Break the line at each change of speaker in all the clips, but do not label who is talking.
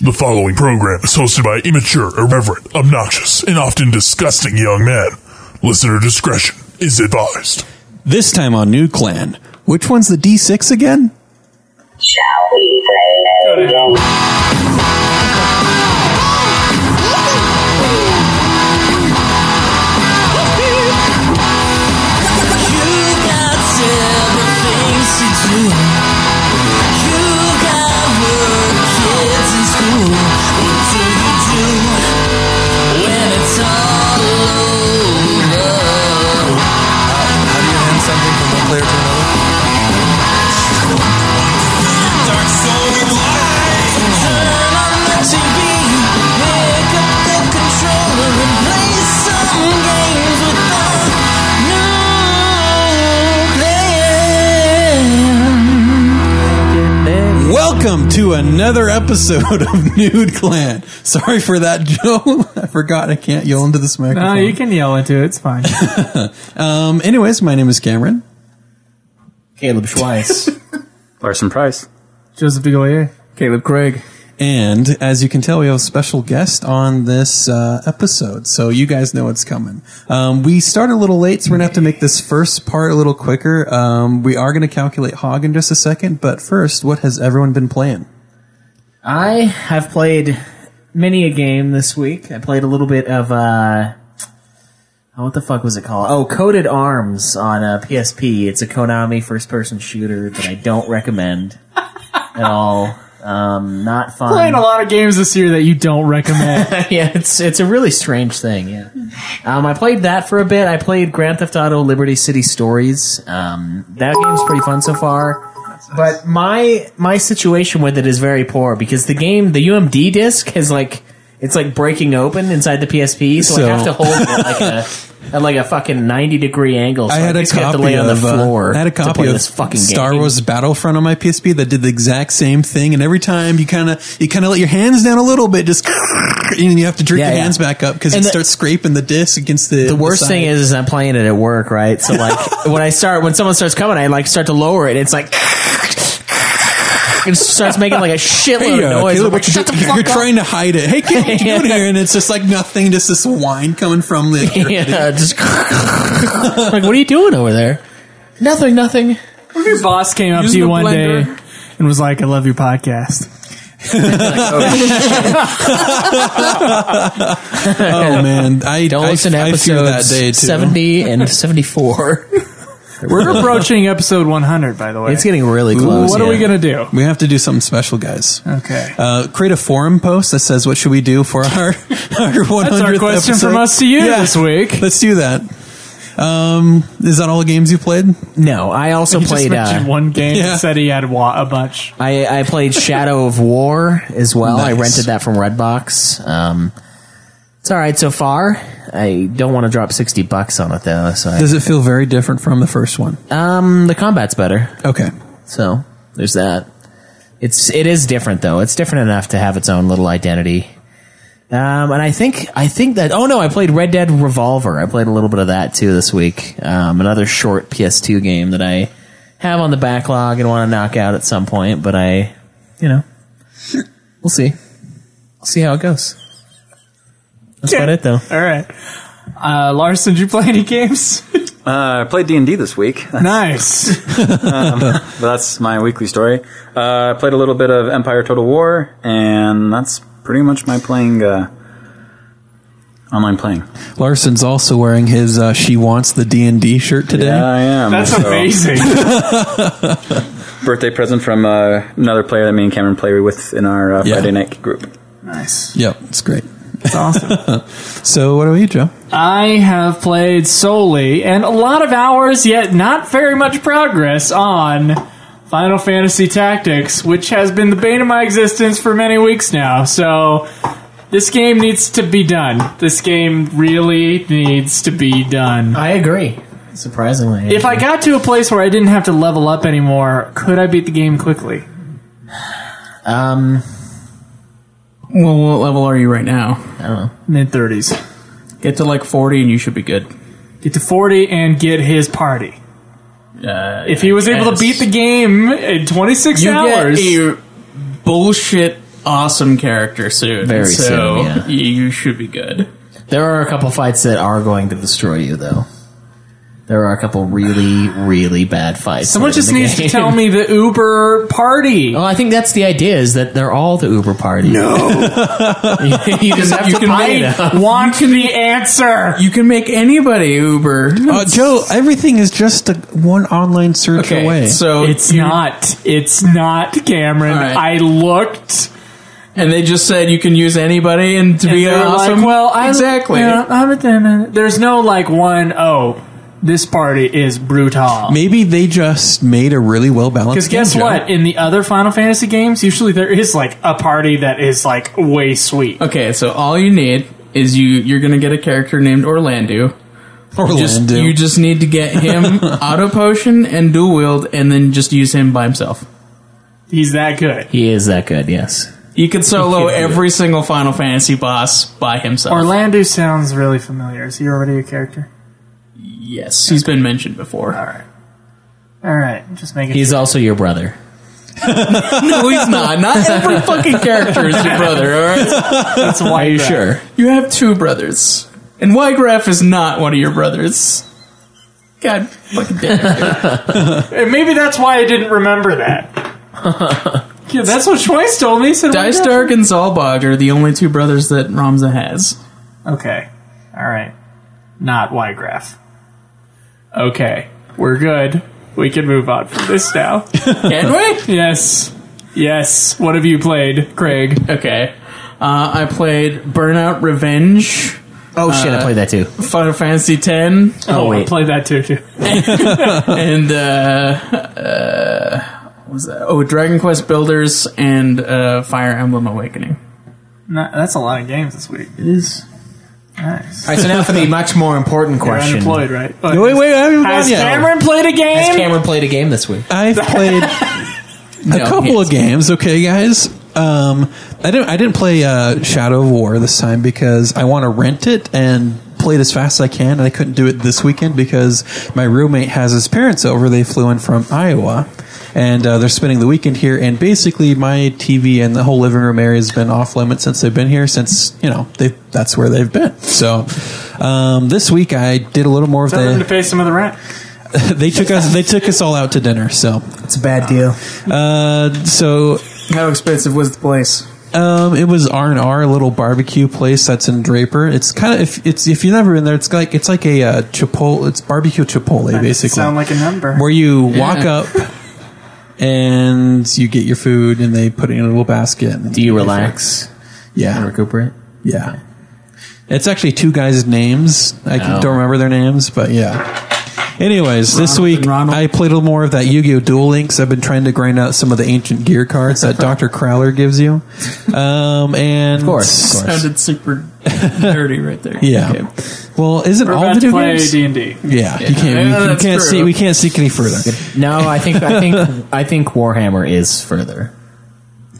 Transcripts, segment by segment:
The following program is hosted by immature, irreverent, obnoxious, and often disgusting young men. Listener discretion is advised.
This time on New Clan. Which one's the D6 again?
Shall we play a game?
You've got several things to do. You've got work, kids in school. What do you do when it's all over?
How do you hand something from one player to another?
Turn on the TV, pick up the controller and play some games with the new
Welcome to another episode of Nude Clan. Sorry for that, Joe. I forgot I can't yell into this microphone.
No, Oh, you can yell into it. It's fine.
um, anyways, my name is Cameron.
Caleb Schweiss. Larson Price.
Joseph DeGollier. Caleb Craig.
And as you can tell, we have a special guest on this uh, episode, so you guys know what's coming. Um, we start a little late, so we're going to have to make this first part a little quicker. Um, we are going to calculate Hog in just a second, but first, what has everyone been playing?
I have played many a game this week. I played a little bit of uh oh, what the fuck was it called? Oh, Coded Arms on uh, PSP. It's a Konami first-person shooter that I don't recommend at all. Um, not fun.
Playing a lot of games this year that you don't recommend.
yeah, it's it's a really strange thing. Yeah, um, I played that for a bit. I played Grand Theft Auto Liberty City Stories. Um, that game's pretty fun so far. But my my situation with it is very poor because the game, the UMD disc, is like it's like breaking open inside the PSP, so,
So-
I have to hold it like a. At like a fucking ninety degree angle, so
I had a
just have
copy
to lay on the
of uh,
floor.
I had a
to
copy
play
of
this fucking
Star
game.
Wars Battlefront on my PSP that did the exact same thing, and every time you kind of you kind of let your hands down a little bit, just and you have to jerk
Yeah,
your
yeah.
hands back up because it
And the-
starts scraping the disc against the.
the worst
side.
thing is, is I'm playing it at work, right? So like when I start, when someone starts coming, I like start to lower it. It's like it starts making like a shitload
Hey, uh,
of noise.
Caleb,
I'm like,
what you
Shut
do-
the
you're
fuck up."
trying to hide it. Hey, Caleb, what you doing here? And it's just like nothing, just this whine coming from the.
yeah, just like what are you doing over there? Nothing, nothing.
Your boss came up to you one day and was like, I love your podcast.
Oh man, I
Don't
I,
listen to
I fear that
episodes
day too.
seventy and seventy four.
We're approaching episode 100, by the way.
It's getting really
Well,
close.
what are we gonna do?
We have to do something special, guys.
Okay,
uh, create a forum post that says what should we do for our, our 100th
that's our question
episode?
from us to you
Yeah.
this week.
Let's do that. Um, is that all the games you played?
No, I also
He just
played.
mentioned
Uh,
one game
Yeah.
and said he had wa- a bunch.
I, I played Shadow of War as well. I
Nice.
rented that from Redbox. Um, it's all right so far. I don't want to drop sixty bucks on it though. So I,
Does it feel very different from the first one?
um, the combat's better.
Okay.
So there's that. It's it is different though. It's different enough to have its own little identity. Um, and I think I think that oh no, I played Red Dead Revolver. I played a little bit of that too this week. Um, another short PS2 game that I have on the backlog and want to knock out at some point. But I, you know, we'll see. I'll see how it goes. That's about it though.
All right, uh, Lars, did you play any games?
Uh, I played D and D this week, but
nice.
that's my weekly story. Uh, I played a little bit of Empire Total War, and that's pretty much my playing uh, online playing.
Larson's also wearing his uh, "She Wants the D and D" shirt today.
Yeah, I am.
That's
So,
amazing.
Birthday present from uh, another player that me and Cameron play with in our uh,
Yeah.
Friday night group.
nice.
Yep, it's great.
It's awesome.
So, what about you, Joe?
I have played solely and a lot of hours, yet not very much progress on Final Fantasy Tactics, which has been the bane of my existence for many weeks now. So, this game needs to be done. This game really needs to be done.
I agree. Surprisingly,
If I got to a place where I didn't have to level up anymore, could I beat the game quickly?
um,
Well, what level are you right now?
I don't know.
Mid 30s.
Get to like 40 and you should be good.
Get to 40 and get his party.
Uh,
If he was able to beat the game in 26
you
hours.
get a bullshit awesome character soon.
Very
so
soon, yeah.
y- you should be good.
There are a couple fights that are going to destroy you, though. There are a couple really, really bad fights.
Someone
late in
just
the
needs to
game. Oh,
tell me the Uber party.
Well, I think that's the idea: is that they're all the Uber party. No, you just have
You
to
can
buy
make-
them.
I want the answer.
You can make anybody Uber.
Uh, Joe, everything is just a, one online search
okay,
away.
so
It's not. It's not, Cameron.
All right.
I looked.
and they just said you can use anybody and to be
and they're
awesome.
Like, well, I,
exactly.
yeah, I'm a demon. There's no like one. Oh, this party is brutal.
Maybe they just made a really well
Because
balanced.
guess what? In the other Final Fantasy games, usually there is like a party that is like way sweet.
Okay, so all you need is you. You're gonna get a character named Orlando.
Orlando.
Just you just need to get him auto potion and dual wield, and then just use him by himself.
He's that good.
He is that good. Yes.
You could solo every single Final Fantasy boss by himself.
Orlando sounds really familiar. Is he already a character?
yes, he's been mentioned before.
All right. All right. Just making.
He's also your brother.
No, he's not. Not every fucking character is your brother. All right,
that's why you sure.
you have two brothers, and Ygraf is not one of your brothers. God fucking damn. it.
Maybe that's why I didn't remember that. yeah, that's what Schweiss told me. He Said, "Why not?"
Dystark and Zalbog are the only two brothers that Ramza has.
Okay. All right. Not Ygraph. Okay. We're good. We can move on from this now.
Can we?
yes. Yes. What have you played, Craig?
Okay. Uh, I played Burnout Revenge,
Oh shit! I played that too.
Final Fantasy X,
Oh,
I
wait.
played that too. too.
and uh, uh, what was that? Oh, Dragon Quest Builders and uh, Fire Emblem Awakening.
No, that's a lot of games this week.
It is.
Nice.
All right. So now for the much more important
You're
question:
unemployed, right?
wait, wait, I haven't
Has
gone yet.
Cameron played a game?
Has Cameron played a game this week?
I've played a couple of games. Okay, guys. Um, I didn't. I didn't play uh, Shadow of War this time because I want to rent it and play it as fast as I can. And I couldn't do it this weekend because my roommate has his parents over. They flew in from Iowa, and uh, they're spending the weekend here. And basically, my TV and the whole living room area has been off limits since they've been here. Since you know they that's where they've been. So um, this week I did a little more of
Tell them to
the.
pay some of the rent.
They took us. They took us all out to dinner. So
It's a bad deal.
uh, so
How expensive was the place?
um, it was R and R, a little barbecue place that's in Draper. It's kind of if it's if you've never been there, it's like it's like a uh, chipotle. It's barbecue chipotle, basically.
Sound like a number.
where you walk up and you get your food, and they put it in a little basket. And
Do you relax and
Yeah,
recuperate?
yeah. It's actually two guys' names. I can,
Oh.
don't remember their names, but yeah. Anyways, this week
Ronald.
I played a little more of that Yu-Gi-Oh! Duel Links. I've been trying to grind out some of the ancient gear cards that Doctor Crowler gives you, um, and of
course, of course.
Sounded super nerdy right there.
Yeah.
Okay.
Well, isn't
We're
all
about to
video
play
games?
D and D.
Yeah, you can't.
Yeah,
we, you
that's
can't
true.
see. We can't seek any further
No, I think I think I think Warhammer is further.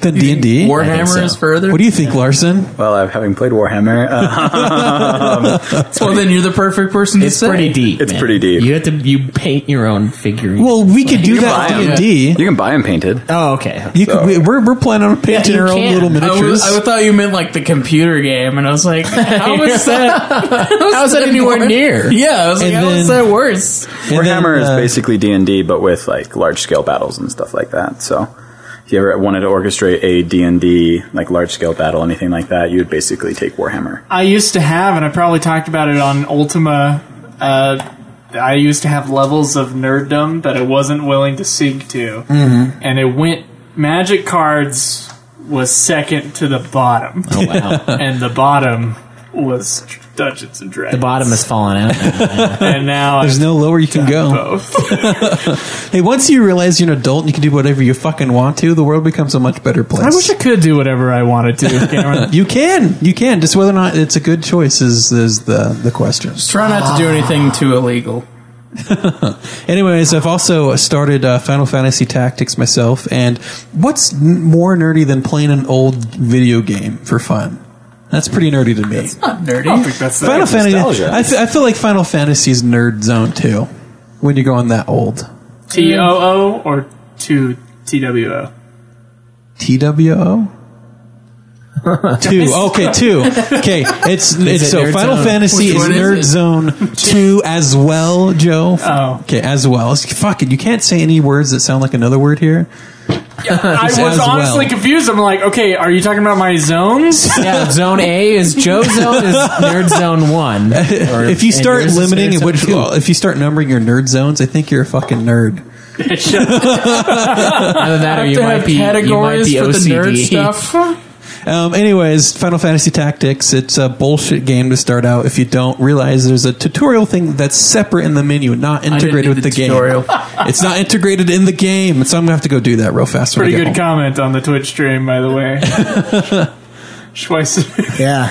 than D and D. What
I think
Warhammer
so.
is further.
do you think, Larson?
Well, uh, having played Warhammer, uh,
well, then you're the perfect person to
It's
say.
pretty deep.
It's
man.
pretty deep.
You have to you paint your own figurine.
Well, we could do
you
that
buy
D
'em.
and D.
you can buy them painted.
oh, okay.
You could.
So-
We, we're we're planning on painting
you
our own
can.
little
I,
miniatures.
was, I thought you meant like the computer game, and I was like, how is that? How
How's that anywhere near?
Yeah, I was like,
And
how is
then-
that worse?
And then,
Warhammer
uh,
is basically D and D, but with like large scale battles and stuff like that. So, if you ever wanted to orchestrate a D and D like large scale battle, anything like that, you'd basically take Warhammer.
I used to have, and I probably talked about it on Ultima. Uh, I used to have levels of nerddom that I wasn't willing to seek to,
Mm-hmm.
and it went magic cards was second to the bottom,
Oh, wow.
and the bottom was Dungeons and Dragons.
the bottom has fallen out. now.
and now
There's
I'm
no lower you can go.
both.
Hey, once you realize you're an adult and you can do whatever you fucking want to, the world becomes a much better place.
I wish I could do whatever I wanted to, Cameron.
you can, you can. Just whether or not it's a good choice is is the the question.
Try not to do anything too illegal.
Anyways, I've also started uh, Final Fantasy Tactics myself, and what's n- more nerdy than playing an old video game for fun? That's pretty nerdy to me.
Not nerdy.
Final Fantasy.
nostalgia.
I fe- I feel like Final Fantasy's nerd zone too. When you're going that old,
T O O or two T W O.
TWO. Two. Okay, two. Okay, it's it's
it
so
Nerd
Final
Zone?
Fantasy
Which
is
one is
Nerd
it?
Zone two as well, Joe.
Oh.
okay, as well. It's- Fuck it, you can't say any words that sound like another word here.
I
Just
was
as
honestly
well.
confused. I'm like, okay, are you talking about my zones?
Yeah, zone A is Joe zone is nerd zone one. Or-
If you
and
start
yours is
limiting
nerd
it,
zone
which,
two.
well, if you start numbering your nerd zones, I think you're a fucking nerd.
Either that or
Have
you
to
might
have
be you might
categories
be
for the nerd
OCD.
stuff.
Um, anyways, Final Fantasy Tactics. It's a bullshit game to start out if you don't realize there's a tutorial thing that's separate in the menu, not integrated
need
with
the
the, game.
tutorial.
it's not integrated in the game, so I'm gonna have to go do that real fast. when I
Pretty
get
good
home.
comment on the Twitch stream, by the way. Schweiss.
Yeah.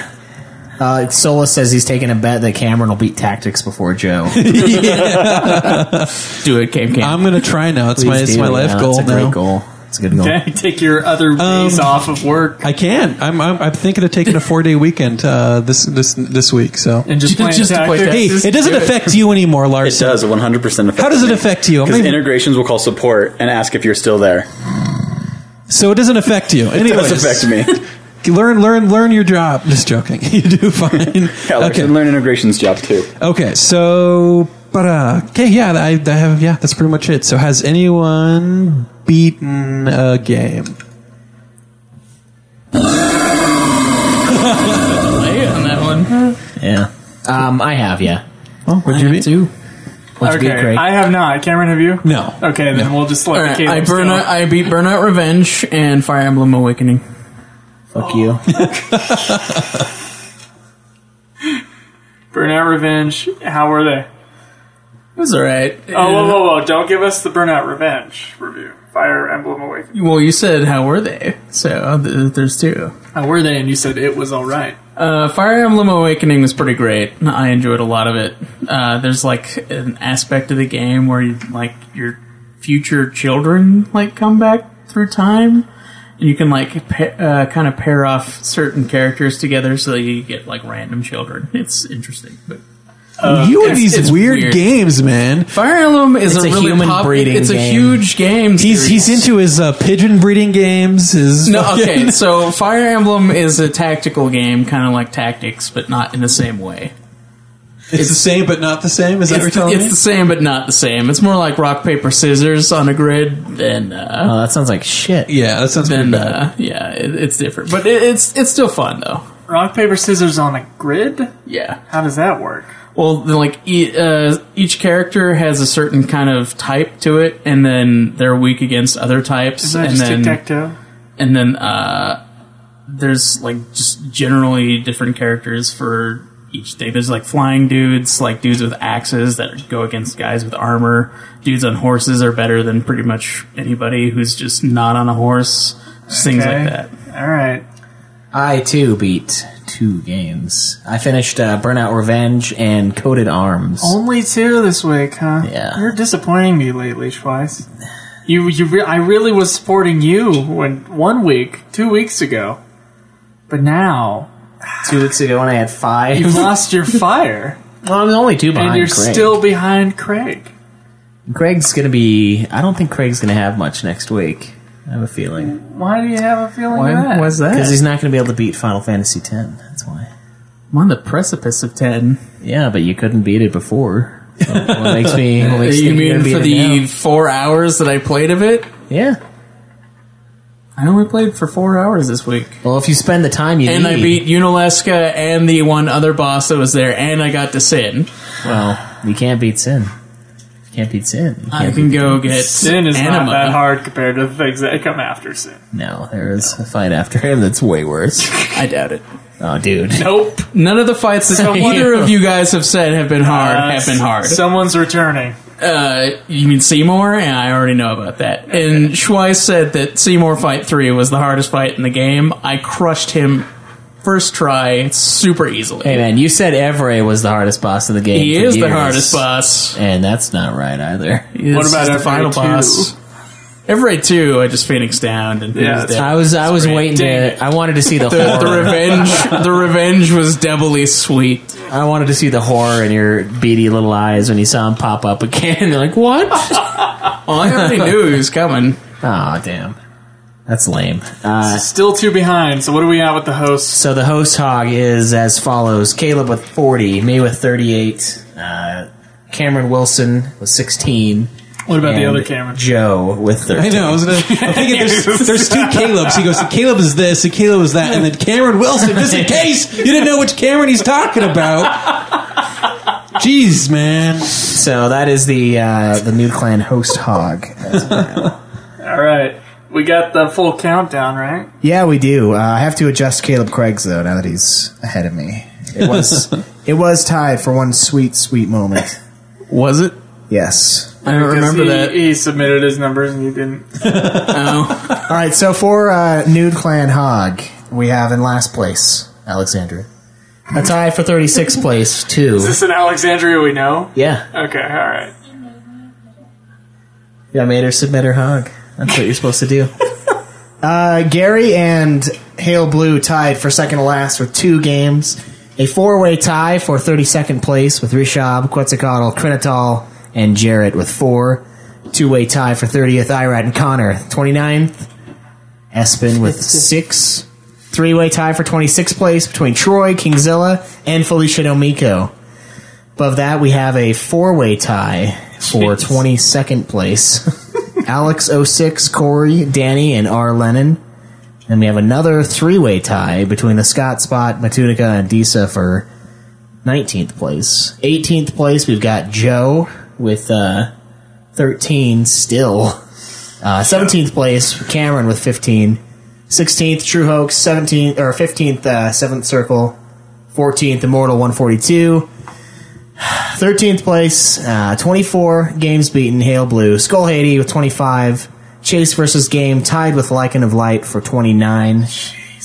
Uh, Sola says he's taking a bet that Cameron will beat tactics before Joe.
Do it, Cam Cam.
I'm gonna try now. Um, It's my
Please
it's
do.
my life
Yeah,
goal
That's a
now.
great goal. It's a good goal.
Okay, take your
Um,
other days off of work
I can. I'm, I'm I'm thinking of taking a four day weekend uh, this this this week. So
and just playing
Just to play
tactics.
hey,
just
it doesn't
do it.
affect you anymore,
It
Larson.
does 100% affect
How does it
me.
affect you?
'Cause
Maybe-
integrations will call support and ask if you're still there.
So it doesn't affect you.
It
Anyways,
does affect me.
learn learn learn your job. Just joking. you do fine.
Yeah,
okay.
Larson, learn integrations job too.
Okay, so but uh, okay, yeah, I, I have yeah, that's pretty much it. So has anyone beaten a game?
Play on that one.
Yeah. Um, I have, yeah.
Oh, would you beat?
Two.
What'd you beat,
Okay,
Craig?
I have not. Cameron, have you?
No.
Okay, then we'll just let
All
the
right, I
Caleb
burn.
go.
Out, I beat Burnout Revenge and Fire Emblem Awakening.
Fuck you.
Burnout Revenge. How were they?
It was all right.
Oh, whoa, whoa, whoa! Don't give us the Burnout Revenge review. Fire Emblem Awakening.
Well, you said how were they? So uh, th- there's two.
How Oh, were they? And you said it was all right.
Uh, Fire Emblem Awakening was pretty great. I enjoyed a lot of it. Uh, there's like an aspect of the game where you, like your future children like come back through time, and you can like pa- uh, kind of pair off certain characters together so that you get like random children. It's interesting, but
you and
it's-
these
it's
weird,
weird.
games, man.
Fire Emblem is
It's a
really
human
pop-
breeding
It's a
game.
huge game.
He's he's
series.
into his uh, pigeon breeding games. His
No, okay, so Fire Emblem is a tactical game, kind of like Tactics, but not in the same way.
it's the same but not the same. Is that what you're
It's,
telling
it's the same, but not the same. It's more like rock, paper, scissors on a grid than uh,
Oh, that sounds like shit.
me? Yeah, that sounds pretty
than
bad.
uh, yeah. It, it's different, but it, it's it's still fun though.
Rock paper scissors on a grid.
Yeah.
How does that work?
Well, then, like e- uh, each character has a certain kind of type to it, and then they're weak against other types,
Isn't that
and
just tic
then
tac toe?
and then uh, there's like just generally different characters for each thing. There's like flying dudes, like dudes with axes that go against guys with armor. Dudes on horses are better than pretty much anybody who's just not on a horse. Just Things
Okay.
like that.
All right.
I too beat two games. I finished uh, Burnout Revenge and Coated Arms.
Oh.
Only two this week, huh?
Yeah.
You're disappointing me lately, Schweiss. You, you, re- I really was supporting you when one week, two weeks ago, but now
Two weeks ago, and I had five.
you've lost your fire
well, I'm only two behind
and you're
Craig.
still behind Craig.
Craig's gonna be. I don't think Craig's gonna have much next week. I have a feeling
Why do you have a feeling of that?
was
because
that?
he's not gonna be able to beat Final Fantasy X. That's why.
I'm on the precipice of ten.
Yeah, but you couldn't beat it before. So what makes me? What makes
you
think you're
mean
gonna
for
beat it
the
now?
four hours that I played of it?
Yeah.
I only played for four hours this week.
Well, if you spend the time you
And
need,
I beat Unalesca and the one other boss that was there, and I got to Sin.
Well, you can't beat Sin. You can't beat Sin. You
I
can't
can go get
Sin is
anima.
not that hard compared to the things that come after Sin.
No, there is a fight after him that's way worse.
I doubt it.
Oh, dude.
Nope.
None of the fights that
Someone-
either of you guys have said have been hard
Uh,
have been hard.
Someone's returning.
uh, you mean Seymour? Yeah, I already know about that. And Schweiss said that Seymour Fight 3 was the hardest fight in the game. I crushed him first try super easily.
Hey, man, you said Evray was the hardest boss in the game.
he
for
is the
years.
hardest boss.
And that's not right either.
He
What
is
about
the
Everraid
final
2?
boss? Every 2, I just Phoenix down and he
Yeah,
was dead.
I was I was waiting
Dang
to I wanted to see the,
the, the
horror.
revenge the revenge was doubly sweet.
I wanted to see the horror in your beady little eyes when you saw him pop up again. You're like, "What?"
Well, I already knew he was coming.
Oh, damn. That's lame. Uh,
Still two behind. So what are we at with the hosts?
so the host hog is as follows: Caleb with forty, me with thirty-eight, uh, Cameron Wilson with sixteen.
What about the
and
other Cameron?
Joe with thirteen.
I know. I was gonna, I'm thinking there's, there's two Caleb's. He goes, Caleb is this, and Caleb is that, and then Cameron Wilson. Just in case you didn't know which Cameron he's talking about. Jeez, man.
So that is the uh, the nude clan host hog.
All right, we got the full countdown, right?
Yeah, we do. Uh, I have to adjust Caleb Craig's though now that he's ahead of me. It was it was tied for one sweet sweet moment.
Was it?
Yes.
I don't
Because
remember
he,
that.
he submitted his numbers and you didn't.
Oh,
All right. So for uh, nude clan hog, we have in last place Alexandria. A tie for thirty sixth place too.
Is this an Alexandria we know?
Yeah,
Okay, all right.
yeah. I made her submit her hog. That's what you're supposed to do. Uh, Gary and Hale Blue tied for second to last with two games. A four way tie for 32nd place with Rishab, Quetzalcoatl, Krenital, and Jarrett with four. Two way tie for 30th, Irad and Connor. 29th, Espen with six. Three way tie for 26th place between Troy, Kingzilla, and Felicia Domiko. Above that, we have a four way tie for 22nd place. Alex06, Corey, Danny, and R. Lennon. And we have another three way tie between the Scott Spot, Matunica, and Disa for 19th place. 18th place, we've got Joe with uh, 13 still. Uh, 17th place, Cameron with 15. 16th, True Hoax, 17th, or 15th, uh, 7th Circle. 14th, Immortal 142. 13th place, uh, 24 games beaten, Hail Blue. Skull Haiti with 25. Chase versus Game tied with Lichen of Light for 29.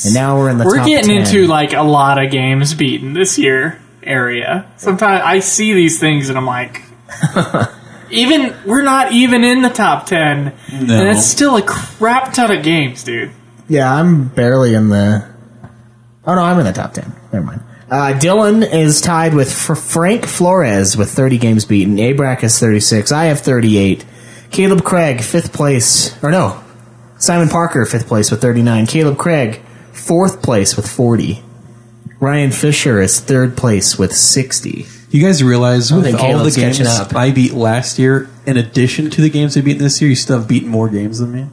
And now we're in the
We're
top
getting
10.
into like a lot of games beaten this year area. Sometimes I see these things and I'm like, even we're not even in the top ten, and it's still a crap ton of games, dude.
Yeah, I'm barely in the. Oh no, I'm in the top ten. Never mind. Uh, Dylan is tied with Fr- Frank Flores with 30 games beaten. Abrac is 36. I have 38. Caleb Craig, fifth place, or no, Simon Parker, fifth place with 39. Caleb Craig, fourth place with 40. Ryan Fisher is third place with 60.
You guys realize with
think
all the
Caleb's
games
catching up.
I beat last year, in addition to the games I beat this year, you still have beaten more games than me.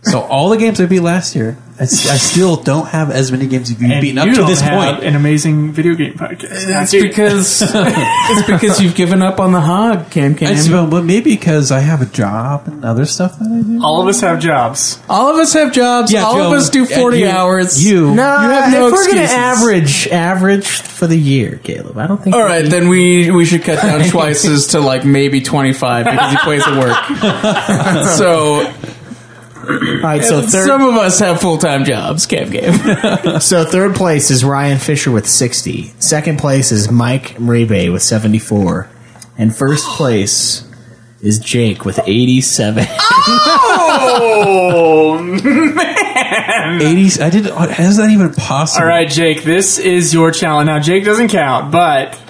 So all the games I beat last year, I, s- I still don't have as many games as you've
And
beaten up
you
to
don't
this
have
point.
an amazing video game podcast.
that's
Dude,
because it's because you've given up on the hog, Cam Cam.
It's about- but maybe because I have a job and other stuff that I do.
all of us have jobs.
all of us have jobs. all
Joe,
of us do
and
forty
you-
hours.
You,
you have no
if we're gonna
excuses.
average, average for the year, Caleb. I don't think.
All right, then we we should cut down Schweisses to like maybe twenty five because he plays at work. so
All right, so third,
some of us have full time jobs. Cam Cam.
So third place is Ryan Fisher with 60. Second place is Mike Mrebe with 74. And first place is Jake with 87.
eighties. I did. uh, How is that even possible?
All right, Jake, this is your challenge. Now, Jake doesn't count, but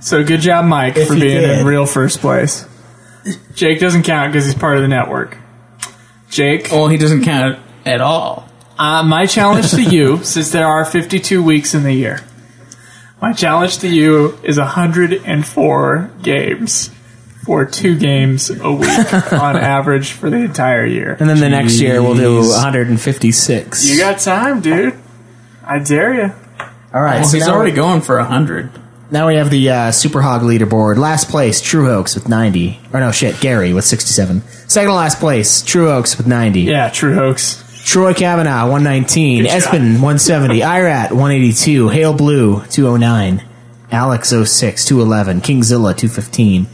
so good job, Mike, for
he
being
did.
in real first place. Jake doesn't count because he's part of the network. Jake,
Well, he doesn't count at all.
uh, my challenge to you, since there are 52 weeks in the year, my challenge to you is 104 games for two games a week on average for the entire year.
and then the next year we'll do 156.
You got time, dude. I dare you.
All right,
Well,
so
he's
now,
already going for hundred.
now we have the uh, Super Hog leaderboard. Last place, True Hoax with 90. Or no, shit, Gary with 67. Second to last place, True Hoax with 90.
Yeah, true hoax.
Troy Kavanaugh, 119.
Good job.
Espen, 170. Irat, 182. Hale Blue, 209. Alex, 06, 211. Kingzilla, 215.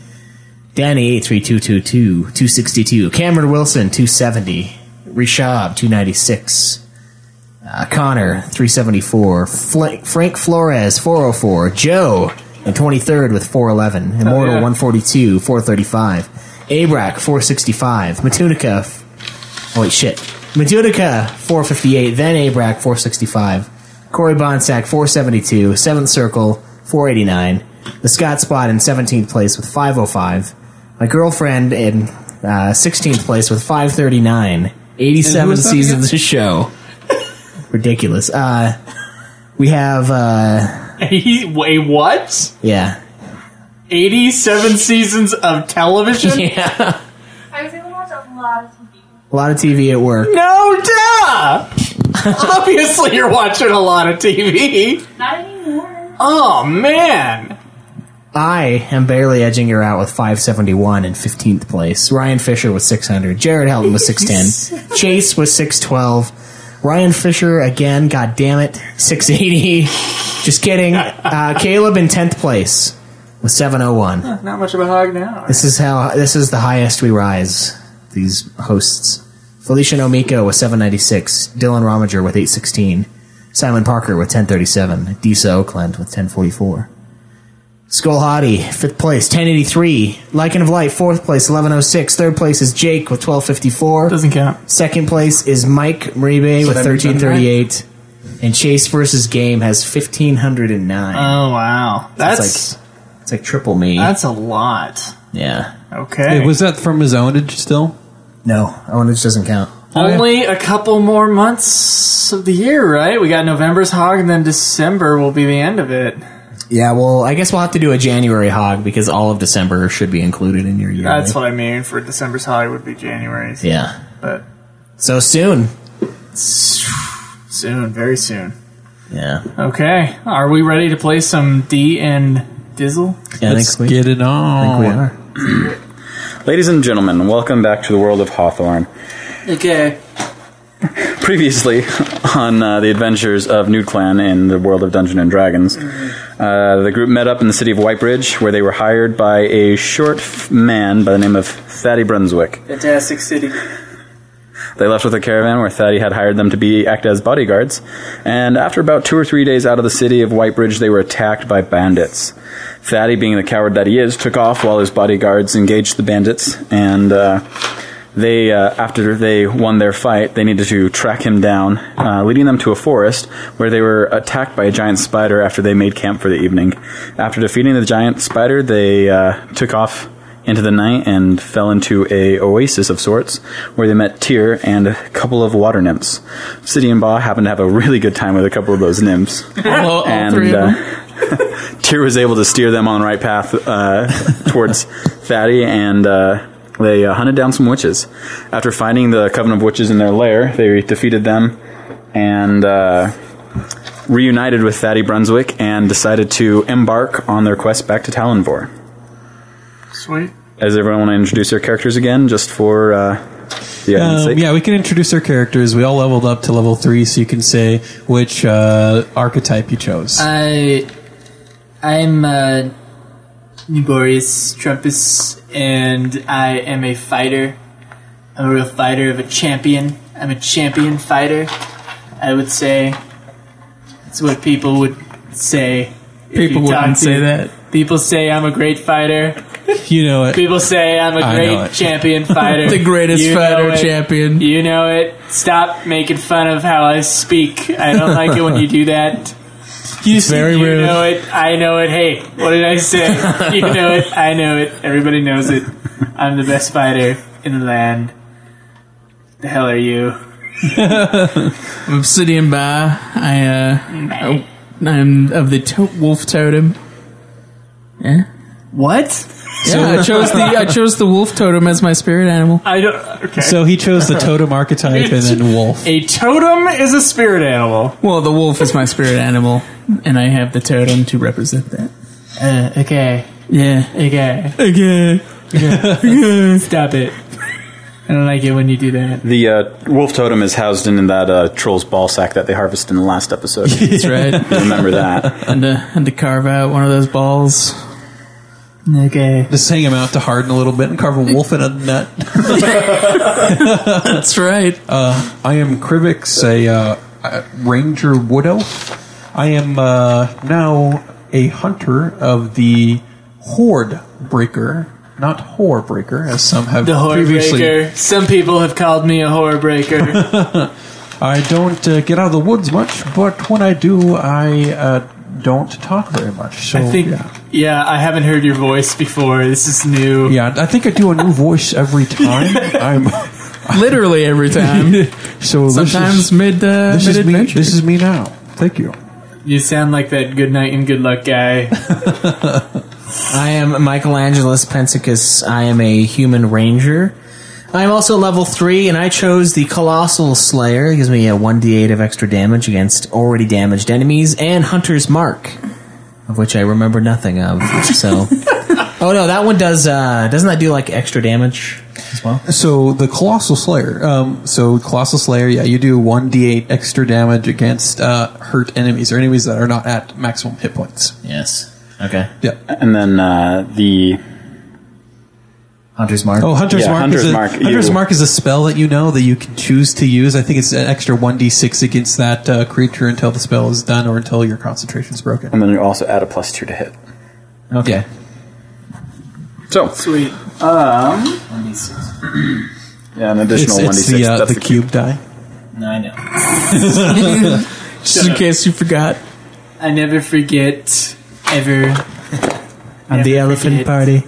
Danny, 83222, 262. Cameron Wilson, 270. Rishab, 296. Uh, Connor, 374. Fla- Frank Flores, 404. Joe, in 23rd with 411. Immortal,
Oh, yeah.
142, 435. Abrac, 465. Matunica, f- Oh, wait, shit. Madunica, 458, then Abrac, 465. Corey Bonsack, 472. 7th Circle, 489. The Scott Spot in 17th place with 505. My girlfriend in uh, 16th place with 539.
And who
87
is that
seasons
again?
of show. Ridiculous. Uh, we have, uh,
He- Wait, what?
yeah.
87 seasons of television?
Yeah.
I was able to watch a lot of TV.
A lot of TV at work.
No, duh! Obviously, you're watching a lot of TV.
Not anymore.
Oh, man.
I am barely edging her out with 571 in 15th place. Ryan Fisher with 600. Jared Helton with 610. Chase with 612. Ryan Fisher again, god damn it, 680. Just kidding. Uh, Caleb in 10th place with 701.
Not much of a hog now.
This is how this is the highest we rise these hosts. Felicia Nomiko with 796. Dylan Romager with 816. Simon Parker with 1037. Disa Oakland with 1044. Skull Hottie, fifth place, 1083. Lichen of Light, fourth place, 1106. Third place is Jake with 1254.
Doesn't count.
Second place is Mike Muribe with
that means I'm
1338. And Chase versus Game has 1509.
Oh, wow. That's,
It's It's like triple me.
that's a lot.
yeah.
Okay.
was that from his ownage still?
No, Ownage doesn't count.
Only a couple more months of the year, right? We got November's hog, and then December will be the end of it.
Yeah, well, I guess we'll have to do a January hog because all of December should be included in your year.
That's what I mean for December's hog would be January's.
Yeah.
But
So soon.
soon, very soon.
Yeah.
Okay. Are we ready to play some D and Dizzle?
yeah
Let's get it on.
we are.
Ladies and gentlemen, welcome back to the world of Hawthorne.
Okay.
previously on uh, the adventures of Nude Clan in the world of Dungeons and Dragons. Uh, the group met up in the city of Whitebridge, where they were hired by a short f- man by the name of Thaddy Brunswick.
Fantastic City.
They left with a caravan where Thaddy had hired them to be act as bodyguards, and after about two or three days out of the city of Whitebridge, they were attacked by bandits. Thaddy, being the coward that he is, took off while his bodyguards engaged the bandits, and uh, they, uh, after they won their fight, they needed to track him down, uh, leading them to a forest where they were attacked by a giant spider after they made camp for the evening. After defeating the giant spider, they uh, took off into the night and fell into a oasis of sorts where they met Tyr and a couple of water nymphs. City and Ba happened to have a really good time with a couple of those nymphs.
All, all
and
three of them.
uh, Tyr was able to steer them on the right path uh, towards Thaddy, and uh, they uh, hunted down some witches. After finding the coven of witches in their lair, they defeated them and uh, reunited with Thaddy Brunswick and decided to embark on their quest back to Talonvor.
Sweet.
Does everyone want to introduce their characters again, just for uh, the
Um,
audience sake?
yeah, we can introduce our characters. We all leveled up to level three, so you can say which uh, archetype you chose.
Uh, I, I'm uh, Boris Trumpus, and I am a fighter. I'm a real fighter of a champion. I'm a champion fighter. I would say it's what people would say. if you
People
talk
wouldn't
to-
say that.
People say I'm a great fighter.
You know it.
People say I'm a
I know
great
it.
champion fighter.
the greatest
You know
fighter
it.
champion.
You know it. Stop making fun of how I speak. I don't like it when you do that. You,
very
you
rude.
know it. I know it. Hey, what did I say? you know it. I know it. Everybody knows it. I'm the best fighter in the land. The hell are you?
I'm Obsidian Bar. I, uh, I- I'm of the to- wolf totem. Yeah.
What?
yeah, I chose the I chose the wolf totem as my spirit animal.
I don't. Okay.
So he chose the totem archetype and then wolf.
a totem is a spirit animal.
Well, the wolf is my spirit animal, and I have the totem to represent that.
Uh, okay.
Yeah.
Okay.
Okay.
Stop it. I don't like it when you do that.
The uh, wolf totem is housed in that uh, troll's ball sack that they harvested in the last episode.
That's right.
Remember that.
and to and to carve out one of those balls.
Okay.
Just hang him out to harden a little bit and carve a wolf in a nut.
That's right.
I am Krivix, a uh, uh, ranger wood elf. I am uh, now a hunter of the horde breaker, not whore breaker, as some have
The horror
previously.
breaker. Some people have called me a horror breaker.
I don't uh, get out of the woods much, but when I do, I uh, don't talk very much. So
I think.
yeah.
Yeah. I haven't heard your voice before. This is new.
Yeah, I think I do a new voice every time. I'm
Literally every
Um,
time.
So
Sometimes mid uh,
this is, this
mid
is me.
adventure.
This is me now. Thank you.
You sound like that good night and good luck guy.
I am Michelangelus Pensicus. I am a human ranger. I am also level 3, and I chose the Colossal Slayer. It gives me a 1d8 of extra damage against already damaged enemies, and Hunter's Mark, of which I remember nothing of. So. oh no, that one does, uh, doesn't that do like extra damage as well?
So the Colossal Slayer. Um, so Colossal Slayer, yeah, you do 1d8 extra damage against uh, hurt enemies or enemies that are not at maximum hit points.
Yes. Okay.
Yeah.
And then uh, the
Hunter's Mark.
Oh, Hunter's
Yeah,
Mark
Hunter's
is a,
Mark,
Hunter's
you-
Mark is a spell that you know that you can choose to use. I think it's an extra 1d6 against that uh, creature until the spell is done or until your concentration is broken.
and then you also add a plus two to hit.
okay.
So
Sweet.
yeah, an
It's,
additional one d
it's the,
six.
uh, the cube die.
No, I know.
Just in case you forgot.
I never forget ever.
I'm the elephant party.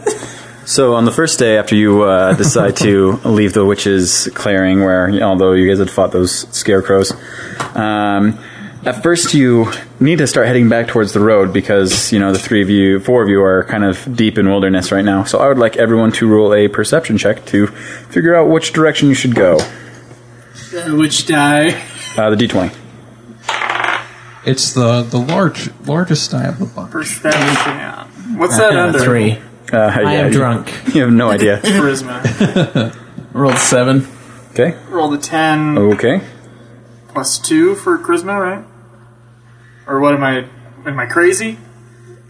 So on the first day after you uh, decide to leave the witches' clearing, where although you guys had fought those scarecrows, um, at first you need to start heading back towards the road because you know the three of you, four of you, are kind of deep in wilderness right now. So I would like everyone to roll a perception check to figure out which direction you should go.
Which die?
Uh, the d twenty.
It's the, the large largest die of the bunch.
Perception. What's that under?
Three.
Uh,
I
yeah,
am
you-
drunk.
You have no idea.
Charisma.
Rolled seven.
Okay.
Roll the ten
Okay.
plus two for charisma, right? Or what am I? Am I crazy?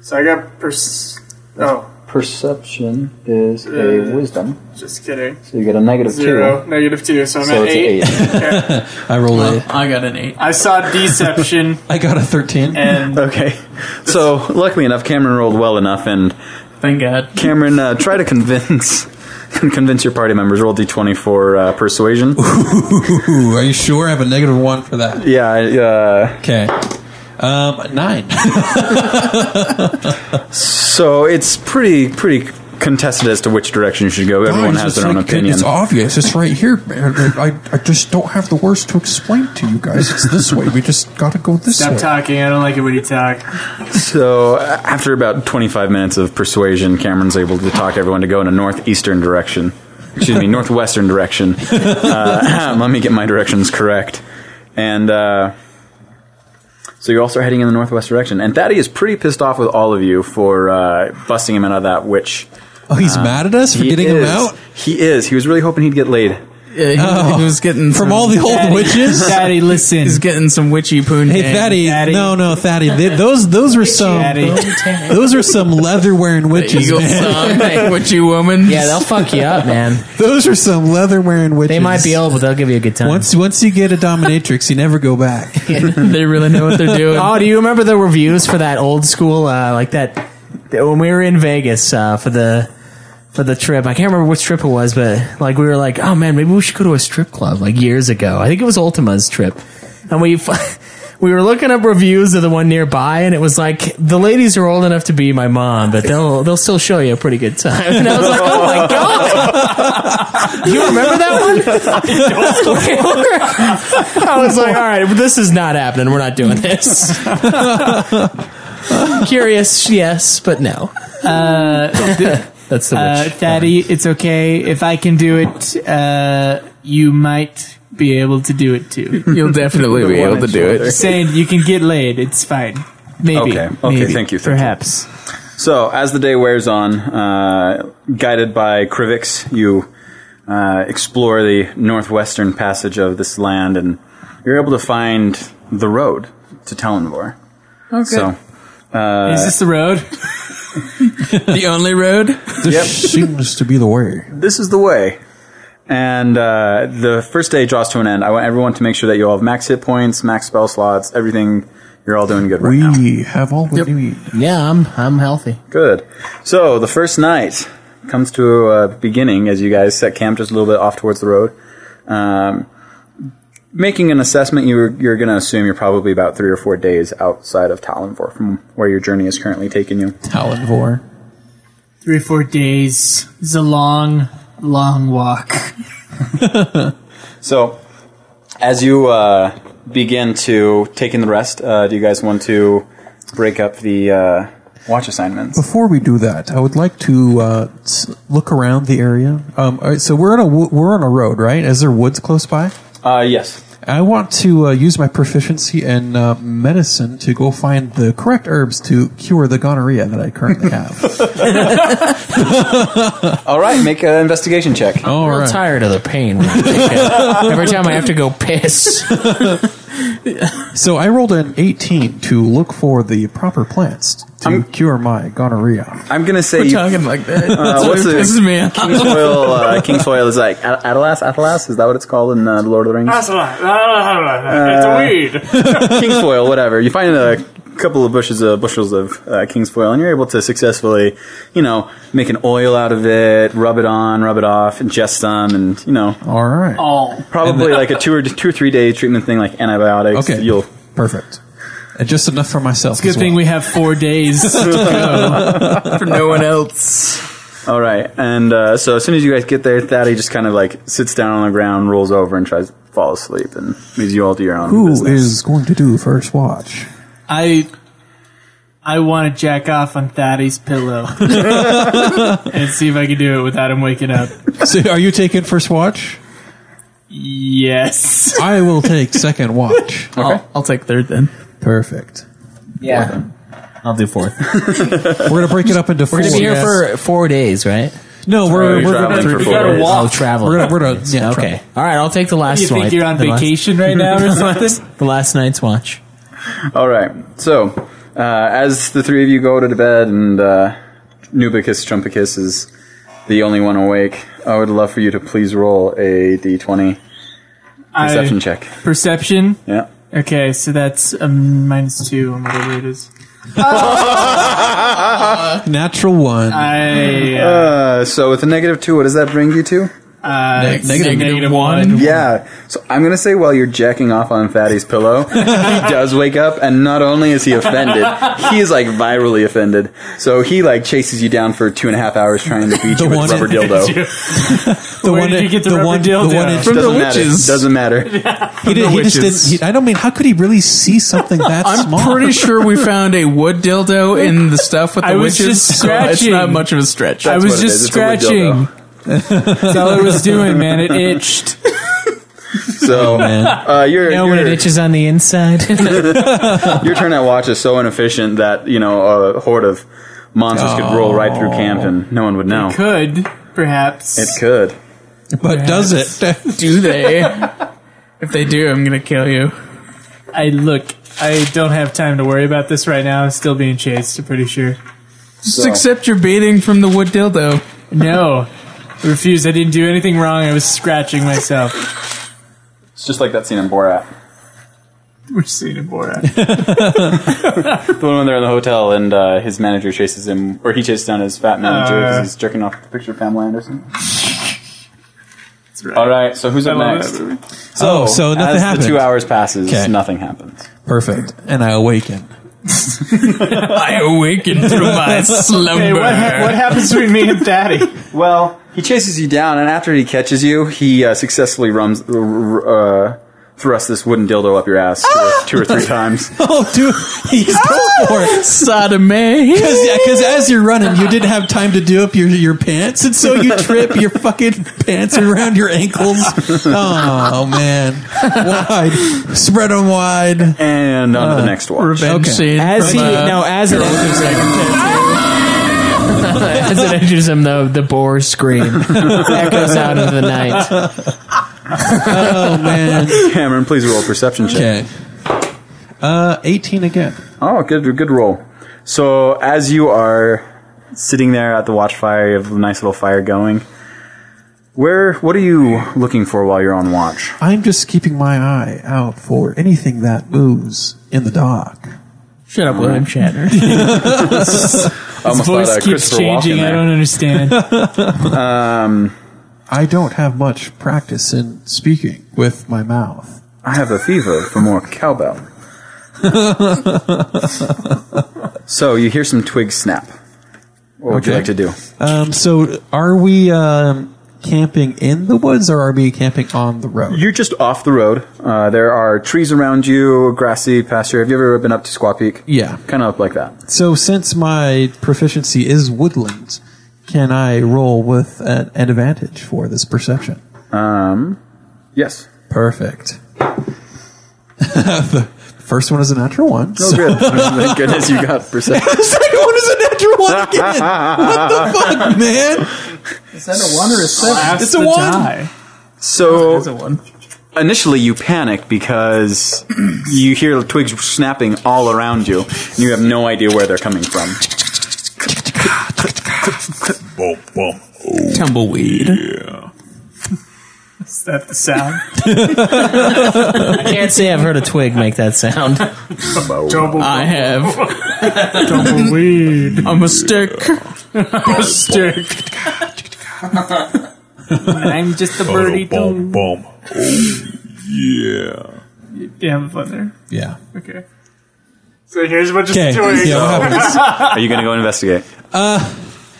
So I got pers. Oh,
Perception is
a
wisdom,
just kidding.
so you get a negative
Zero, negative two, so I'm at eight.
I rolled a.
I got an eight.
Oh, I saw deception
I got a 13.
and
Okay. So, luckily enough, Cameron rolled well enough, and
Thank God.
Cameron, uh, try to convince convince your party members. Roll d20 for uh, persuasion.
Ooh, are you sure? I have a negative one for that.
yeah. Uh,
Okay. Um, nine.
so it's pretty pretty contested as to which direction you should go. Everyone
Guys,
has
it's
their own
like-
opinion.
It's obvious. It's right here. man. I, I just don't have the words to explain to you guys. It's this way. We just got to go this
stop
way.
talking. I don't like it when you talk.
So a- after about 25 minutes of persuasion, Cameron's able to talk everyone to go in a northeastern direction. Excuse me, northwestern direction. Uh, let me get my directions correct. And uh, so you all start heading in the northwest direction. And Thaddy is pretty pissed off with all of you for uh, busting him out of that witch.
oh, he's mad at us for
He
getting him
is-
out
He is. He was really hoping he'd get laid.
Yeah, he, he was getting
from
some-
all the old witches.
Daddy, listen.
He's getting some witchy poon.
Hey, Thaddy.
Thaddy.
No, no, Thaddy. Th- those, those were some.
Daddy.
Those are some leather wearing witches.
Eagle
man.
song, hey, witchy woman.
Yeah, they'll fuck you up, man.
Those are some leather wearing witches.
They might be old, but they'll give you a good time.
Once, once you get a dominatrix, you never go back.
they really know what they're doing.
Oh, do you remember the reviews for that old school, uh, like that that- when we were in Vegas uh, for the for the trip? I can't remember which trip it was, but like we were like, oh man, maybe we should go to a strip club. Like years ago, I think it was Ultima's trip, and we. f- We were looking up reviews of the one nearby, and it was like the ladies are old enough to be my mom, but they'll they'll still show you a pretty good time. And I was like, oh my god, you remember that one? I was like, all right, this is not happening. We're not doing this. Curious, yes, but no.
Uh,
That's the
Uh,
witch.
Daddy, it's okay. If I can do it, uh, you might be able to do it too.
You'll definitely be able to do it.
Saying you can get laid, it's fine. Maybe.
Okay, okay,
Maybe.
thank you, thank you.
Perhaps.
So, as the day wears on, uh, guided by Krivix, you uh, explore the northwestern passage of this land, and you're able to find the road to Talonvor.
Oh,
Okay. So,
Is this the road?
The only road.
This seems to be the way.
this is the way. And uh, the first day draws to an end. I want everyone to make sure that you all have max hit points, max spell slots, everything. You're all doing good right now.
We have all we need.
yeah, I'm I'm healthy.
Good. So the first night comes to a beginning as you guys set camp just a little bit off towards the road. Um, making an assessment, you're, you're going to assume you're probably about three or four days outside of Talonvor from where your journey is currently taking you.
Talonvor.
Three or four days is a long, long walk.
So, as you uh, begin to take in the rest, uh, do you guys want to break up the uh, watch assignments?
Before we do that, I would like to uh, s- look around the area. Um, all right, so we're on a wo- we're on a road, right? Is there woods close by?
Uh, yes.
I want to uh, use my proficiency in uh, medicine to go find the correct herbs to cure the gonorrhea that I currently have.
All right, make an investigation check.
Oh.
All
I'm
right.
tired of the pain. when I take it. Every time I have to go piss.
So I rolled an 18 to look for the proper plants to
I'm-
cure my gonorrhea.
I'm gonna say you-
Talking like that.
Uh, what's
what
the-
pisses me off.
Kingsfoil, uh, Kingsfoil is like Ad- Adelas, Adelas. Is that what it's called in uh, Lord of the Rings?
Ah.
That's a lot. Uh, it's a weed.
Kingsfoil, whatever. You find uh, a couple of bushes, uh, bushels of uh, Kingsfoil, and you're able to successfully, you know, make an oil out of it, rub it on, rub it off, ingest some, and you know,
All right.
Oh,
probably like a two or two or three day treatment thing, like antibiotics.
Okay.
You'll
Perfect. And just enough for myself.
good
as
thing
well.
we have four days to go.
for no one else.
all right. And uh, so as soon as you guys get there, Thaddy just kind of like sits down on the ground, rolls over, and tries to fall asleep, and leaves you all to your own.
Who is
business.
going to do first watch?
I I want to jack off on Thaddeus' pillow and see if I can do it without him waking up.
so are you taking first watch?
Yes.
I will take second watch.
I'll, I'll take third then.
Perfect.
Yeah. I'll do fourth.
We're gonna break it up into four.
We're gonna be here
yes.
for four days, right?
no. We're
You're
we're
traveling
gonna,
for
You
four
gotta
days.
walk.
Oh, traveling.
We're gonna- we're gonna- yeah,
okay. All right. I'll take the last.
You think
night-
you're on
the last-
vacation right now or something?
the last night's watch.
All right. So, uh, as the three of you go to bed, and uh, Nubicus Trumpicus is the only one awake, I would love for you to please roll a d20 perception
I-
check.
Perception.
Yeah.
Okay, so that's um, minus two on whatever it is.
natural one.
I uh,
Uh, so with a negative two, what does that bring you to?
uh,
Neg- negative
one.
Yeah. So I'm gonna say while you're jacking off on Fatty's pillow, he does wake up, and not only is he offended, he is like virally offended. So he like chases you down for two and a half hours trying to beat you with
one-
a rubber dildo.
the
Where
one
did you get the rubber
one,
dildo?
The one inch-
Doesn't matter. Doesn't matter.
he did, he just
witches.
didn't. He, I don't mean. How could he really see something that
I'm
small?
pretty sure we found a wood dildo in the stuff with the
I was
witches.
just
so it's
scratching.
not much of a stretch.
I
That's
was
what it
just
is. It's a wood
scratching. That's all I was doing, man. It itched.
So uh, you're,
You know when
you're-
it itches on the inside?
your turn at watch is so inefficient that you know a horde of monsters could roll right through camp and no one would know.
Could perhaps.
It could.
but does it?
do they? if they do, I'm gonna kill you.
I look. I don't have time to worry about this right now. I'm still being chased. I'm pretty sure.
Just accept your beating from the wood dildo.
No, I refuse. I didn't do anything wrong. I was scratching myself.
It's just like that scene in Borat.
We're seeing it more. out.
The one when they're in the hotel and uh, his manager chases him, or he chases down his fat manager because
Uh.
he's jerking off the picture of Pamela Anderson. All right, so who's up
love
next?
that Oh,
So, Oh, so nothing
Oh, As
happened.
the two hours passes,
Okay.
nothing happens.
Perfect. And I awaken.
I awaken through my
Hey,
slumber.
what, hap- what happens between me and Daddy?
Well, he chases you down, and after he catches you, he uh, successfully rums, r- r- uh, thrusts this wooden dildo up your ass two or- two or three times.
Oh, dude, he's going for it.
Sodomy.
Because as you're running, you didn't have time to do up your, your pants, and so you trip. Your fucking pants are around your ankles. Oh man, wide, spread them wide.
And on to
Uh,
the next watch.
Revenge
Okay.
scene.
as he
from, uh,
no, as it enters him, as it enters him, the the boar scream echoes out into the night.
Oh man.
Cameron, please roll a perception check.
Okay. Uh, eighteen again.
Oh, good, good roll. So as you are sitting there at the watch fire, you have a nice little fire going. Where? What are you looking for while you're on watch?
I'm just keeping my eye out for anything that moves in the dark.
Shut up, William Shatner.
I almost
Voice keeps changing. I don't understand.
I don't have much practice in speaking with my mouth.
I have a fever for more cowbell. so you hear some twigs snap. What would you
Okay.
like to do?
Um, so are we? Um, camping in the woods, or are we camping on the road?
You're just off the road. Uh, there are trees around you, grassy pasture. Have you ever been up to Squaw Peak?
Yeah.
Kind of up like that.
So since my proficiency is woodland, can I roll with an, an advantage for this perception?
Um, yes.
Perfect. the first one is a natural one.
Oh, good. Thank goodness you got perception.
The second one is a natural one again. what the fuck, man?
Is that a one or a seven?
It's a one.
So
It's a one.
initially you panic because you hear twigs snapping all around you and you have no idea where they're coming from
Boom, boom.
Tumbleweed.
Yeah.
Is that the sound?
I can't say I've heard a twig make that sound.
I have
Tumbleweed.
a mistake.
Stick. I'm just a birdie.
Boom,
Don't
boom. Oh, yeah.
you having fun there?
Yeah.
Okay. So here's a bunch of
Okay.
stories.
Yeah, what happens?
are you gonna go investigate uh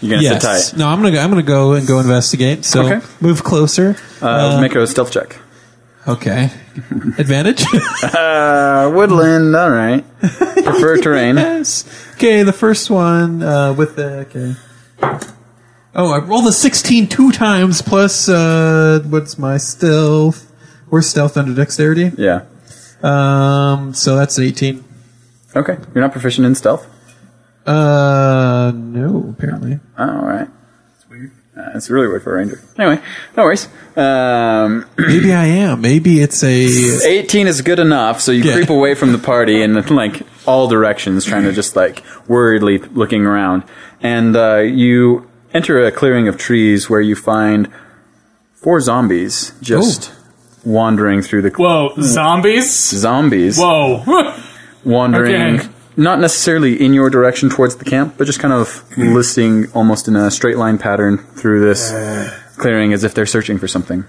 you're gonna
yes.
sit
No, I'm gonna go, I'm gonna go and go investigate. So
Okay.
move closer.
tight uh, make a stealth check
Okay. Advantage.
uh woodland all right prefer terrain
yes. Okay. The first one uh, with the okay. Oh, I rolled a 16 two times plus uh, what's my stealth? Where's stealth under dexterity?
yeah
Um, so that's an 18.
okay you're not proficient in stealth
Uh, no, apparently.
Oh, all right it's weird uh, it's really weird for a ranger anyway no worries um
Maybe I am. Maybe it's a
18 is good enough, so you
Yeah.
creep away from the party in like all directions, trying to just like worriedly looking around. And uh, you enter a clearing of trees where you find four zombies just wandering through the
Whoa, zombies?
zombies
Whoa.
wandering.
okay.
Not necessarily in your direction towards the camp, but just kind of listing almost in a straight line pattern through this clearing as if they're searching for something.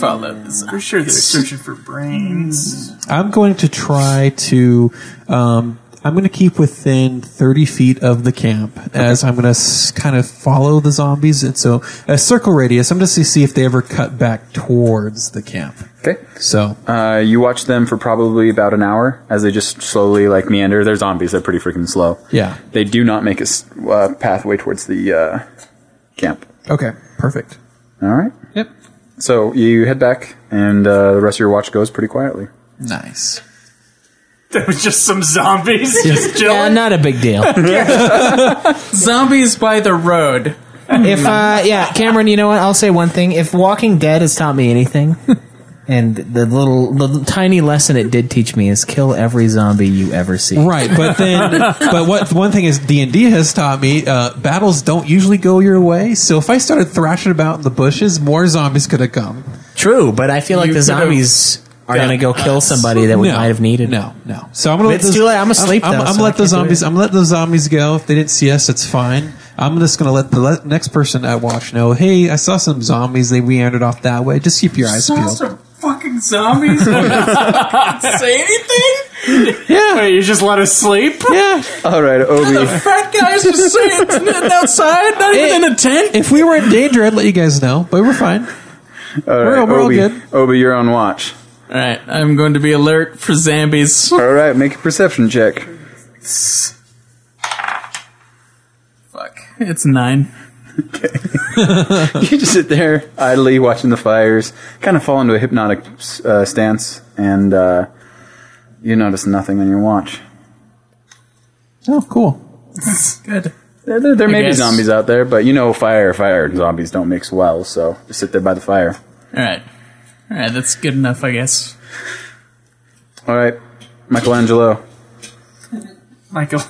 Follow this.
I'm sure they're searching for brains.
I'm going to try to. Um, I'm going to keep within 30 feet of the camp as I'm going to s- kind of follow the zombies. And so a circle radius. I'm just to see if they ever cut back towards the camp.
Okay.
So
Uh, you watch them for probably about an hour as they just slowly like meander. They're zombies. They're pretty freaking slow.
yeah.
They do not make a s- uh, pathway towards the uh, camp.
Okay. Perfect.
All right.
Yep.
So you head back, and uh, the rest of your watch goes pretty quietly.
Nice.
There was just some zombies just
Yeah,
chilling.
not a big deal.
Zombies by the road.
If uh, yeah, Cameron, you know what? I'll say one thing. If Walking Dead has taught me anything, and the little the tiny lesson it did teach me is kill every zombie you ever see.
Right, but then, but what one thing is D and D has taught me: uh, battles don't usually go your way. So if I started thrashing about in the bushes, more zombies could have come.
True, but I feel like
You
the
could've
zombies are
done
going to go kill somebody that we
No.
might have needed.
No, no. So I'm gonna let
It's
those-
too late. I'm asleep,
I'm,
though,
I'm
so
let
I
those
can't do
zombies.
it.
I'm let those zombies go. If they didn't see us, it's fine. I'm just gonna let the le- next person I watch know. Hey, I saw some zombies. They meandered off that way. Just keep your eyes peeled.
fucking zombies. say anything?
Yeah,
Wait, you just let us sleep?
yeah.
All right, Obi.
Fat guys just sitting outside, not even in a tent.
If we were in danger, I'd let you guys know. But we're fine.
All
We're-
right,
we're all
Obi.
good.
Obi, you're on watch.
All right, I'm going to be alert for zombies.
All right, make a perception check.
Fuck, it's nine.
You just sit there idly watching the fires, kind of fall into a hypnotic uh, stance, and uh, you notice nothing on your watch.
Oh, cool.
Good.
There, there, there may be
guess.
zombies out there, but you know, fire, fire, and zombies don't mix well. So just sit there by the fire.
All right, all right, that's good enough, I guess.
All right, Michelangelo,
Michael.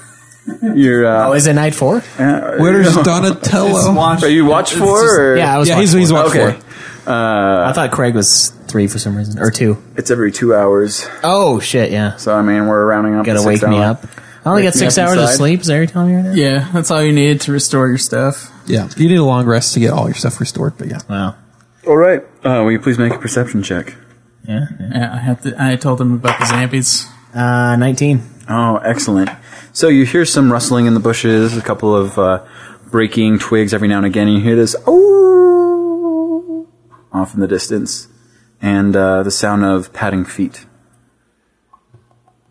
you're. Uh,
Oh, is it night four?
Where's Donatello?
Are you watch for? or?
yeah, I was.
Yeah, he's he's watch
Okay.
four.
I thought Craig was three for some reason or two.
It's every two hours,
Oh shit! Yeah,
so I mean we're rounding up.
gotta
to
wake
six
me
hour.
up. I only
Wake
got
me
six
up
hours of
inside.
sleep. Is that what you're telling me right now?
Yeah, that's all you need to restore your stuff.
Yeah, you need a long rest to get all your stuff restored. But yeah,
Wow.
All right. Uh, will you please make a perception check?
Yeah.
Yeah, I have to. I told him about the zombies.
Uh, nineteen.
Oh, excellent. So you hear some rustling in the bushes, a couple of uh, breaking twigs every now and again. You hear this oh off in the distance, and uh, the sound of padding feet.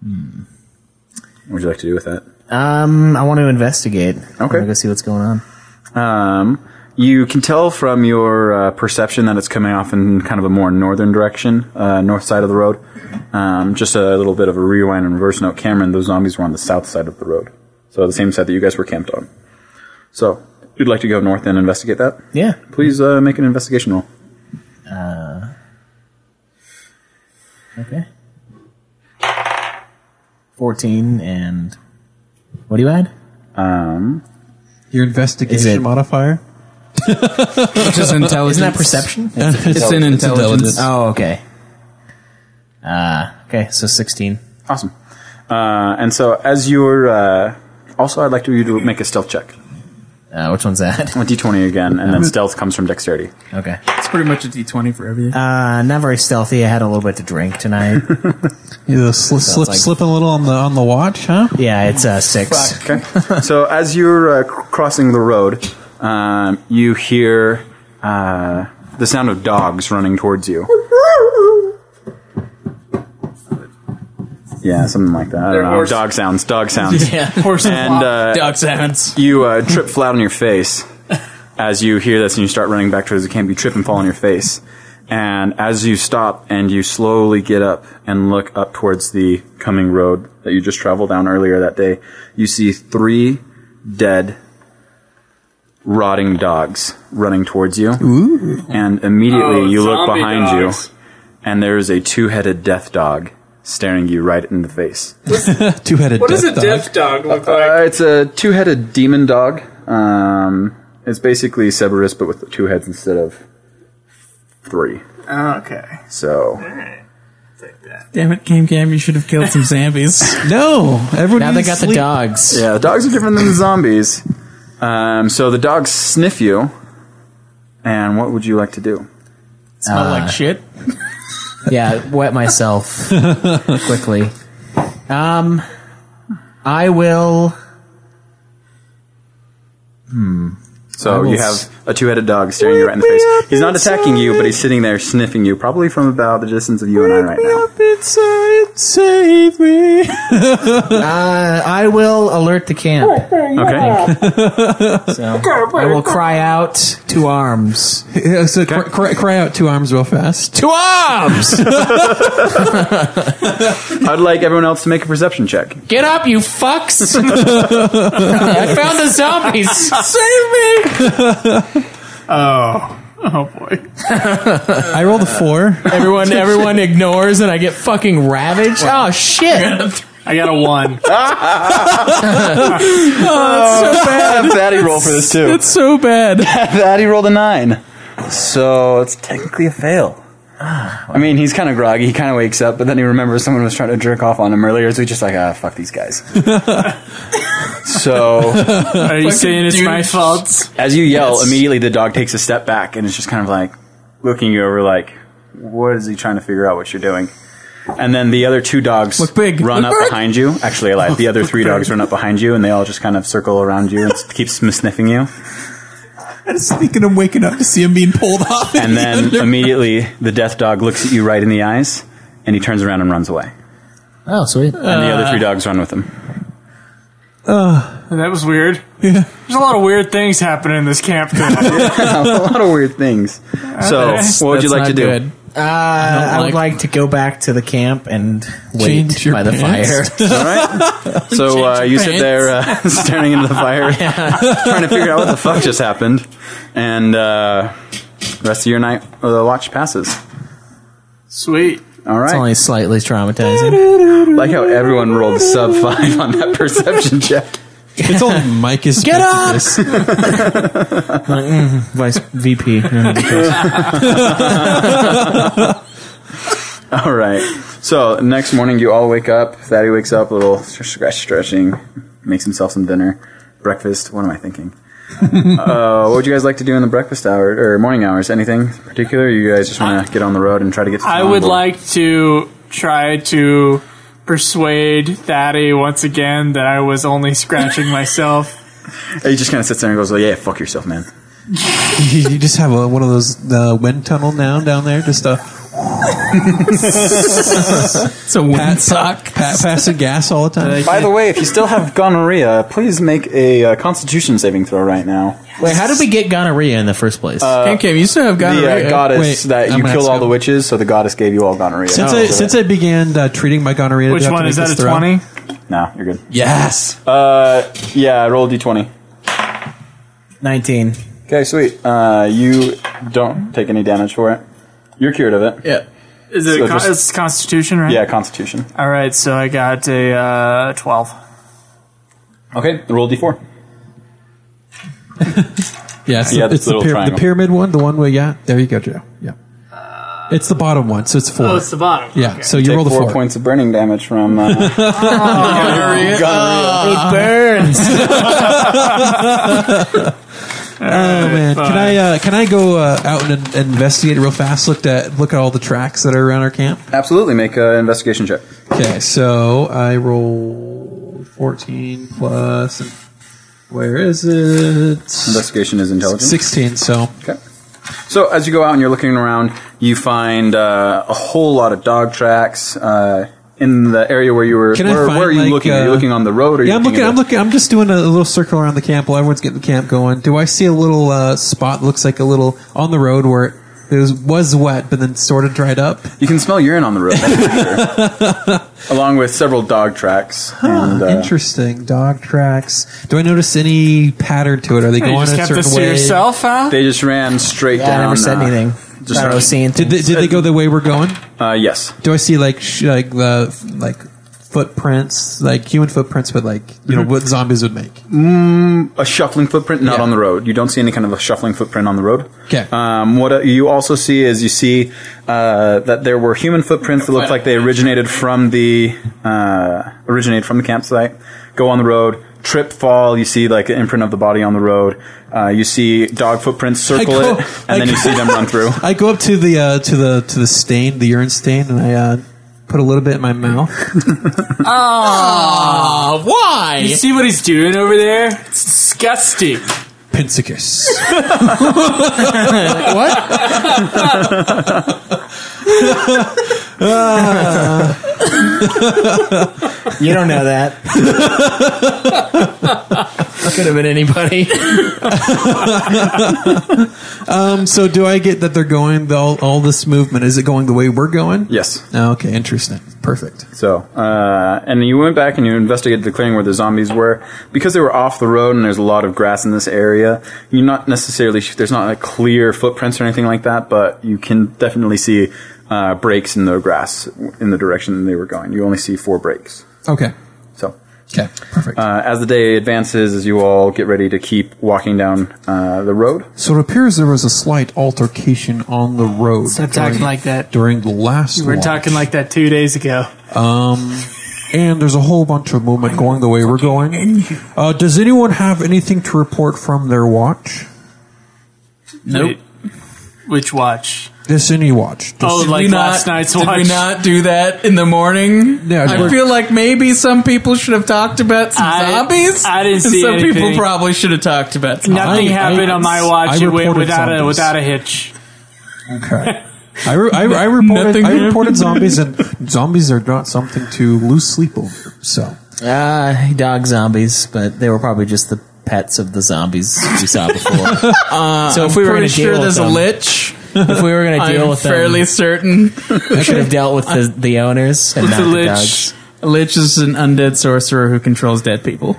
Hmm. What would you like to do with that?
Um, I want to investigate. Okay. I want to
Okay.
go see what's going on.
Um, you can tell from your uh, perception that it's coming off in kind of a more northern direction, uh, north side of the road. Um, just a little bit of a rewind and reverse note, Cameron. Those zombies were on the south side of the road, so the same side that you guys were camped on. So, you'd like to go north and investigate that?
Yeah.
Please uh, make an investigation roll.
Uh, okay. 14 and. What do you add?
Um,
Your investigation
Is it-
modifier?
Which is intelligence.
Isn't that perception?
Oh, It's in
It's
intelligence.
intelligence.
Oh, okay. Uh, okay, so 16.
awesome. Uh, and so, as you're uh, also, I'd like you to make a stealth check.
Uh, which one's that?
A d20 again, and then stealth comes from dexterity.
Okay.
It's pretty much a d20 for everything.
Uh, not very stealthy. I had a little bit to drink tonight.
You know, sli- slip,
like-
slipping a little on the on the watch, huh?
yeah, it's uh, 6.
Okay. so as you're uh, c- crossing the road, um, you hear uh, the sound of dogs running towards you. Yeah, something like that. I don't know.
horse-
Dog sounds. Dog sounds.
Horse
And uh,
dog sounds.
you uh, trip flat on your face as you hear this and you start running back towards the camp. You trip and fall on your face. And as you stop and you slowly get up and look up towards the coming road that you just traveled down earlier that day, you see three dead, rotting dogs running towards you. And immediately you look behind you and there is a two headed death dog staring you right in the face.
Two headed.
What does a deaf dog look like?
Uh, it's a two-headed demon dog. Um, it's basically Cerberus, but with two heads instead of three.
Oh, okay.
So
Damn it, Cam Cam, you should have killed some zombies.
No, everyone.
Now they
needs
got the
sleep.
dogs.
yeah, the dogs are different than the zombies. Um, so the dogs sniff you, and what would you like to do?
Smell like shit.
yeah, wet myself quickly. Um, I will.
So
will
you have a two-headed dog staring you right in the face. He's not attacking you, but he's sitting there sniffing you, probably from about the distance of you and I right now.
Inside, save me.
Uh, I will alert the camp.
Okay.
So I will cry out to arms.
Yeah, so cry, cry, cry out two arms real fast.
To arms!
I'd like everyone else to make a perception check.
Get up, you fucks! I found the zombies. Save me!
Oh boy.
I rolled a four.
Everyone, everyone ignores, and I get fucking ravaged. Oh shit!
I got a one.
Fatty roll for this too.
It's so bad.
Fatty rolled a nine. So it's technically a fail. I mean, he's kind of groggy. He kind of wakes up, but then he remembers someone was trying to jerk off on him earlier. So he's just like, ah, fuck these guys. so
Are you saying it's my fault?
as you yell, immediately the dog takes a step back and is just kind of like looking you over, like, what is he trying to figure out what you're doing? And then the other two dogs
Look big,
run
look
up
big.
behind you. Actually, alive. The other three dogs run up behind you, and they all just kind of circle around you and s- keep sm- sniffing you.
I was thinking I'm waking up to see him being pulled off.
And then immediately the death dog looks at you right in the eyes, and he turns around and runs away.
Oh sweet.
And the other three dogs run with him.
That was weird.
Yeah.
There's a lot of weird things happening in this camp. tonight.
a lot of weird things. So, what would you like
That's not
to do?
good.
Uh, I would
like-
like to go back to the camp and
Change
wait
your
by the
pants.
fire.
All right. So uh, you sit there uh, staring into the fire, trying to figure out what the fuck just happened, and uh, rest of your night, uh, the watch passes.
Sweet.
All
It's
right.
only slightly traumatizing.
like how everyone rolled sub five on that perception check.
It's only Mike is
Get up!
this.
Vice VP.
All right. So next morning, you all wake up. Thaddy wakes up, a little scratch stretching, makes himself some dinner, breakfast. What am I thinking? uh, what would you guys like to do in the breakfast hour or morning hours? Anything particular? You guys just want to get on the road and try to get. To
I would like to try to persuade Thaddy once again that I was only scratching myself
He just kind of sits there and goes, "Oh, "Yeah, fuck yourself, man."
you, you just have a, one of those uh, wind tunnel now down there, just a
it's a
pat,
wind sock.
pat pass of gas all the time.
By the way, if you still have gonorrhea, please make a uh, Constitution saving throw right now.
Wait, how did we get gonorrhea in the first place?
Kim Kim, you still have
The
gonorrhea.
uh, goddess
Wait,
that
I'm
you
gonna
killed
ask
all the
him.
witches, so the goddess gave you all gonorrhea.
since
Oh,
I
so
since
that-
I began uh, treating my gonorrhea, do I
Which
have to
one
make
is that?
this
A
throw?
twenty?
no, you're good.
Yes.
Uh, yeah, roll d d20.
Nineteen.
Okay, sweet. Uh, you don't take any damage for it. You're cured of it.
yeah.
Is it
So
con-
just-
it's Constitution, right?
Yeah, Constitution.
All right, so I got a uh, twelve.
Okay, roll d4.
Yeah, it's,
Yeah,
the,
the
it's the,
little
pyra- the
triangle.
pyramid one, the one where yeah, there you go, Joe. Yeah, it's the bottom one, so it's four.
Oh, it's the bottom.
yeah,
Okay.
so you
Take
roll the
four
four.
points of burning damage from uh, gonorrhea.
It burns.
Oh man, can I uh, can I go uh, out and, and investigate real fast? Looked at look at all the tracks that are around our camp.
Absolutely, make an investigation check.
Okay, so I roll fourteen plus. Where is it?
Investigation is intelligence.
Sixteen. So
Okay. So as you go out and you're looking around, you find uh, a whole lot of dog tracks uh, in the area where you were.
Can I
where,
find,
where are you
like,
looking? are you
uh,
looking on the road? Or are you
yeah, I'm looking.
at
I'm
the-
looking. I'm just doing a little circle around the camp while everyone's getting the camp going. Do I see a little uh, spot? Looks like a little on the road where it was was wet, but then sort of dried up.
You can smell urine on the road, that's for sure. along with several dog tracks. and, uh,
Ah, Interesting. Dog tracks. Do I notice any pattern to it? Are they
You
going
just
a
kept
certain
this
way?
to yourself, huh?
They just ran straight
yeah,
down.
I never said
uh,
anything.
just-
I was seeing
Did they, did they go the way we're going?
Uh, yes.
Do I see like sh- like the like footprints, like human footprints, but like you know what zombies would make?
A shuffling footprint, not
Yeah.
on the road. You don't see any kind of a shuffling footprint on the road.
'Kay.
Um, what uh, you also see is you see uh, that there were human footprints that looked like they originated from the uh, originated from the campsite. Go on the road, trip, fall. You see like an imprint of the body on the road. Uh, you see dog footprints circle
go-
it, and
I
then you
go-
see them run through.
I go up to the uh, to the to the stain, the urine stain, and I uh, put a little bit in my mouth.
Uh, why?
You see what he's doing over there? It's disgusting.
Pincicus.
what? you don't know that. Could have been anybody.
um, so do I get that they're going the, all, all this movement? Is it going the way we're going?
Yes.
Oh, okay, interesting. Perfect.
So, uh, and you went back and you investigated the clearing where the zombies were. Because they were off the road and there's a lot of grass in this area, you're not necessarily, there's not like clear footprints or anything like that, but you can definitely see uh, breaks in the grass in the direction they were going. You only see four breaks.
Okay.
So,
Okay. Perfect.
uh, as the day advances, as you all get ready to keep walking down uh, the road,
so it appears there was a slight altercation on the road.
Stop talking
during-
like that.
during the last.
We We're
launch.
talking like that two days ago.
Um, and there's a whole bunch of movement going the way we're going. Uh, does anyone have anything to report from their watch?
nope.
Which watch?
This any watch? Just-
Oh,
Did
like
we
last
not,
night's
did
watch.
we not do that in the morning?
Yeah,
I
we're-
feel like maybe some people should have talked about some
I-
zombies.
I didn't
and
see
some people
anything.
probably should have talked about some
Nothing
I-
happened
I-
on my
I
watch It went
reported
without a
zombies.
without a hitch.
okay. I, re- I, I reported
Nothing
I
happened.
reported zombies and zombies are not something to lose sleep over. So
Uh, dog zombies, but they were probably just the pets of the zombies we saw before. so if we were
Pretty
going to
sure
deal with
there's a
them,
lich.
if we were going to deal
I'm
with
fairly
them,
certain
I should have dealt with the, the owners and
With
not
the
the,
lich.
dogs.
a lich is an undead sorcerer who controls dead people.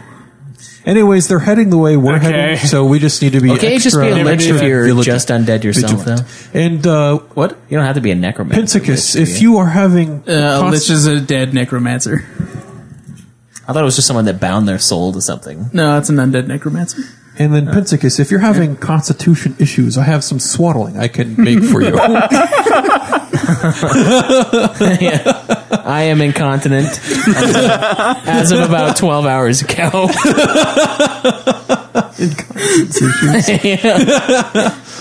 anyways, they're heading the way we're
Okay.
heading. So we just need to be
Okay,
extra,
just be a lich
extra
if you're
vigilant-
just undead yourself. Though.
vigilant. And uh,
What? You don't have to be a necromancer.
Pincicus,
to be a-
if you are having
Uh, a
const-
lich is a dead necromancer.
I thought it was just someone that bound their soul to something.
No, it's an undead necromancer.
And then Pensicus, if you're having constitution issues, I have some swaddling I can make for you.
I am incontinent as of, as of about 12 hours ago.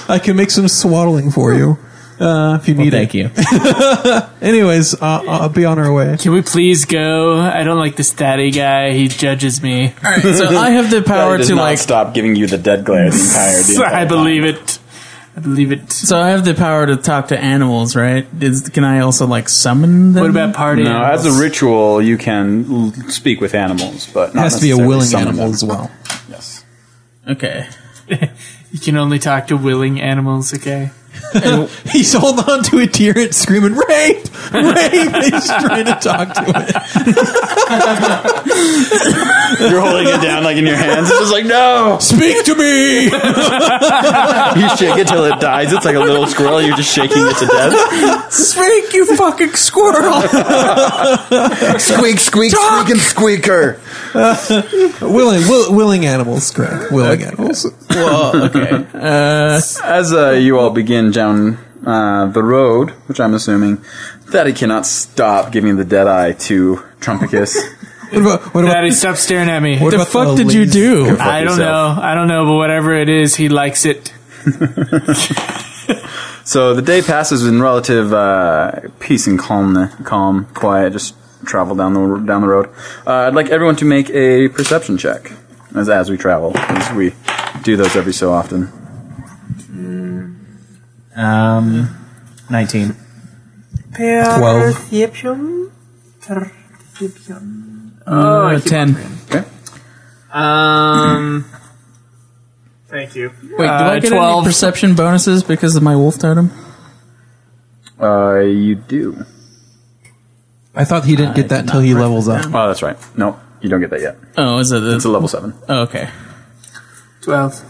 I can make some swaddling for you. Uh, if you need
thank you.
it. Anyways, uh, I'll be on our way.
Can we please go? I don't like this daddy guy. He judges me. All
right, so I have the power
does
to
not
like.
stop giving you the dead glare the entire. The entire
I
time.
believe it. I believe it.
So I have the power to talk to animals, right? Is, can I also like summon them?
What about party?
No,
animals?
as a ritual, you can l- speak with animals, but
It
not
has to be a
necessarily
willing
summon
animal
them.
as well.
Yes.
Okay.
you can only talk to willing animals. Okay.
He's holding on to a deer and screaming, rape! Rape! He's trying to talk to it.
You're holding it down like in your hands. It's just like no.
Speak to me!
You shake it till it dies. It's like a little squirrel. You're just shaking it to death.
Speak, you fucking squirrel!
Uh,
Squeak, squeak, squeak, and squeaker.
willing, will, willing animals, Greg. Willing animals.
Well, okay.
As uh, you all begin down uh, the road, which I'm assuming, Thaddy cannot stop giving the dead eye to Trumpicus.
What about, what about,
Daddy, stop staring at me.
what
the
about
fuck did you
lazy-
do?
Fuck
I don't
yourself.
know. I don't know, but whatever it is, he likes it.
So the day passes in relative uh, peace and calm, calm, quiet. Just travel down the down the road. Uh, I'd like everyone to make a perception check as as we travel, as we do those every so often.
Um, 19.
Twelve.
Oh, uh, ten.
Um. Thank you.
Wait, do I
Uh,
get
12.
any perception bonuses because of my wolf totem?
Uh, you do.
I thought he didn't get that until he levels up.
Oh, that's right. No, you don't get that yet.
Oh, is it?
It's a level seven.
oh, okay.
Twelve.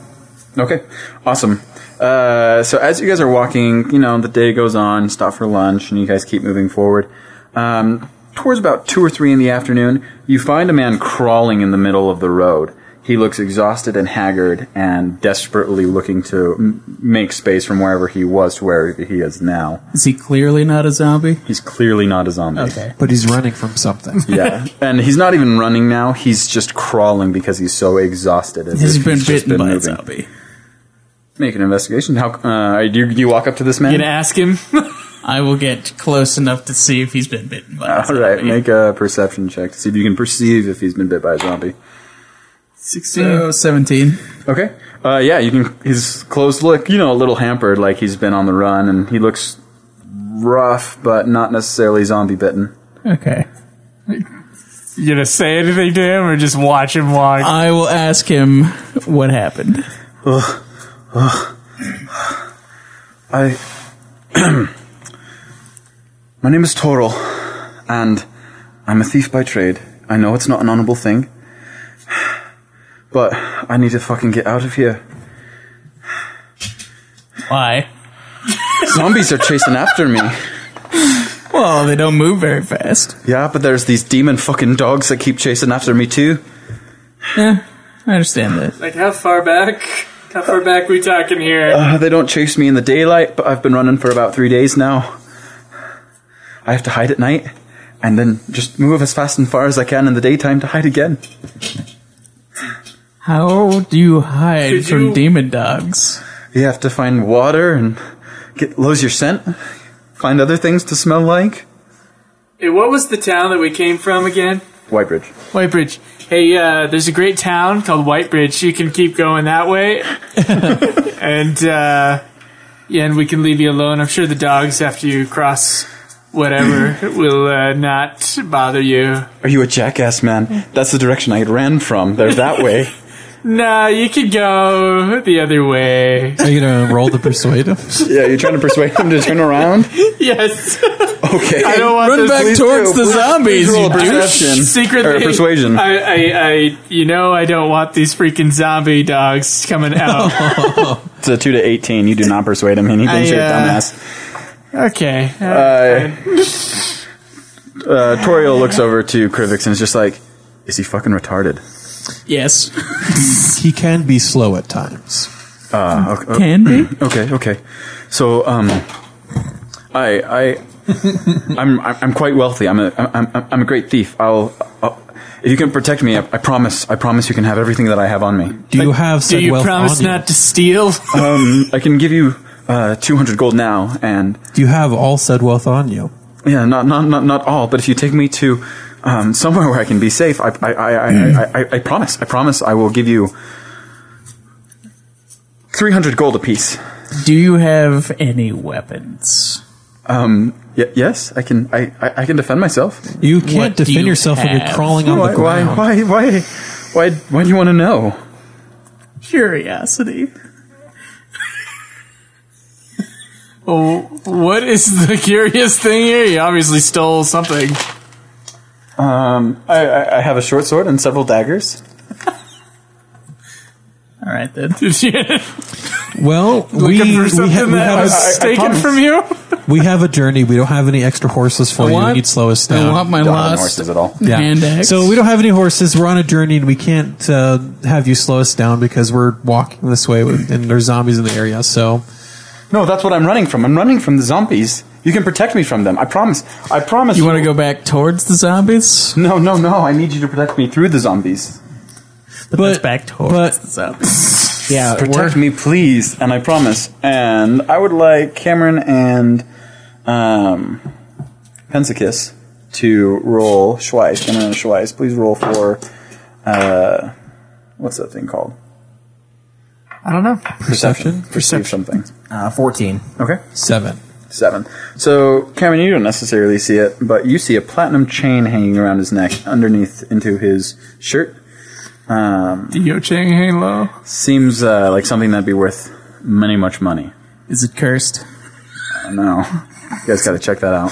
Okay, awesome. Uh, so as you guys are walking, you know the day goes on. Stop for lunch, and you guys keep moving forward. Um, towards about two or three in the afternoon, you find a man crawling in the middle of the road. He looks exhausted and haggard, and desperately looking to m- make space from wherever he was to where he is now.
Is he clearly not a zombie?
He's clearly not a zombie.
But he's running from something.
Yeah, and he's not even running now. He's just crawling because he's so exhausted. as
He's
if
been
just
bitten by a zombie.
Make an investigation. How uh, do, you, do you walk up to this man?
You gonna ask him?
I will get close enough to see if he's been bitten by a
All
zombie.
right, make a perception check to see if you can perceive if he's been bit by a zombie.
16. So, 17.
Okay. Uh, yeah, you can. His clothes look, you know, a little hampered, like he's been on the run, and he looks rough, but not necessarily zombie bitten.
Okay.
you gonna say anything to him, or just watch him walk?
I will ask him what happened.
I. My name is Toril, and I'm a thief by trade. I know it's not an honorable thing, but I need to fucking get out of here.
Why?
Zombies are chasing after me.
Well, they don't move very fast.
Yeah, but there's these demon fucking dogs that keep chasing after me too.
I understand that.
Like how far back? How far back we talking here?
Uh, they don't chase me in the daylight, but I've been running for about three days now. I have to hide at night, and then just move as fast and far as I can in the daytime to hide again.
How do you hide
Could
from
you-
demon dogs?
You have to find water and get lose your scent. Find other things to smell like.
Hey, what was the town that we came from again?
Whitebridge.
Whitebridge. Hey, uh, there's a great town called Whitebridge. You can keep going that way, and uh, yeah, and we can leave you alone. I'm sure the dogs, after you cross whatever, will uh, not bother you.
Are you a jackass, man? That's the direction I ran from. They're that way.
Nah, you could go the other way.
Are you going to roll to persuade him?
yeah, you're trying to persuade them to turn around.
yes,
Okay.
I don't want
Run
this.
back
please
towards
do.
the zombies,
Please roll
you
a
douche.
perception.
Secretly,
Or persuasion.
I, I, I, you know, I don't want these freaking zombie dogs coming out.
It's a two to eighteen. You do not persuade him, and he thinks
I,
you're a
uh,
dumbass.
okay, uh,
Uh, uh, Toriel looks over to Krivix and is just like, "Is he fucking retarded?"
Yes.
He can be slow at times.
Uh, okay,
Can be.
okay, okay. So, um, I, I, I'm, I'm quite wealthy. I'm a, I'm, I'm- I'm a great thief. I'll, I'll if you can protect me, I, I promise. I promise you can have everything that I have on me.
Do you have
do
said
you
wealth
promise
on you?
not to steal?
I can give you uh, 200 gold now, and
Do you have all said wealth on you?
yeah, not not not not all. But if you take me to um, somewhere where I can be safe, I I, I, I,
Hmm.
I, I I promise, I promise, I will give you 300 gold apiece.
Do you have any weapons?
Um. Y- yes, I can. I, I I can defend myself.
You can't What do defend you yourself when you're have? crawling on the
Why-
ground.
Why? Why? Why? Why? Why do you want to know?
Curiosity.
Oh, what is the curious thing here? You obviously stole something.
Um, I- I, I have a short sword and several daggers.
All right then.
Did you
Well, we,
looking
we,
for
ha-
something
we
that
have
was
a,
taken from you?
we have a journey. We don't have any extra horses for
I
you.
want-
we need slow us
I
down.
want my Don't have any lost horses at all.
Yeah.
hand axe.
So we don't have any horses. We're on a journey, and we can't uh, have you slow us down because we're walking this way, with- and there's zombies in the area. So
No, that's what I'm running from. I'm running from the zombies. You can protect me from them. I promise. I promise. You want to
go back towards the zombies?
No, no, no. I need you to protect me through the zombies.
But, back towards the zombies.
Yeah, protect me, please, and I promise. And I would like Cameron and um, Pensacus to roll Schweiss. Cameron and Schweiss, please roll for uh, what's that thing called?
I don't know.
Perception. Perceive something.
Uh, 14.
Okay.
Seven.
Seven. So, Cameron, you don't necessarily see it, but you see a platinum chain hanging around his neck underneath into his shirt. Um,
the Yo Chang hang low?
Seems uh, like something that'd be worth many, much money.
Is it cursed?
I don't know. You guys got to check that out.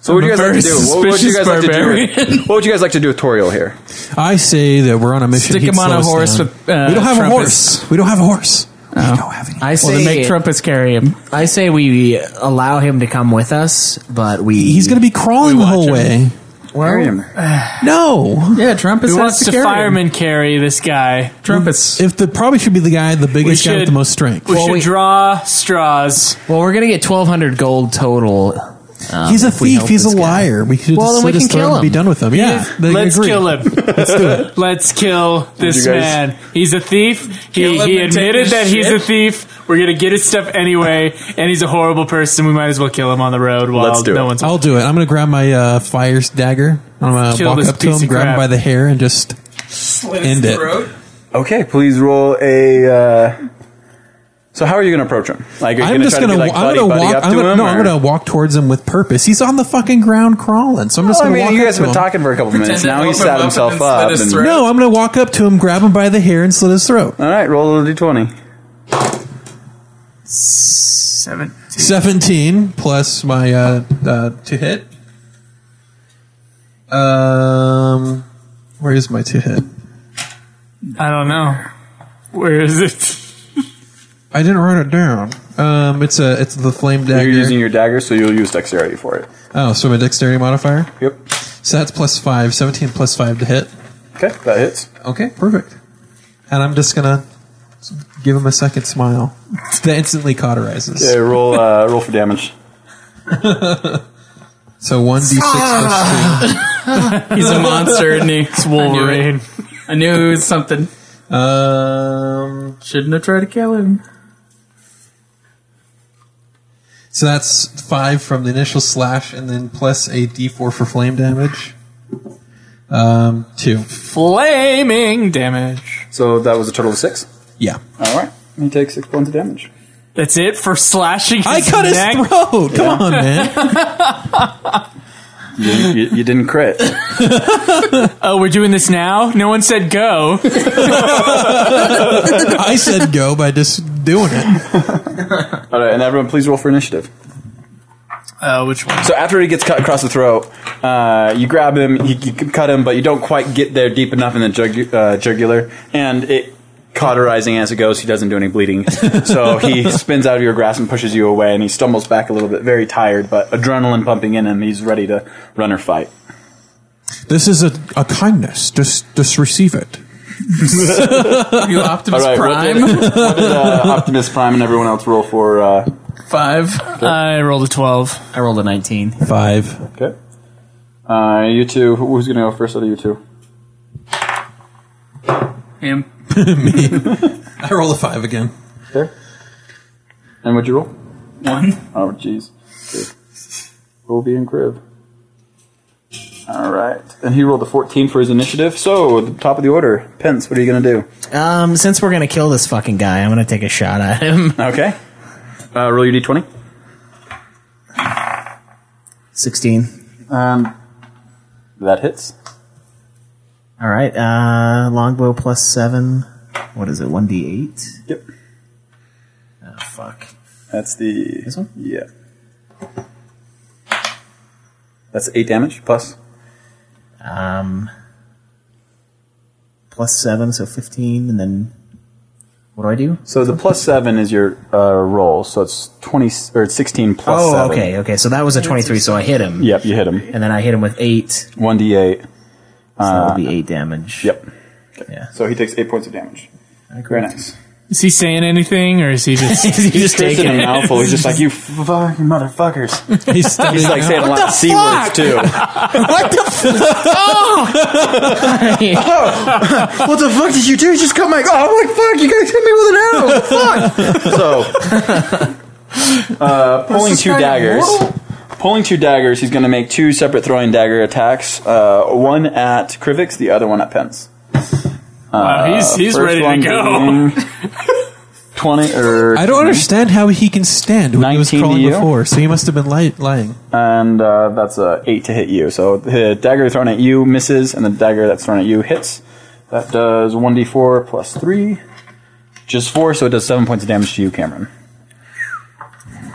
So, what would
I'm
you
a
guys like
very
to do? What would you
suspicious
guys like to do?
barbarian.
with- What would you guys like to do with Toriel here?
I say that we're on a mission.
Stick
He'd
him on
slow
a
us
horse
down.
with, uh,
we don't have a
trumpets. Oh.
horse. We don't have a horse.
I say
well, then make trumpets carry him.
I say we allow him to come with us, but we
He's going to be crawling the whole way.
Carry him.
No.
Yeah, Trumpets
Who wants to, fireman carry this guy?
Trumpets.
If the probably should be the guy, the biggest guy with the most strength.
We should draw straws.
Well, we're gonna get twelve hundred gold total. um,
He's a
if we
thief.
help
He's
this
a
guy.
liar. We should
Well,
just
then we
slit his
can
throat
kill
and be
him.
done with him. Yeah, they
Let's
agree.
kill him. Let's do it. Let's kill this
you guys-
man. He's a thief. He,
Kill him
he
and take
admitted
his
that he's
shit.
a thief. We're gonna get his stuff anyway, and he's a horrible person. We might as well kill him on the road while no one's.
I'll do it. I'm going to grab my uh, fire dagger. I'm going to
Kill
walk
this
up to
piece
him,
of
grab him
crap.
by the hair, and just end it.
Okay, please roll a. Uh, so, how are you going to approach him? Like, are you
I'm
going to
just
try to
gonna,
be like
I'm
buddy
gonna
buddy
walk.
up to
I'm gonna,
him?
no, I'm
or-
gonna walk towards him with purpose. He's on the fucking ground crawling, so I'm just
Well, I
gonna
mean,
walk.
you
up
guys
to
have been
him.
talking for a couple minutes. Now he sat himself up. and-
No, I'm gonna walk up to him, grab him by the hair, and slit his throat.
All right, roll a d20.
Seven.
Seventeen plus my uh, uh, to hit. Um, where is my to hit?
I don't know. Where is it?
I didn't write it down. Um, it's a it's the flame dagger.
You're using your dagger, so you'll use dexterity for it.
Oh, so my dexterity modifier?
Yep.
So that's plus five, 17 plus five to hit.
Okay, that hits.
Okay, perfect. And I'm just gonna give him a second smile. That instantly cauterizes.
Okay, roll uh, roll for damage.
So 1d6 plus 2.
He's a monster, isn't he? It's
Wolverine.
I knew it was something.
Um,
Shouldn't have tried to kill him.
So that's 5 from the initial slash, and then plus a d4 for flame damage. Um, 2.
Flaming damage.
So that was a total of six.
Yeah.
All right. He takes six points of damage.
That's it for slashing. His
I cut his
neck?
throat. Come on,
You, didn't- you, you didn't crit.
oh, we're doing this now. No one said go.
I said go by just doing it.
All right, and everyone, please roll for initiative.
Uh, which one?
So after he gets cut across the throat, uh, you grab him, you, you can cut him, but you don't quite get there deep enough in the jug, uh, jugular, and it cauterizing as it goes. He doesn't do any bleeding, so he spins out of your grasp and pushes you away, and he stumbles back a little bit, very tired, but adrenaline pumping in him. He's ready to run or fight.
This is a, a kindness. Just just receive it.
you Optimus
All right,
Prime.
What did, what did, uh, Optimus Prime and everyone else roll for? Uh,
Five.
I rolled a twelve.
I rolled a nineteen.
Five.
Okay. Uh, you two. who- Who's gonna go first out of you two?
Him.
Me. I roll a 5 again.
And what'd you roll?
One.
Oh, jeez. Okay. Ovi and Crib. All right. And he rolled a 14 for his initiative. So, the top of the order. Pence, what are you going to do?
Um, since we're gonna kill this fucking guy, I'm gonna take a shot at him.
Okay. Uh, roll your d20.
Sixteen.
Um, that hits.
All right. Uh, longbow plus seven. What is it? One d eight.
Yep.
Oh fuck.
That's the. This one? Yeah. That's 8 damage plus.
Um, plus seven, so fifteen, and then what do I do?
So, the plus 7 is your uh, roll. So, it's 20 or it's 16 plus
oh,
7.
okay, okay. So that was a twenty-three. So I hit him.
Yep, you hit him.
And then I hit him with eight.
One d eight. So
that'll be eight damage.
Yep.
Yeah.
So he takes eight points of damage. Very nice.
Is he saying anything, or is he just
He's just
taking a
it?
mouthful. He's just like you fucking motherfuckers.
He's
He's like saying a lot of c words too.
What the fuck?
Oh!
what the fuck did you do? You just cut my. Oh, I'm like, fuck, you guys hit me with an arrow. Fuck.
So, uh, pulling
this
two
guy
daggers.
immortal?
Pulling two daggers, he's going to make two separate throwing dagger attacks. Uh, one at Krivix, the other one at Pence. Uh,
Wow, he's- he's
first
ready to
one
go.
being Twenty or
I don't
20.
understand how he can stand when he was
19 to
crawling
you?
before. So he must have been li- lying.
and uh, that's a eight to hit you. So the dagger thrown at you misses, and the dagger that's thrown at you hits. That does one d four plus three, just four, so it does seven points of damage to you, Cameron.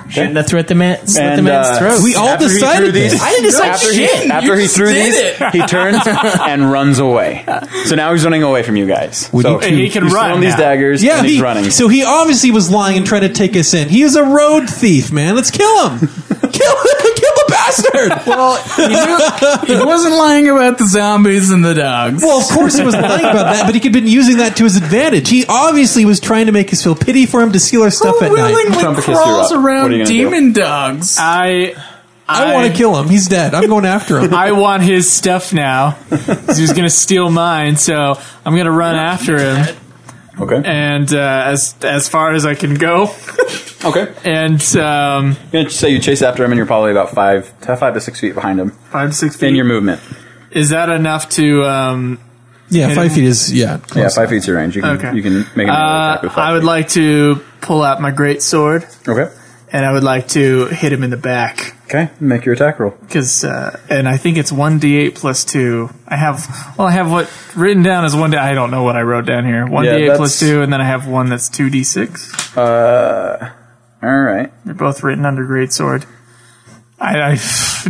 Shouldn't have threw it the man. slit the
And,
man's
uh,
throat.
We all
after he
decided
threw these-
this. I didn't decide
after
shit.
He,
You
after he
just
threw
did
these,
it.
he turns and runs away. So now he's running away from you guys.
Would
so
you two- And he
can
he's
run
throwing these
now.
daggers.
Yeah,
and he's
he,
running.
so he obviously was lying and trying to take us in. He is a road thief, man. Let's kill him. kill, kill the bastard.
Well, he wasn't lying about the zombies and the dogs.
Well, of course he was lying about that, but he could have been using that to his advantage. He obviously was trying to make us feel pity for him to steal our stuff
Who
at night.
willingly
Trumpicus, you're
crawls
up. What are you
around
gonna
demon dogs?
I
I want to kill him. He's dead. I'm going after him.
I want his stuff now. 'cause He was gonna steal mine, so I'm gonna run after him,
okay.
and uh, as as far as I can go,
Okay.
and um,
I'm gonna say you chase after him, and you're probably about five, five to six feet behind him
five six
in
feet.
your movement.
is that enough to? Um,
Yeah, five feet is yeah.
Yeah,
Close.
five feet's your range. You can
Okay.
you can make
uh,
an attack with
I
five.
would like to pull out my great sword,
feet. okay.
and I would like to hit him in the back.
Okay. Make your attack roll.
Cause, uh, and I think it's one d eight plus two. I have well, I have what written down as one. D- I don't know what I wrote down here. One
Yeah,
d eight plus
that's-
two, and then I have one that's two d six.
Uh, all right.
They're both written under great sword. I, I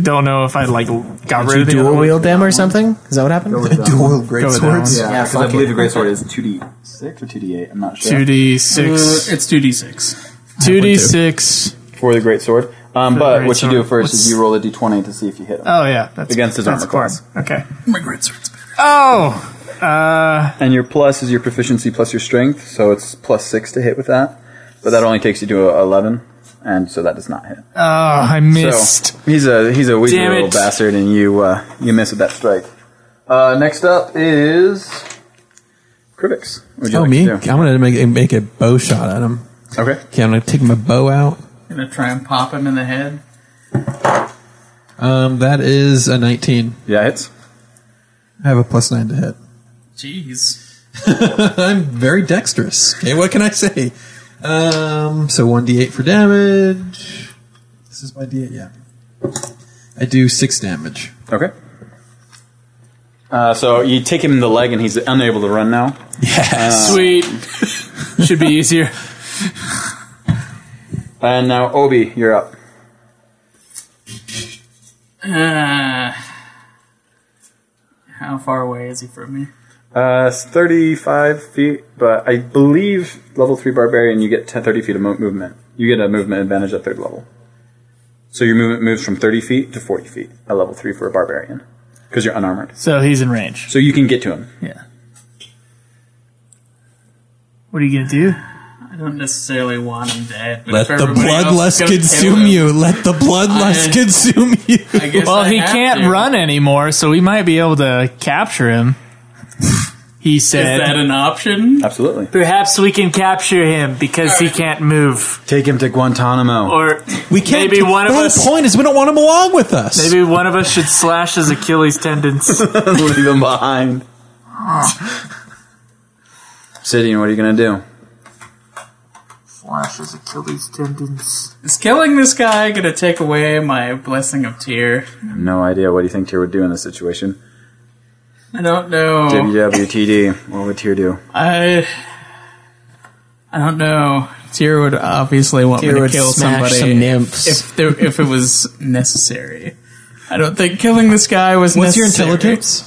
don't know if I like got rid
Did
of the
you
other
dual
one.
wield them or something? Is that what happened?
Dual great
Go with that
swords.
one.
Yeah, 'cause I fuck believe it.
the great sword is two d six or two d eight. I'm not
Two d six,
Uh, it's two d six.
two d six.
for the great sword. Um,
the
but
great
what you do
sword.
first
What's-
is you roll a d20 to see if you hit him.
Oh yeah, that's
Against his
that's
armor class.
cool. Okay.
My great sword's
Oh, uh,
And your plus is your proficiency plus your strength, so it's plus six to hit with that. But that only takes you to a 11, and so that does not hit.
oh, I missed.
So he's a he's a weak
Damn
little
it.
bastard, and you uh, you miss with that strike. Uh, next up is Krivix. Would you
Oh
like
me!
to
I'm
do?
gonna make make a bow shot at him.
Okay.
Okay, I'm gonna take my bow out.
gonna try and pop him in the head.
Um, that is a 19.
Yeah, hits.
I have a plus nine to hit.
Jeez.
I'm very dexterous. Okay, what can I say? Um, so 1d8 for damage. This is my d8, yeah. I do 6 damage.
Okay. Uh, so you take him in the leg, and he's unable to run now.
Yes.
Sweet, should be easier.
And now Obi, you're up.
Uh, how far away is he from me?
Uh, it's 35 feet, but I believe level 3 barbarian, you get 10, 30 feet of mo- movement. You get a movement advantage at third level. So your movement moves from 30 feet to 40 feet at level 3 for a barbarian. Because you're unarmored.
So he's in range.
So you can get to him.
Yeah. What are you gonna do?
I don't necessarily want him dead. But
Let
if
the
everybody else is
bloodlust
gonna kill
consume
him,
you. Let the bloodlust
I-
consume you.
I guess
Well,
I
he
have
can't
to.
run anymore, so we might be able to capture him. he said.
Is that an option?
Absolutely.
Perhaps we can capture him because he can't move.
Take him to Guantanamo.
Or
we can't.
Maybe one of
the
us.
whole point is we don't want him along with us.
Maybe one of us should slash his Achilles tendons.
Leave him behind. Sidian, what are you gonna do?
slash his Achilles tendons.
Is killing this guy gonna take away my blessing of tear?
No idea. What do you think Tyr would do in this situation?
I don't know.
WWTD. What would Tyr do?
I I don't know. Tyr would obviously want
Tyr
me to
would
kill
smash
somebody
some nymphs.
if there, if it was necessary. I don't think killing this guy was
What's your
necessary.
intelligence?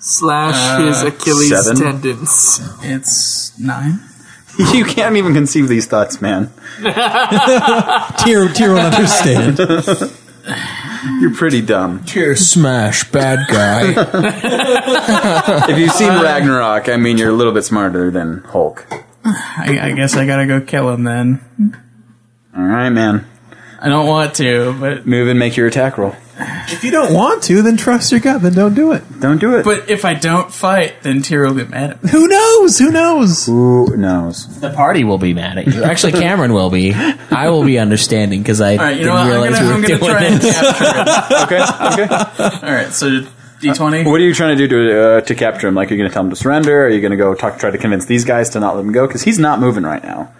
Slash
Uh,
his Achilles
seven?
tendons.
It's nine.
you can't even conceive these thoughts, man.
Tier, tier will understand.
You're pretty dumb.
Tear smash bad guy.
If you've seen Ragnarok, I mean, you're a little bit smarter than Hulk.
I, I guess I gotta go kill him then.
All right, man.
I don't want to, but
Move and make your attack roll.
if you don't want to, then trust your gut. Then don't do it.
Don't do it.
but if I don't fight, then Tyr will get mad at me.
Who knows? Who knows?
Who knows?
the party will be mad at you. Actually, Cameron will be. I will be understanding because I
All right, you know
didn't
what? I'm
realize
gonna, I'm
we were
gonna
doing
try and
this.
capture
Okay.
him.
Okay. Uh,
All right, so d20.
What are you trying to do to uh, to capture him? Like, are you going to tell him to surrender? Are you going to go talk, try to convince these guys to not let him go? Because he's not moving right now.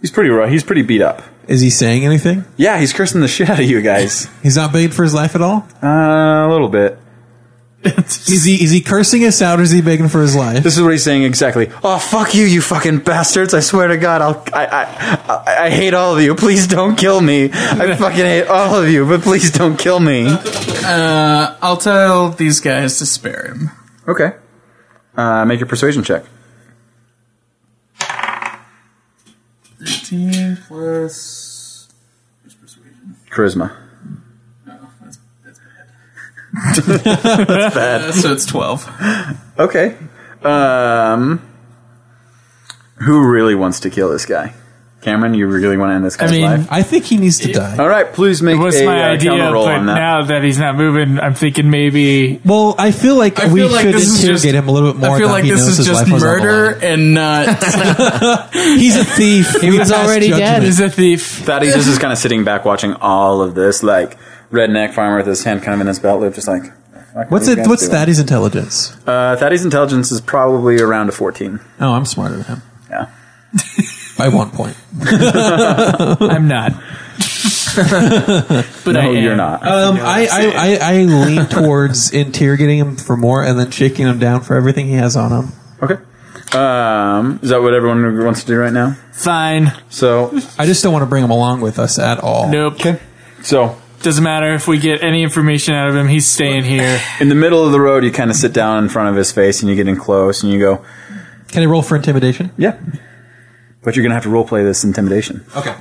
He's pretty rough. He's pretty beat up.
Is he saying anything?
Yeah, he's cursing the shit out of you guys.
He's not begging for his life at all.
Uh, a little bit.
Is he? Is he cursing us out, or is he begging for his life?
This is what he's saying exactly. Oh fuck you, you fucking bastards! I swear to God, I'll I I, I, I hate all of you. Please don't kill me. I fucking hate all of you, but please don't kill me.
Uh, I'll tell these guys to spare him.
Okay. Uh, make your persuasion check.
15 plus. Where's persuasion?
Charisma.
No, that's, that's bad. Uh, so it's 12.
Okay. Um. Who really wants to kill this guy? Cameron, you really want to end this guy's
mean-
life?
I think he needs to die.
All right, please make
It was
a
my
uh,
idea,
counter roll
but
on that.
now that he's not moving, I'm thinking maybe
Well, I feel like
I
we
feel like
should
this is
interrogate
just-
him a little bit more.
I feel
now
like
he
this
knows
is
his
just
life was on the
murder
line.
and not.
He's a thief.
He
We
was
passed
already
judgment.
dead.
he's a thief.
Fatty just is kind of sitting back watching all of this, like redneck farmer with his hand kind of in his belt loop, just like. "Fuck,
What's
what are you
it?
guys
What's
doing?"
Thaddy's intelligence?
Uh, Thaddeus' intelligence is probably around a 14.
Oh, I'm smarter than him
Yeah.
by one point.
I'm not. but I
No,
am.
Oh, you're not.
uh,
Um, I, I, I, I lean towards interrogating him for more and then shaking him down for everything he has on him.
okay. Um, is that what everyone wants to do right now?
Fine.
So,
I just don't want to bring him along with us at all.
Nope.
so
Doesn't matter if we get any information out of him. He's staying here.
in the middle of the road, you kind of sit down in front of his face and you get in close and you go,
Can I roll for intimidation?
yeah. But you're going to have to roleplay this intimidation.
Okay.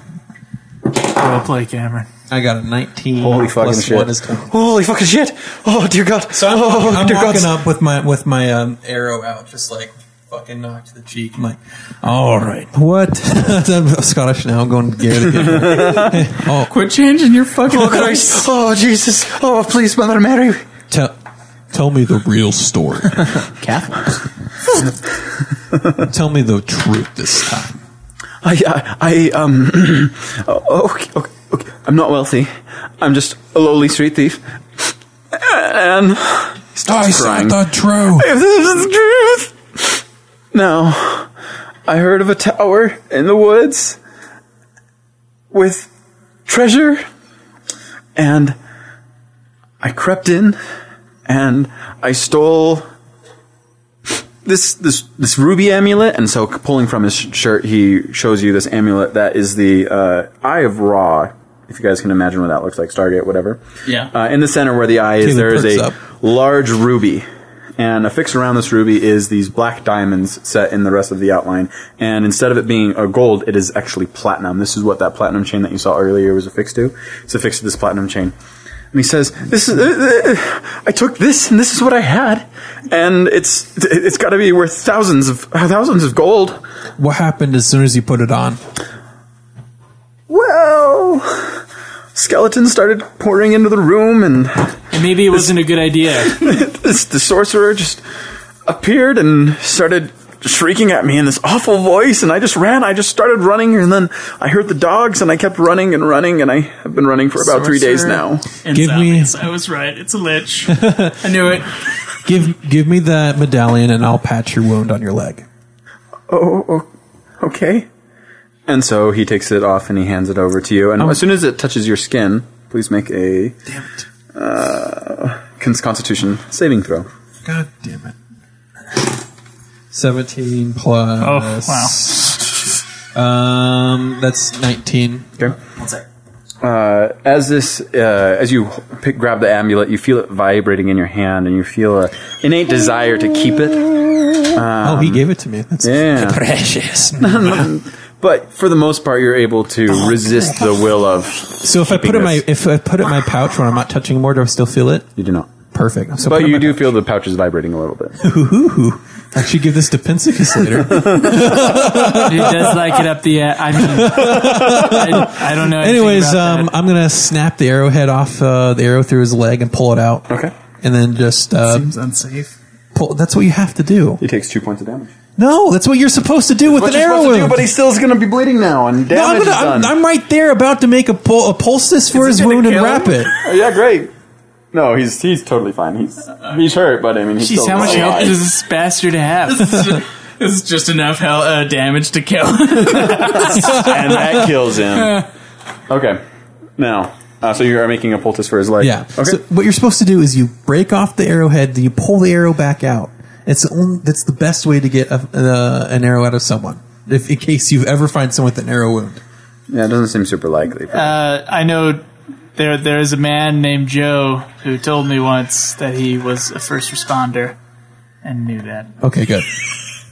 Well play, Cameron.
I got a 19.
Holy fucking
plus
shit.
one is 20.
Holy fucking shit! Oh, dear God.
So I'm,
oh,
walking- I'm
dear
walking
God.
up with my with my um, arrow out, just like fucking knocked to the cheek. I'm like, all right, what? I'm Scottish now. I'm going to Garrett again.
Quit changing your fucking.
Oh, Christ. Oh, Jesus. Oh, please, Mother Mary.
tell, tell me the real story.
Catholics.
tell me the truth this time.
I, I, I um, oh, okay, okay, okay. I'm not wealthy. I'm just a lowly street thief. And he stops crying.
truth.
if this is the truth. Now, I heard of a tower in the woods with treasure, and I crept in and I stole this this this ruby amulet. And so, pulling from his sh- shirt, he shows you this amulet that is the uh, Eye of Ra. If you guys can imagine what that looks like, Stargate, whatever.
Yeah.
Uh, in the center where the eye is,
Caleb
there is
perks
a
up.
large ruby. And affixed around this ruby is these black diamonds set in the rest of the outline. And instead of it being a gold, it is actually platinum. This is what that platinum chain that you saw earlier was affixed to. It's affixed to this platinum chain. And he says, "This is uh, uh, I took this, and this is what I had, and it's it's got to be worth thousands of thousands of gold."
What happened as soon as you put it on?
Well, skeletons started pouring into the room, and
And maybe it wasn't a good idea.
this, the sorcerer just appeared and started shrieking at me in this awful voice and I just ran I just started running and then I heard the dogs and I kept running and running and I have been running for about 3 days
Sorcerer
now.
And
Give me-
zombies. I was right. It's a lich. I knew it.
Give give me that medallion and I'll patch your wound on your leg.
Oh, oh, okay. And so he takes it off and he hands it over to you. And
Um,
as soon as it touches your skin, please make a damn it uh, cons- Constitution saving throw.
God damn it. 17 plus. Oh, wow. Um, that's 19.
Okay. Uh, as this, uh, as you pick, grab the amulet, you feel it vibrating in your hand, and you feel a innate desire to keep it.
oh, he gave it to me. That's
Um, yeah.
precious.
but for the most part, you're able to resist the will of.
So if I put it in my
Keeping
if I put it in my pouch when I'm not touching more, do I still feel it?
You do not.
Perfect. So put
but
it
you
in
do feel the pouch is vibrating a little bit.
my- Ooh, I should give this to Pensicus later.
He does like it up the. a- I mean, I, I don't know. anything
Anyways,
about
um, I'm gonna snap the arrowhead off uh, the arrow through his leg and pull it out. Okay. And then just uh,
Seems unsafe.
pull. That's what you have to do.
He takes two points of damage.
No, that's what you're supposed to do with
What
an
you're
arrow
supposed to do,
wound.
but he still is going to be bleeding now, and
no,
damage
I'm, gonna,
is
I'm,
done.
I'm right there about to make a, pul- a poultice for his
gonna
wound and
kill
wrap
him?
it.
Oh, yeah, great. No, he's he's totally fine. He's he's hurt, but I mean, he's
Jeez,
still
how much
alive.
health does this bastard have?
This is just enough hell, uh, damage to kill.
and that kills him. Okay, now, uh, so you are making a poultice for his leg.
Yeah.
Okay.
So what you're supposed to do is you break off the arrowhead, then you pull the arrow back out. It's the only, that's the best way to get a, uh, an arrow out of someone. If in case you ever find someone with an arrow wound.
yeah, it doesn't seem super likely. but-
Uh, I know there there is a man named Joe who told me once that he was a first responder and knew that.
Okay, good.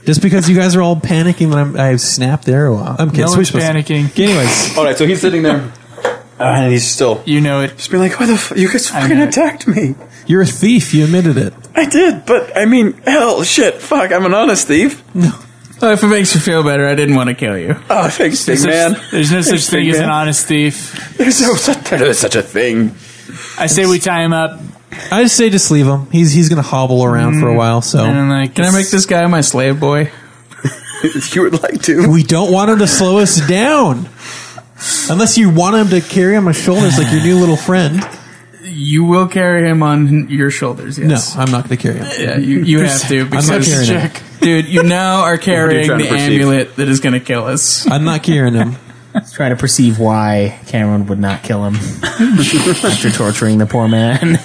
Just because you guys are all panicking when I'm, I snapped the arrow off. I'm kidding.
no
So we're
one's
supposed to-
panicking.
Anyways,
All right, so he's sitting there, uh, and he's still
You know it.
just being like, "Why the f- you guys fucking
know.
attacked me?
you're a thief. You admitted it.
I did, but I mean, hell, shit, fuck, I'm an honest thief.
oh, if it makes you feel better, I didn't want to kill you.
Oh, thanks, big man.
There's no such thing
big
as an
man.
honest thief.
There's no such, there's such a thing.
I say we tie him up
I just say just leave him. He's he's gonna hobble around
Mm.
for a while. So
and like.
Can I make this guy my slave boy?
If you would like to.
we don't want him to slow us down. Unless you want him to carry on my shoulders like your new little friend.
You will carry him on your shoulders. Yes.
No, I'm not gonna carry him.
Yeah, you, you have to because
not carrying it.
Check.
dude, you now are carrying
trying to
the
perceive?
amulet that is going to kill us.
I'm not carrying him.
Trying to perceive why Cameron would not kill him after torturing the poor man.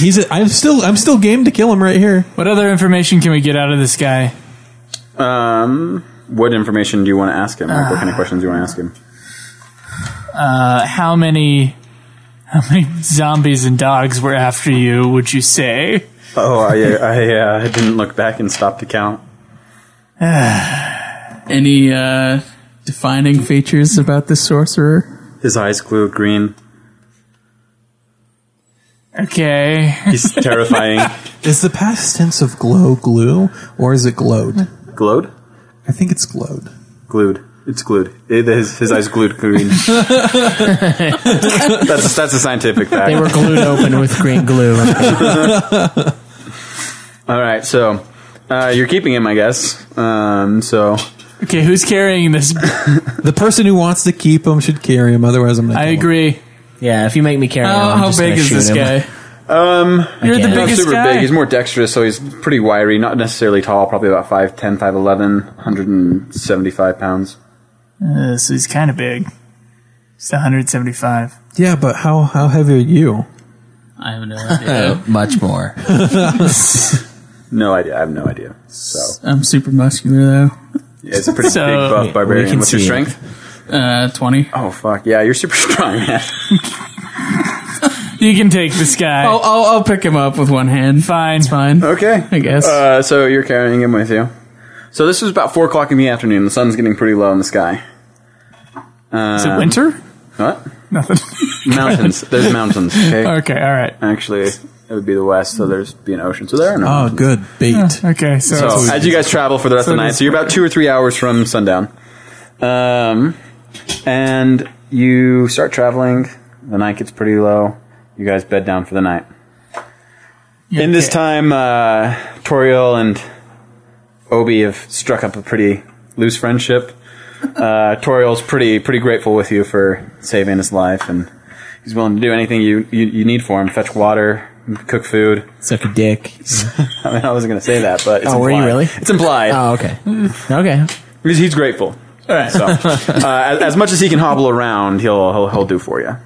He's. A, I'm still. I'm still game to kill him right here.
What other information can we get out of this guy?
Um, what information do you want to ask him? Like, what kind of questions do you want to ask him?
Uh, how many how many zombies and dogs were after you? Would you say?
Oh, I, I uh, didn't look back and stop to count.
Any uh, defining features about this sorcerer?
His eyes glowed green.
Okay.
He's terrifying.
Is the past tense of glow glue or is it glowed?
Glowed?
I think it's glowed.
Glued. It's glued. It- his, his eyes glued green. that's, that's a scientific fact.
They were glued open with green glue.
All right, so uh, you're keeping him, I guess. Um, so
Okay, who's carrying this?
The person who wants to keep him should carry him. Otherwise, I'm not.
I agree.
Yeah, if you make me carry him,
Oh, How,
I'm
how
just
big
gonna
is
shoot
this
him.
guy?
You're the
Okay.
not
biggest
super
guy.
big. He's more dexterous, so he's pretty wiry. Not necessarily tall. Probably about 5'10", 5'11", 175 pounds.
Uh, so he's kind of big. He's 175.
Yeah, but how how heavy are you?
I have no idea.
Much more.
No idea. I have no idea. So
I'm super muscular
yeah, it's a pretty
So,
big buff
we
barbarian.
can
What's your
see it.
strength?
though. Uh, twenty.
Oh fuck yeah, you're super strong, man.
You can take this guy.
I'll, I'll I'll pick him up with one hand.
Fine.
It's fine.
Okay,
I guess.
Uh, so you're carrying him with you. So this is about four o'clock in the afternoon. The sun's getting pretty low in the sky.
Is it Uh, winter?
What?
Nothing.
Mountains. there's mountains. Okay.
okay, all right.
Actually, it would be the west, so there's be an ocean. So there are no.
Oh,
mountains.
good bait.
Okay, so,
So as you guys travel for the rest of the
it
night,
is-
so you're about two or three hours from sundown, um, and you start traveling. The night gets pretty low. You guys bed down for the night. In this time, uh, Toriel and Obi have struck up a pretty loose friendship. Uh, Toriel's pretty pretty grateful with you for saving his life, and he's willing to do anything you, you, you need for him. Fetch water, cook food.
Suck a dick.
I mean, I wasn't going to say that, but it's
Oh, were you
implied.
really?
It's implied.
Oh, okay. Okay.
He's, he's grateful. All right. So, uh, as, as much as he can hobble around, he'll he'll, he'll do for you.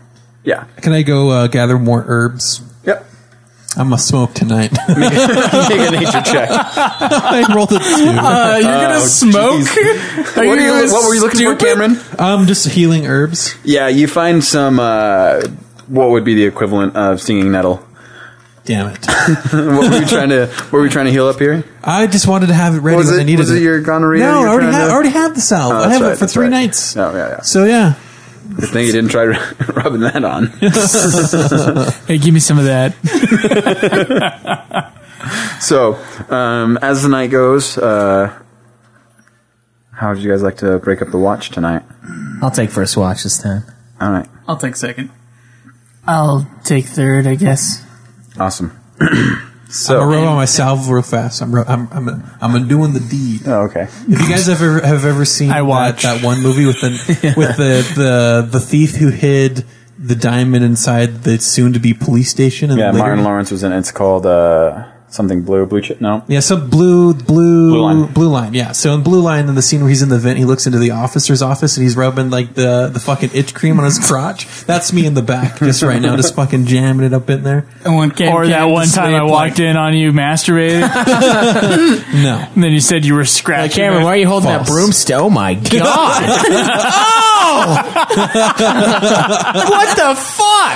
Yeah.
Can I go uh, gather more herbs?
Yep.
I'm gonna smoke tonight.
Make a nature check.
I rolled a two.
Uh, you're gonna
Oh,
smoke? Are
What, are you,
gonna
what were you looking
stupid?
for, Cameron?
Um, just healing herbs.
Yeah, you find some. Uh, what would be the equivalent of singing nettle?
Damn it!
what were you trying to? What were you trying to heal up here?
I just wanted to have it ready
Was
when I
it-
needed
was it your gonorrhea
No,
you
I
were
already,
trying
ha-
to-
I already have the salve.
Oh,
I have
that's right,
it for
that's
three
right.
nights.
Oh yeah, yeah.
So yeah,
Good thing you didn't try rubbing that on.
hey, give me some of that.
So, um, as the night goes, uh, how would you guys like to break up the watch tonight?
I'll take first watch this time.
All right,
I'll take second.
I'll take third, I guess.
awesome.
I'm
so,
gonna rub on my salve real fast. I'm ru- I'm I'm a, I'm a doing the deed.
oh, okay.
If you guys have ever have ever seen
I watch.
That, that one movie with the with the, the the thief who hid the diamond inside the soon to be police station and
Yeah,
later-
Martin Lawrence was in. It's called uh, something blue, blue chip. No,
Yeah, so blue, blue,
Blue
blue
Line.
line. Yeah, so in blue line, in the scene where he's in the vent, he looks into the officer's office and he's rubbing like the the fucking itch cream on his crotch. That's me in the back just right now, just fucking jamming it up in there.
I want Cam
Or that
Cam to
one time
sleep
I walked in on you masturbating,
No,
and then you said you were scratching.
Cameron, why are you holding
False.
that broomstick? Oh my god! oh! what the fuck?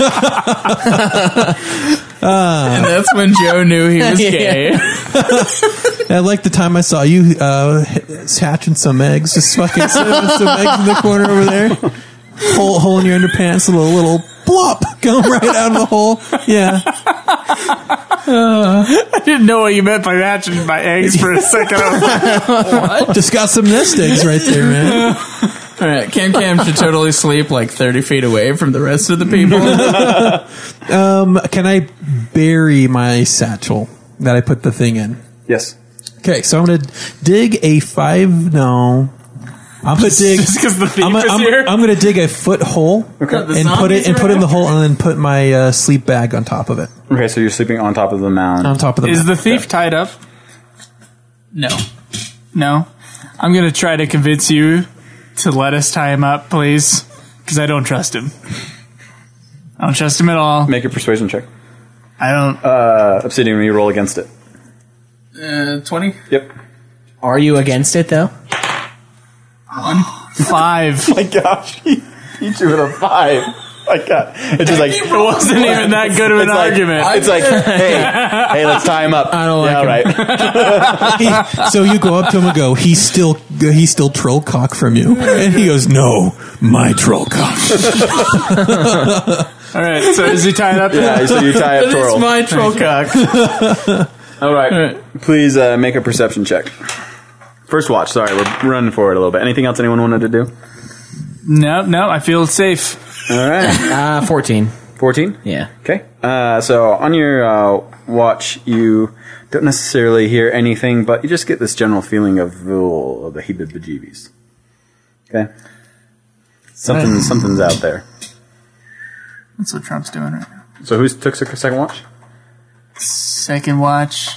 and that's when Joe knew he was gay.
I like the time I saw you uh, h- hatching some eggs, just fucking sitting some eggs in the corner over there, hole, hole in your underpants, a little little plop going right out of the hole. Yeah,
I didn't know what you meant by matching my eggs for a second. I was like,
just got some nest eggs right there, man.
All right, Cam Cam should totally sleep like 30 feet away from the rest of the people.
Can I bury my satchel that I put the thing in?
Yes.
Okay, so I'm gonna dig a five. No, I'm gonna dig.
because the thief
I'm, gonna-
is
I'm-
here.
I'm gonna dig a foot hole and put it and put it in the hole and then put my uh, sleep bag on top of it.
Okay, so you're sleeping on top of the mound.
On top of the.
is
mat.
the thief tied up?
no.
No. I'm gonna try to convince you to let us tie him up, please, because I don't trust him. I don't trust him at all.
Make a persuasion check.
I don't.
Uh, obsidian, you roll against it.
Uh, 20?
Yep.
Are you against it though?
Five.
My gosh, he beat you with a five. My God, it's just like
it wasn't even that good of an
it's like-
argument.
It's like, hey, hey, let's tie him up. I
don't
yeah,
like
right.
He- so you go up to him and go, he's still he's still troll cock from you, and he goes, no, my troll cock.
all right. So is he tied up?
Yeah, so you tie up Toril.
my troll cock.
All right, please uh, make a perception check. First watch. Sorry, we're running forward a little bit. Anything else anyone wanted to do?
No, no. I feel safe.
All right,
Uh, fourteen.
fourteen.
Yeah.
Okay. Uh, so on your uh, watch, you don't necessarily hear anything, but you just get this general feeling of oh, the heebie bejeebies. Okay. Something, something's out there.
That's what Trump's doing right now.
So who took the second watch?
Second watch.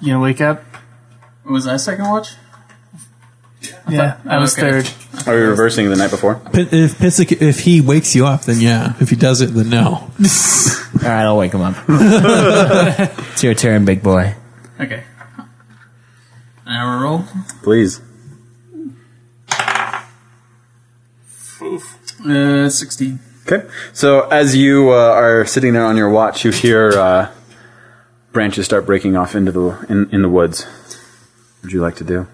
You gonna wake up?
Was I second watch?
Yeah, I was
okay.
third.
Are we reversing the night before?
P- If Pitsik, if he wakes you up, then yeah. If he does it, then no.
All right, I'll wake him up. it's your turn, big boy.
Okay. Now we roll.
Please.
Uh, 16.
Okay. So as you uh, are sitting there on your watch, you hear uh, branches start breaking off into the in, in the woods. Would you like to do?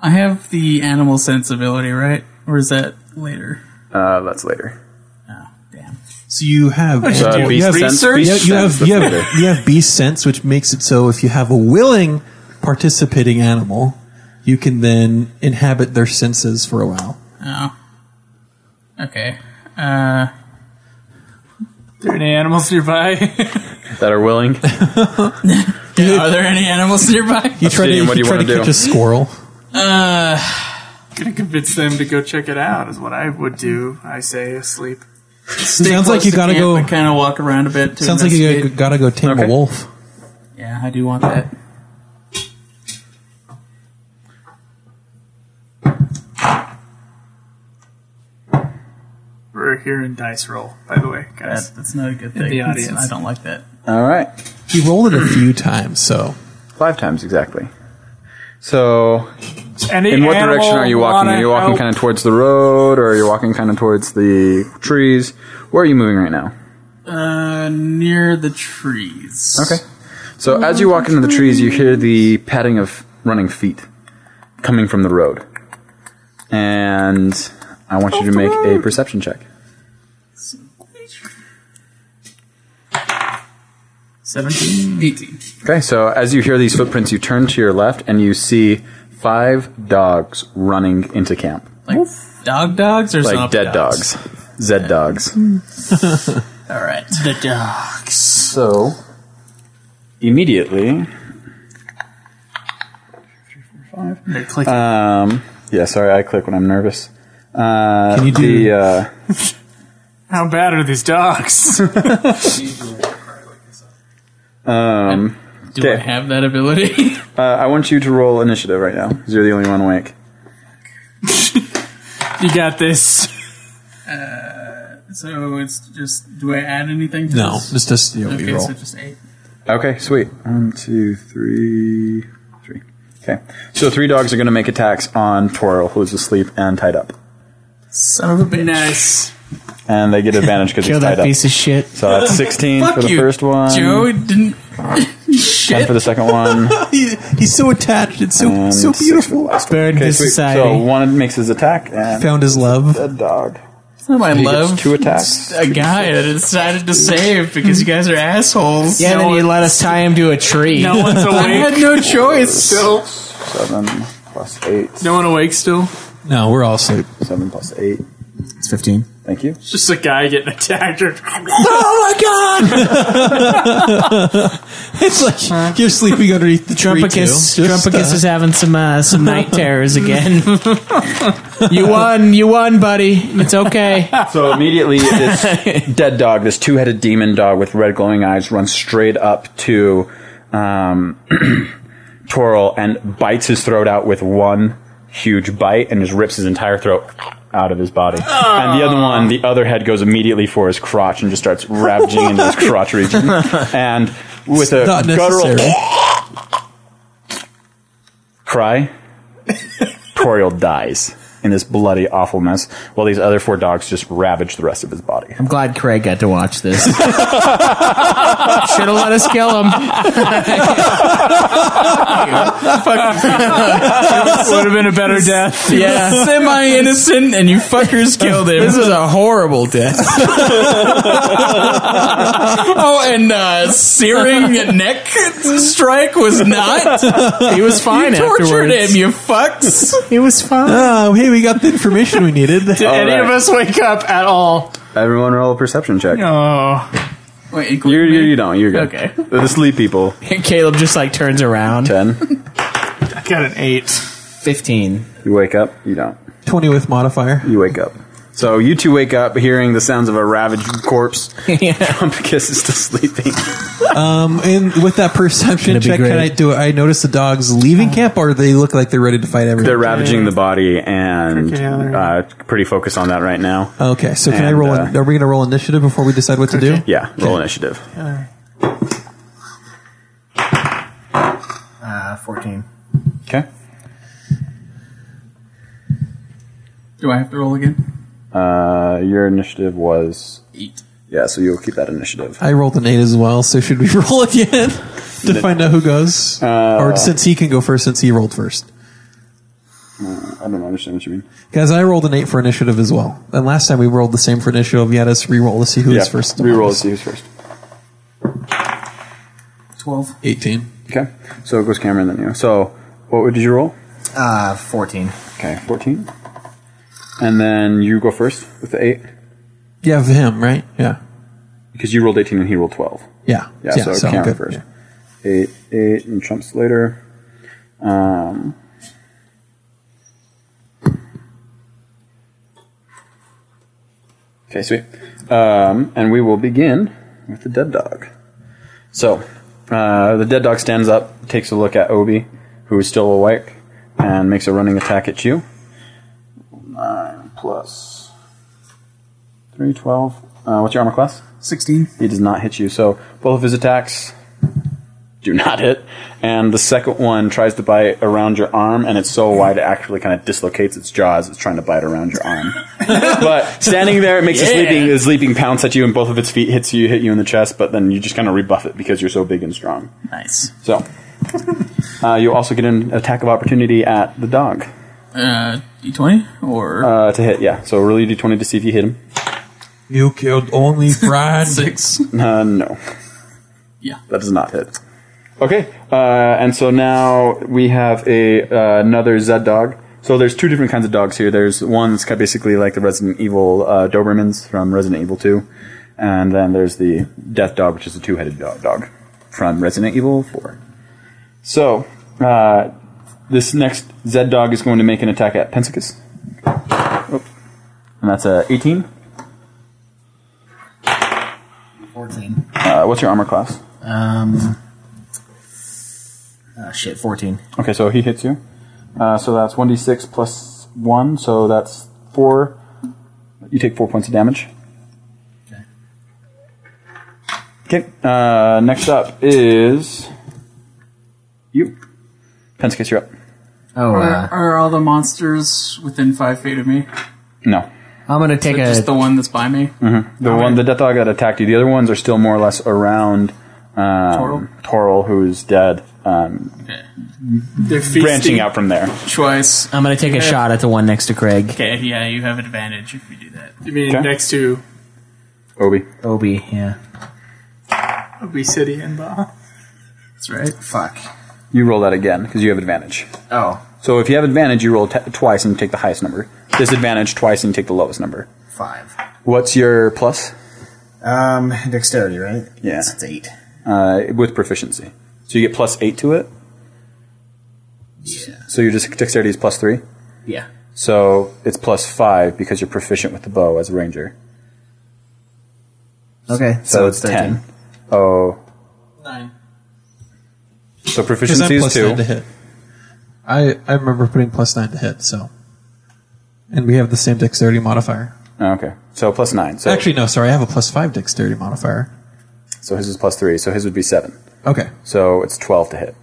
I have the animal sensibility, right? Or is that later?
Uh, that's later.
Oh, damn.
So you have
Uh,
you,
beast
have
sense-
you
beast
have you
sense,
have,
that's
you
later.
have, you have beast sense, which makes it so if you have a willing participating animal, you can then inhabit their senses for a while.
Oh. Okay. Uh,
There any animals nearby?
that are willing.
Yeah, are there any animals nearby?
You try to, you try to catch a squirrel.
Uh,
gonna convince them to go check it out is what I would do. I say asleep.
Sounds like you gotta go-
Kind of walk around a bit. To
Sounds like you
investigate.
gotta, gotta go tame a wolf.
Yeah, I do want that.
We're here in dice roll, by the way, guys.
That- that's not a good
In
thing.
the
That's-
audience,
I don't like that.
All right.
He rolled it a few times, so.
Five times exactly. So,
Any
in what
animal
direction are you walking?
wanna
Are you walking
help?
kind of towards the road, or are you walking kind of towards the trees? Where are you moving right now?
Uh, near the trees.
Okay. So as you walk into the trees, you hear the padding of running feet coming from the road, and I want you to make a perception check.
Seventeen. Eighteen.
Okay, so as you hear these footprints, you turn to your left and you see five dogs running into camp,
Like dog dogs or
like
zombie
dead dogs, Zed dogs.
All right. The dogs.
So immediately,
They're clicking.
um, yeah, sorry, I click when I'm nervous. Uh,
Can you do-
the, uh,
How bad are these dogs?
Um, Do I
have that ability?
uh, I want you to roll initiative right now. 'cause You're the only one awake.
you got this.
Uh, so it's just. Do I add anything? To
No,
this?
it's just, yeah, we
okay,
roll.
so just eight.
Okay, sweet. One, two, three, three. Okay, so three dogs are going to make attacks on Toro, who's asleep and tied up,
Son of a bitch. Nice.
and they get advantage because
Kill
he's
that
tied up.
piece of shit.
So that's 16
Fuck
for the
you,
first one.
Joe it didn't.
10 for the second one.
He- he's so attached. It's so
and
so
six for the
beautiful.
last one. Okay, sweet. So one makes his attack and
Found his love.
Dead dog.
It's not my
He gets
love.
two attacks.
It's A guy that I decided to save because you guys are assholes.
Yeah,
No
then you
one-
let us tie him to a tree.
No one's awake. I had no choice.
Still,
Seven plus eight.
no one awake. Still,
No, we're all asleep.
Seven plus eight.
It's 15.
Thank you.
it's just a guy getting attacked. Or
oh my god! it's like you're sleeping underneath the tree.
Trumpicus,
too. Just,
Trumpicus
uh,
is having some uh, some night terrors again. you won, you won, buddy. It's okay.
So immediately, this dead dog, this two-headed demon dog with red glowing eyes, runs straight up to um, Toril and bites his throat out with one huge bite and just rips his entire throat out of his body. And the other one, the other head goes immediately for his crotch and just starts ravaging into his crotch region. And with a
not
guttural
necessary.
cry, Toriel dies in this bloody awful mess, while these other four dogs just ravage the rest of his body.
I'm glad Craig got to watch this. Should have let us kill
Would have been a better death. Yeah, semi innocent, and you fuckers killed him. This is a horrible death. oh, and uh, searing neck strike was not.
He was fine
You tortured
afterwards.
him. You fucks.
him. He was fine.
Oh, hey, we got the information we needed. Did
any of us wake up at all?
Everyone roll a perception check.
Oh.
No.
Wait,
You're, you're, you don't. You're good.
Okay.
They're the sleep people.
Caleb just like turns around.
Ten.
I got an eight.
15.
You wake up. You don't.
Twenty with modifier.
You wake up. So you two wake up hearing the sounds of a ravaged corpse. Trumpicus is still sleeping.
Um, and with that perception
Gonna be
check, can I
great.
do? I notice the dogs
Uh-huh.
leaving camp, or they look like they're ready to fight everyone.
They're ravaging the body and
Okay, all
uh, pretty focused on that right now.
Okay, so can I
And,
roll?
uh,
in- are we going to roll initiative before we decide what to do?
Yeah, roll initiative.
Uh, 14.
Okay.
Do I have to roll again?
Uh, your initiative was
Eight.
Yeah, so you'll keep that initiative.
I rolled an eight as well, so should we roll again to find out who goes, or since he can go first, since he rolled first?
Uh, I don't understand what you mean.
Guys, I rolled an eight for initiative as well, and last time we rolled the same for initiative. You had us re-roll to see who
yeah,
is first.
Reroll to see who's first.
Twelve.
Eighteen.
Okay. So it goes Cameron then you. So what did you roll?
Uh, 14.
Okay, fourteen. And then you go first with the eight
Yeah, him, right? Yeah,
because you rolled eighteen and he rolled twelve.
yeah,
Yeah, so, Cameron first. eight, eight, and Trump Slater. Um, okay, sweet. Um, and we will begin with the dead dog. So, uh, the dead dog stands up, takes a look at Obi, who is still awake, and makes a running attack at you. Nine plus three, twelve. Uh, what's your armor class?
16.
He does not hit you. So both of his attacks do not hit. And the second one tries to bite around your arm, and it's so wide it actually kind of dislocates its jaws. It's trying to bite around your arm. but standing there, it makes a
Yeah.
sleeping a sleeping pounce at you, and both of its feet hits you, hit you in the chest. But then you just kind of rebuff it because you're so big and strong.
Nice.
So uh, you also get an attack of opportunity at the dog.
Uh, D20? Or
uh, to hit, yeah. So roll your d20 to see if you hit him.
You killed only Brad.
Six.
Uh, no.
Yeah.
That does not hit. Okay, uh, and so now we have a uh, another Zed dog. So there's two different kinds of dogs here. There's one that's kind of basically like the Resident Evil uh, Dobermans from Resident Evil 2, and then there's the Death Dog, which is a two-headed dog, dog from Resident Evil 4. So uh, this next Zed dog is going to make an attack at Pensicus, Oop. and that's a 18.
14.
Uh, what's your armor class?
Um, ah, shit, 14.
Okay, so he hits you. Uh, so that's 1d6 plus 1, so that's 4. You take 4 points of damage. Okay. uh, next up is you. Penskis, you're up.
Oh,
Uh,
are, are all the monsters within five feet of me?
No.
I'm gonna take
so
a-
just the one that's by me.
hmm The
Oh,
Alright.
one, the death dog that attacked you. The other ones are still more or less around um, Toril, who's dead. Um,
They're
branching out from there.
Twice.
I'm going to take a
Yeah.
shot at the one next to Craig.
Okay, yeah, you have advantage if you do that.
You mean next to
Obi.
Obi, yeah.
obesity and Baja?
That's right. Fuck.
You roll that again because you have advantage.
Oh.
So if you have advantage, you roll t- twice and you take the highest number. Disadvantage twice and you take the lowest number.
Five.
What's your plus?
Um, dexterity, right?
Yeah,
It's eight.
uh, with proficiency. So you get plus eight to it. Yeah. So your dis- dexterity is plus three.
Yeah.
So it's plus five because you're proficient with the bow as a ranger.
Okay,
So, it's ten. Oh.
Nine.
So
Because I'm
proficiency is
plus
two.
nine to hit. I, I remember putting plus nine to hit, so. And we have the same dexterity modifier.
Oh, okay. So plus nine. So
Actually, no, sorry, I have a plus five dexterity modifier.
so his is plus three. So his would be seven.
Okay.
So it's twelve to hit.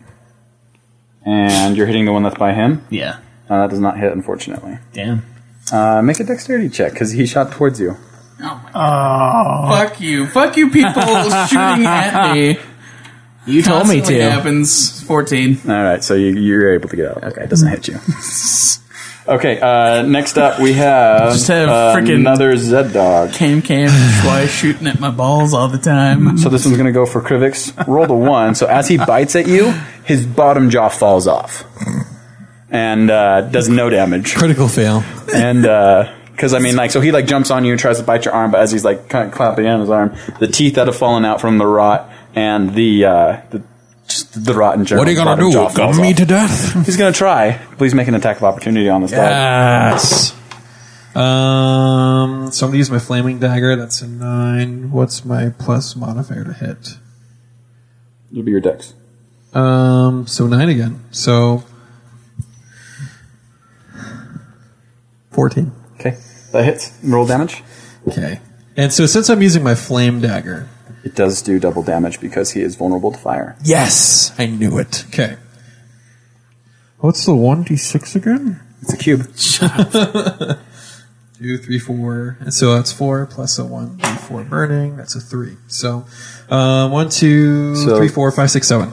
And you're hitting the one that's by him.
Yeah.
Uh, that does not hit, unfortunately.
Damn.
Uh, make a dexterity check because he shot towards you.
Oh. Fuck you. Fuck you people shooting at me.
You
told me to.
happens. 14.
All right, so you, you're able to get out. Okay, it doesn't hit you. okay, uh, next up we have, uh,
Just have frickin'
another Zed dog.
Cam Cam Schwei shooting at my balls all the time.
So this one's going to go for Krivix. Roll the one. So as he bites at you, his bottom jaw falls off and uh, does no damage.
Critical fail.
And because I mean, like, so he like jumps on you and tries to bite your arm, but as he's like kind of clapping on his arm, the teeth that have fallen out from the rot and the uh, the just the rot in general.
What are you gonna
bottom
do?
jaw falls
Gun me
off.
to death?
He's going to try. Please make an attack of opportunity on this dog.
Yes. Um, so I'm gonna use my flaming dagger. That's a nine. What's my plus modifier to hit?
It'll be your dex.
Um, so nine again. So fourteen.
Okay, that hits. Roll damage.
Okay. And so since I'm using my flame dagger,
it does do double damage because he is vulnerable to fire.
Yes, I knew it. Okay. What's the one d six again?
It's a cube.
Two, three, four. And so that's four plus a one d four burning. That's a three. So um, one, two,
So-
three, four, five, six, seven.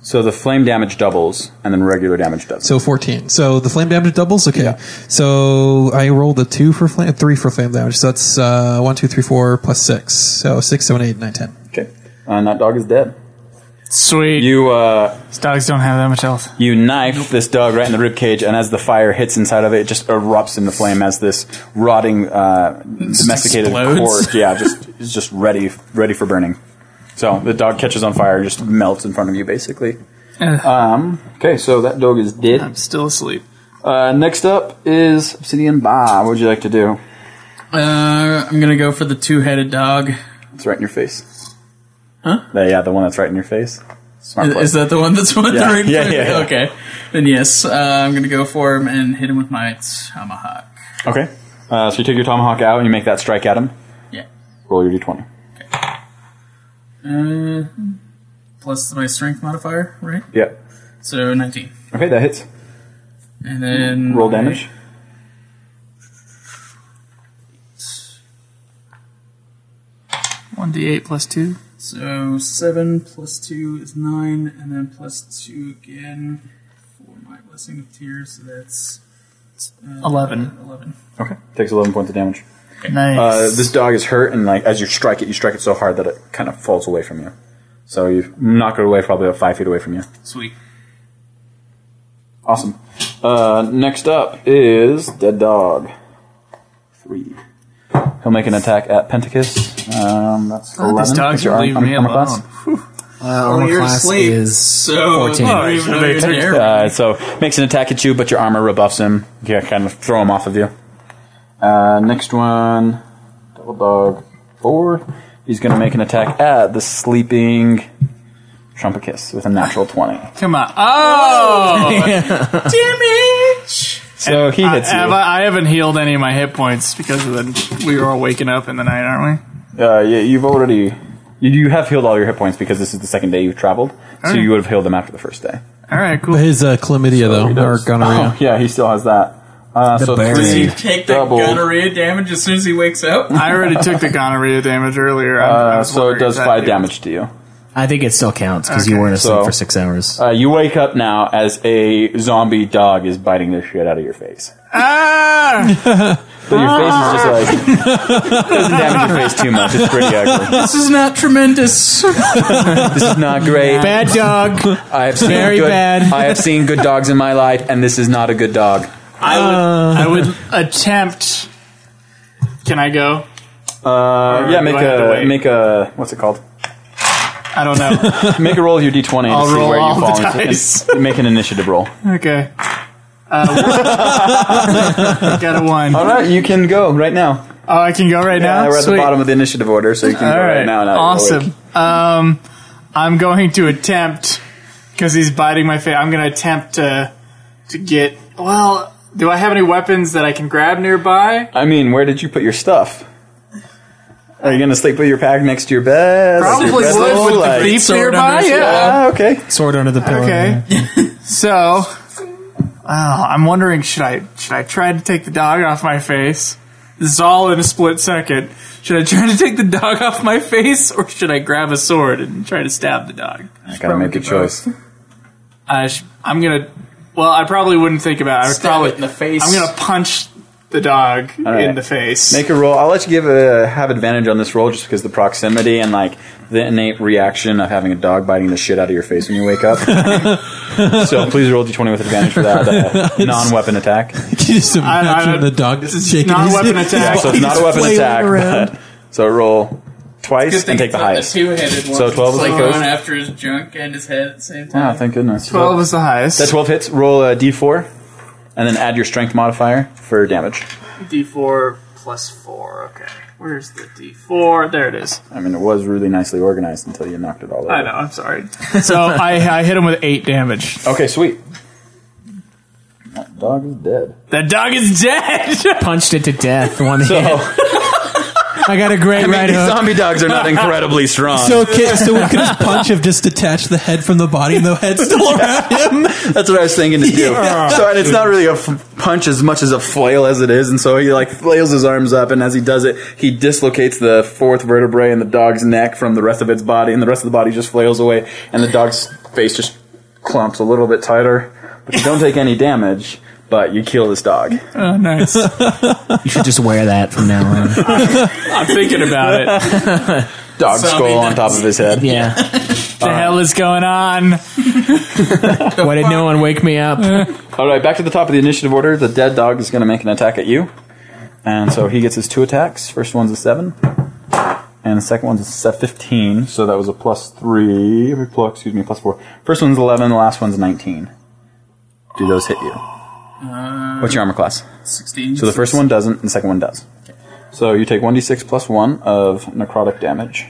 So the flame damage doubles, and then regular damage does.
So fourteen. So the flame damage doubles. Okay. So I rolled a two for flame, three for flame damage. So that's uh, one, two, three, four plus six. So six, seven, eight, nine, ten.
Okay, and that dog is dead.
Sweet.
You uh, These
dogs don't have that much health.
you knife this dog right in the rib cage, and as the fire hits inside of it, it just erupts into flame as this rotting, uh, domesticated
explodes.
corpse. Yeah, just is just ready ready for burning. So the dog catches on fire, just melts in front of you, basically. Um, okay, so that dog is dead. I'm
still asleep.
Uh, next up is Obsidian Ba. What would you like to do?
Uh, I'm gonna go for the two-headed dog.
It's right in your face.
Huh?
Yeah, yeah, the one that's right in your face. Smart
Is,
play.
is that the one that's one
Yeah,
the ring?
yeah, yeah, yeah.
Okay. Then yes, uh, I'm gonna go for him and hit him with my tomahawk.
Okay. Uh, so you take your tomahawk out and you make that strike at him.
Yeah.
Roll your d20.
Uh, plus my strength modifier, right?
Yeah.
So 19.
Okay, that hits.
And then
roll damage.
One d eight plus two. So seven plus two is nine, and then plus two again for my blessing of tears. So that's uh,
Eleven.
Eleven.
Okay. Takes 11 points of damage.
Nice.
Uh, this dog is hurt, and like as you strike it, you strike it so hard that it kind of falls away from you. So you knock it away, probably about five feet away from you.
Sweet.
Awesome. Uh, next up is Dead Dog. Three. He'll make an attack at Pentakis. Um, that's
God, these
11.
dogs
What's your
will
arm-
leave
arm-
me
armor class?
alone.
armor class is
so
14.
I don't even know you're there.
Uh, so makes an attack at you, but your armor rebuffs him. Yeah, kind of throw him off of you. Uh, next one, Double Dog Four. He's going to make an attack at the sleeping Trumpicus with a natural twenty.
Come on. Oh!
Damage!
So he hits
I,
you.
have I, I haven't healed any of my hit points because of the, we were all waking up in the night, aren't we?
Uh, yeah, you've already you, you have healed all your hit points because this is the second day you've traveled, so
Alright.
you would have healed them after the first day.
All right, cool.
His uh, chlamydia,
He
though, or
does.
gonorrhea.
Oh, yeah, he still has that. Uh,
The
so
bear.
three
Does he
Take that
double-
gonorrhea damage as soon as he wakes up.
I already took the gonorrhea damage earlier. I, I
Uh,
was
so it
wondering
does
if that
five
did-
damage to you.
I think it still counts because you
Okay,
weren't asleep
so-
for six hours.
Uh, you wake up now as a zombie dog is biting the shit out of your face.
Ah!
So your face is just like doesn't damage your face too much. It's pretty ugly.
This is not tremendous.
This is not great.
Bad dog.
I have seen
Very
good,
bad.
I have seen good dogs in my life, and this is not a good dog.
I would, I would attempt. Can I go?
Uh,
Or
yeah,
do
make
I have to
a
wait?
make a what's it called?
I don't know.
Make a roll of your d20
I'll
to see
roll
where you
all
fall.
the
into-
dice.
and make an initiative roll.
okay. Uh, got a one.
All right, you can go right now.
Oh, I can go right
Yeah,
now.
we're at
Sweet.
the bottom of the initiative order, so you can
All
go right,
right.
now. now you're awake.
awesome. Um, I'm going to attempt because he's biting my face. I'm going to attempt to to get. Well, do I have any weapons that I can grab nearby?
I mean, where did you put your stuff? Are you gonna sleep with your pack next to your bed?
Probably
Your bed
would
low,
with the
like-
thief Sword nearby, under his yeah.
Ah, okay.
Sword under the pillow.
Okay. so, wow, I'm wondering should I should I try to take the dog off my face? This is all in a split second. Should I try to take the dog off my face, or should I grab a sword and try to stab the dog?
I gotta make a choice.
I sh- I'm gonna. Well, I probably wouldn't think about it. I would
Stab
probably
it in the face.
I'm gonna punch the dog
right.
in the face.
Make a roll. I'll let you give a have advantage on this roll just because the proximity and like the innate reaction of having a dog biting the shit out of your face when you wake up. so please roll d20 with advantage for that uh, non-weapon attack.
Can you just imagine
I-
the dog just shaking
not a
his
weapon
his
attack.
Yeah, so it's not a
body,
weapon
flailing
attack.
around.
But, so roll twice and take the highest.
two-headed one.
So 12 is
like
the first.
going after his junk and his head at the same time.
Ah, thank goodness.
Twelve is the highest.
That 12 hits. Roll a d4 and then add your strength modifier for damage.
D4 plus four. Okay, where's the D4? There it is.
I mean, it was really nicely organized until you knocked it all over.
I know. I'm sorry. So I, I hit him with eight damage.
Okay, sweet. That dog is dead.
That dog is dead.
Punched it to death. One hit.
So,
I got a great right
these
hook.
zombie dogs are not incredibly strong.
So, can, so could his punch have just detached the head from the body and the head's still around him?
That's what I was thinking to do.
Yeah.
So, and it's not really a f- punch as much as a flail as it is, and so he like flails his arms up, and as he does it, he dislocates the fourth vertebrae in the dog's neck from the rest of its body, and the rest of the body just flails away, and the dog's face just clumps a little bit tighter. But you don't take any damage. But you kill this dog.
Oh, nice.
You should just wear that from now on.
I'm thinking about it.
Dog
Zombie
skull on top of his head.
Yeah.
The hell is going on?
Why did no one wake me up?
All right, back to the top of the initiative order. The dead dog is going to make an attack at you, and so he gets his two attacks. First one's a seven, and the second one's a se- 15, so that was a plus 3, plus, excuse me, plus 4. First one's 11, the last one's 19. Do those hit you?
Uh,
What's your armor class?
16.
So the first one doesn't, and the second one does. So you take 1d6 plus 1 of necrotic damage.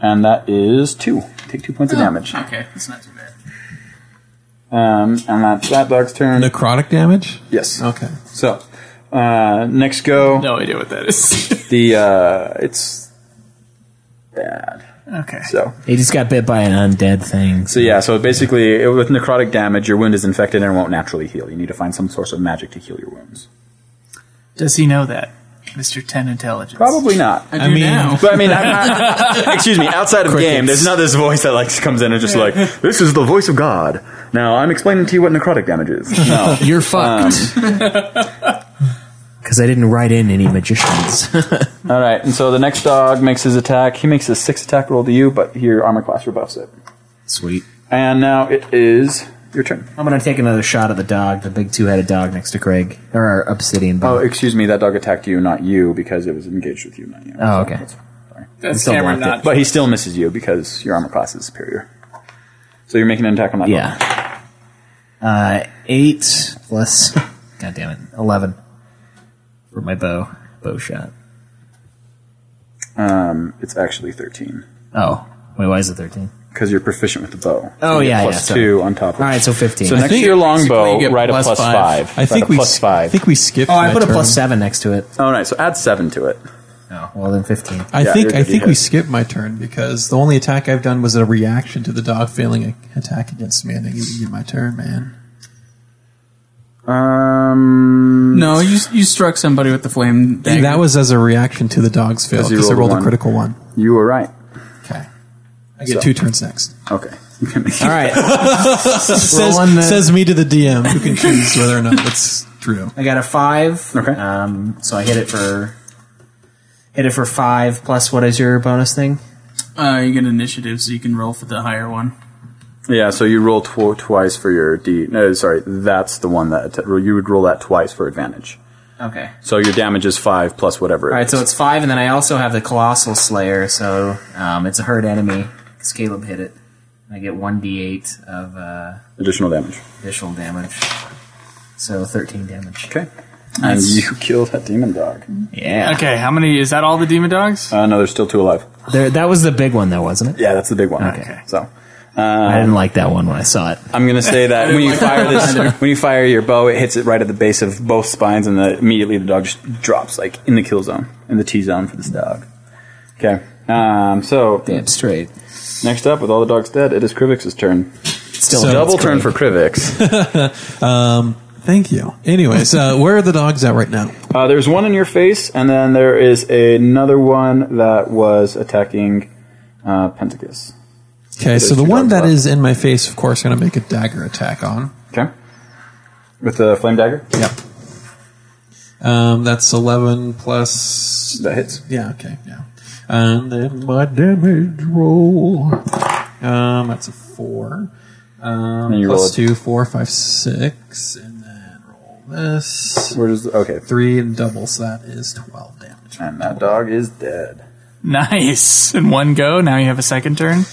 And that is 2. Take 2 points of
Oh,
damage.
Okay, that's not too bad.
Um, and that's that dog's turn.
Necrotic damage?
Yes.
Okay.
So, uh, next go.
No idea what that is.
the, uh, it's bad.
Okay.
So,
He just got bit by an undead thing.
So yeah, so basically, it, with necrotic damage, your wound is infected and won't naturally heal. You need to find some source of magic to heal your wounds.
Does he know that, Mister Ten Intelligence?
Probably not.
I do I mean- now.
but I mean, I'm not, excuse me. Outside of
Crickets.
game, there's not this voice that like comes in and just like, "This is the voice of God." Now I'm explaining to you what necrotic damage is. No, Um,
You're fucked. Because Um, I didn't write in any magicians.
Um, all right, and so the next dog makes his attack. He makes a six attack roll to you, but your armor class rebuffs it.
Sweet.
And now it is your turn.
I'm going to take another shot at the dog, the big two headed dog next to Craig. Or our obsidian
Oh,
bug.
excuse me. That dog attacked you, not you, because it was engaged with you, not you.
Oh, okay.
He still blocked it, But he still misses you because your armor class is superior. So you're making an attack on that.
Yeah. Uh, eight plus. God damn it. 11 for my bow. Bow shot.
Um, it's actually 13
Oh. Wait, why is it 13?
because you're proficient with the bow.
Oh,
You get
yeah,
plus
yeah, so-
two on top. of
All right, so 15.
So
I
next to
think
your
basically you
longbow,
get
write a
plus
plus
five.
five.
I think
Write a
we
plus
s-
five.
I think we skipped
Oh,
Oh, I my put a plus turn. seven next to it.
Oh, nice. So add seven to it.
Oh, well then fifteen.
I think I think we skipped my turn because the only attack I've done was a reaction to the dog failing an attack against me. I think you can get my turn, man.
Um.
No, you you struck somebody with the flame. Dagger.
That was as a reaction to the dog's fail
Because you
because I
rolled
rolled
a
a
one.
critical one.
You were right.
Okay. I get
So-
two turns next.
Okay.
All
right.
says,
Rolling the-
says me to the DM who can choose whether or not it's true.
I got a five. Okay. Um, so I hit it for hit it for five plus what is your bonus thing?
Uh, you get initiative, so you can roll for the higher one.
Yeah. So you roll tw- twice for your D. No, sorry. That's the one that att- you would roll that twice for advantage.
Okay.
So your damage is five plus whatever.
All right, so it's five, and then I also have the colossal slayer, so um, it's a hurt enemy because Caleb hit it. And I get one d8 of uh,
additional damage.
additional damage, so thirteen damage.
Okay. And you killed that demon dog.
Yeah.
Okay, how many is that? All the demon dogs?
Uh, no, there's still two alive.
There, that was the big one, though, wasn't it?
Yeah, that's the big one. Okay. So.
I didn't like that one when I saw it.
I'm gonna say
I
that
didn't
when you
like
fire
that either.
this, when you fire your bow, it hits it right at the base of both spines, and the, immediately the dog just drops, like in the kill zone, in the T zone for this dog. Okay, um, so
damn straight.
Next up, with all the dogs dead, it is Krivix's turn.
Still
So-
double turn for Krivix.
um, thank you. Anyways, uh, where are the dogs at right now?
Uh, there's one in your face, and then there is another one that was attacking uh, Pentacus.
Okay,
There's
so the
two
one
dogs
that
left.
is in my face, of course, going to make a dagger attack on.
Okay. With the flame dagger?
Yep. Um, that's 11 plus.
That hits.
Yeah, okay, yeah. And then my damage roll. Um, that's a 4. Um,
And you
plus
roll
2,
a-
4, 5, 6. And then roll this. Where
does. Okay.
3 and doubles that is 12 damage.
And that dog is dead.
Nice. In one go, now you have a second turn.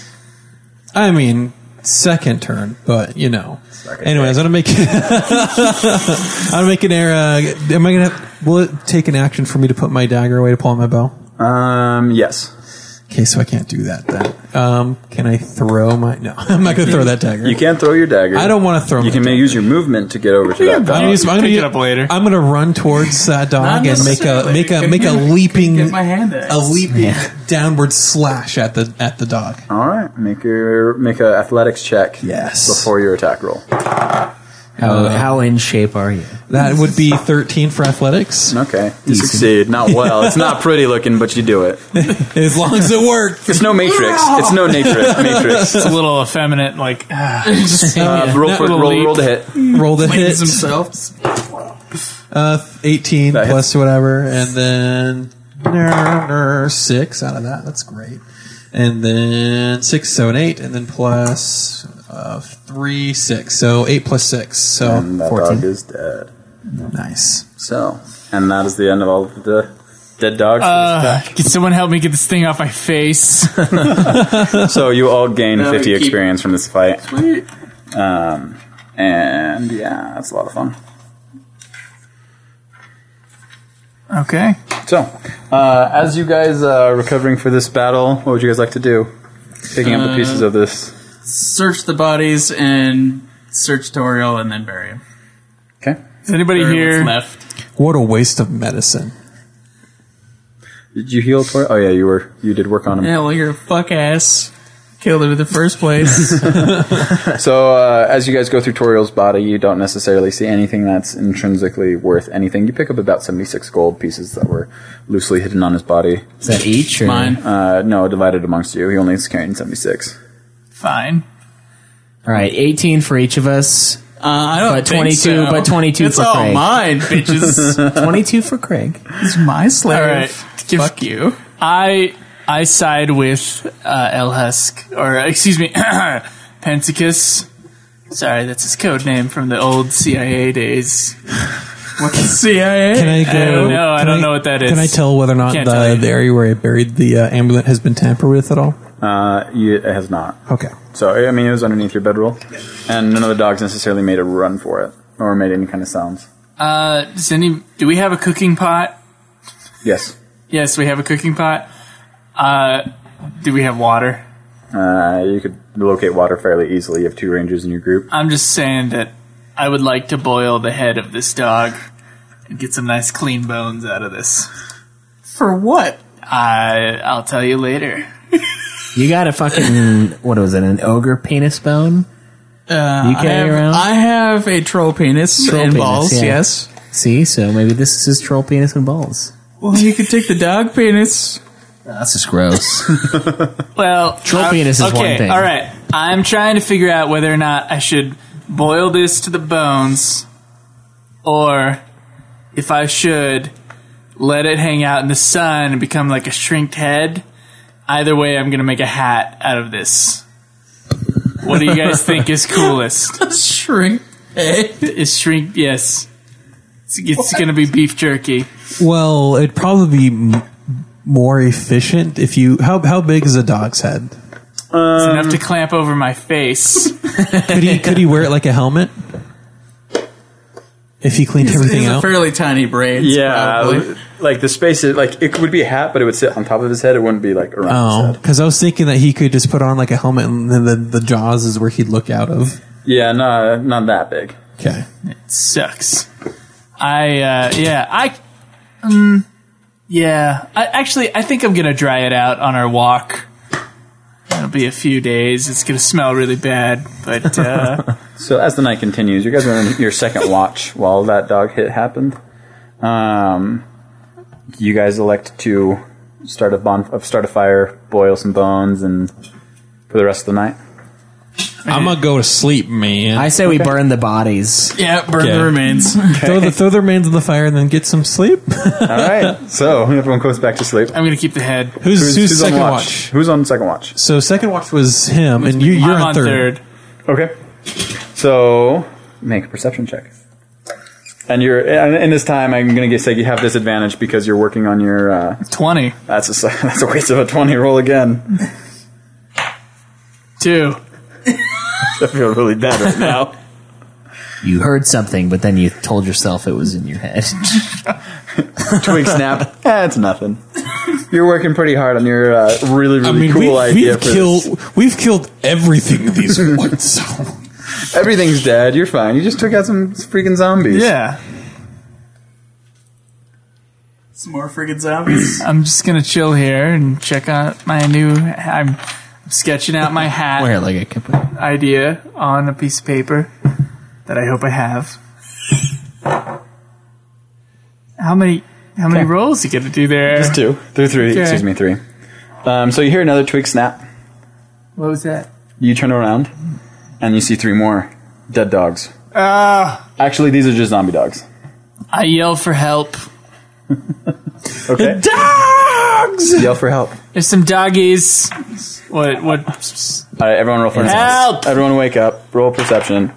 I mean, second turn, but you know. Anyways, I'm gonna make I'm gonna make an error. Uh, am I gonna? Have, will it take an action for me to put my dagger away to pull out my bow?
Um, yes.
Okay, so I can't do that then. Um, can I throw my? No, I'm not gonna throw that dagger.
You can throw your dagger.
I don't want to throw.
You
my
can use your movement to get over to that
I'm gonna,
dog.
use, I'm, gonna use- I'm gonna run towards that
Not
dog and make a
necessarily.
make a
Couldn't
make a
get-
leaping
couldn't get my hand at it.
a leaping downward slash at the at the dog.
All right, make your make a athletics check. Yes. Before your attack roll.
How, how in shape are you?
That would be 13 for athletics.
Okay. You succeed. Not well. It's not pretty looking, but you do it.
as long as it works.
It's no Matrix. It's no Matrix. Matrix.
It's a little effeminate, like. ah, just-
Uh, roll, for,
Little
roll,
leap.
roll the hit.
Roll the hit.
himself.
Uh, 18 plus whatever, and then ner- ner, six out of that. That's great. And then six, seven, eight, and then plus uh, three, six. So eight plus six. So
and that
14.
dog is dead.
Nice.
So, and that is the end of all of the Dead dogs.
Uh, can someone help me get this thing off my face?
so you all gain
Now we
50
keep-
experience from this fight.
Sweet.
Um, and yeah, that's a lot of fun.
Okay.
So, uh, as you guys uh, are recovering for this battle, what would you guys like to do? Picking up the pieces
Uh,
of this.
Search the bodies and search Toriel and then bury him.
Okay.
Is anybody here left?
What a waste of medicine.
Did you heal for? Oh yeah, you were. You did work on him.
Yeah, well, you're a fuck ass. Killed him in the first place.
so uh, as you guys go through Toriel's body, you don't necessarily see anything that's intrinsically worth anything. You pick up about seventy-six gold pieces that were loosely hidden on his body.
Is that each? Or?
Mine.
Uh, no, divided amongst you. He only is carrying seventy-six.
Fine.
All right, 18 for each of us.
Uh, I don't
But
think
22
so.
but 22
It's
for
all
Craig.
mine, bitches.
22 for Craig.
He's my slave.
All right. Fuck
you.
I I side with uh, El Husk, or uh, excuse me, Pensicus. Sorry, that's his code name from the old CIA days. What's CIA?
Can I go?
I don't know. I
can
don't know what that is.
Can I tell whether or not
Can't
the,
tell
the area where I buried the uh, amulet has been tampered with at all?
Uh, you, it has not.
Okay.
So I mean, it was underneath your bedroll, and none of the dogs necessarily made a run for it or made any kind of sounds.
Uh, does any? Do we have a cooking pot?
Yes.
Yes, we have a cooking pot. Uh, do we have water?
Uh, you could locate water fairly easily. You have two rangers in your group.
I'm just saying that I would like to boil the head of this dog and get some nice clean bones out of this.
For what?
I I'll tell you later.
You got a fucking, what was it, an ogre penis bone?
Uh,
You
I,
carry
have,
around?
I have a troll penis
Troll
and
penis,
balls,
yeah.
yes.
See, so maybe this is his troll penis and balls.
Well, you could take the dog penis.
That's just gross.
Well,
Troll
I'm-
penis is
okay,
one thing.
All right, I'm trying to figure out whether or not I should boil this to the bones, or if I should let it hang out in the sun and become like a shrinked head. Either way, I'm gonna make a hat out of this. What do you guys think is coolest?
shrink head
is shrink. Yes, it's, it's gonna be beef jerky.
Well, it'd probably be m- more efficient if you. How how big is a dog's head?
it's enough
Um,
to clamp over my face.
Could he could he wear it like a helmet? If he cleaned everything
It's a
out.
fairly tiny braid.
Yeah,
probably.
like the space is like it would be a hat, but it would sit on top of his head. It wouldn't be like around.
Oh, because I was thinking that he could just put on like a helmet, and then the, the jaws is where he'd look out of.
Yeah, no, not that big.
Okay,
sucks. I uh, yeah I mm, yeah I actually I think I'm gonna dry it out on our walk. It'll be a few days. It's gonna smell really bad, but uh,
So as the night continues, you guys are in your second watch while that dog hit happened. Um, you guys elect to start a bon- uh, start a fire, boil some bones, and for the rest of the night.
I'm gonna go to sleep, man.
I say we burn the bodies.
yeah,
burn the Okay.
remains.
throw the throw the remains in the fire and then get some sleep.
All right, so everyone goes back to sleep.
I'm gonna keep the head.
Who's who's,
on
second watch?
Who's on second watch?
So second watch was him, and you you're
I'm
on third.
Okay. So make a perception check. And you're and in this time. I'm gonna get, say you have disadvantage because you're working on your. Uh,
Twenty
that's a s- that's a waste of a twenty roll again.
two.
I feel really bad right now.
You heard something, but then you told yourself it was in your head.
Twig snap. Eh, it's nothing. You're working pretty hard on your uh, really really
I mean,
cool
we,
idea.
we've
for this.
killed we've killed everything these ones.
Everything's dead. You're fine. You just took out some freaking zombies.
Yeah,
Some more friggin' zombies.
I'm just gonna chill here and check out my new. I'm sketching out my hat
Wear it like a kaput.
idea on a piece of paper that I hope I have. How many how many rolls you gonna do there?
Just two. Through three.
Okay.
Excuse me, three. Um, so you hear another twig snap.
What was that?
You turn around, and you see three more dead dogs.
Ah!
Actually, these are just zombie dogs.
I yell for help.
Okay.
Dogs!
Yell for help.
There's some doggies. What what?
All right, everyone roll for
Help!
Everyone wake up. Roll perception.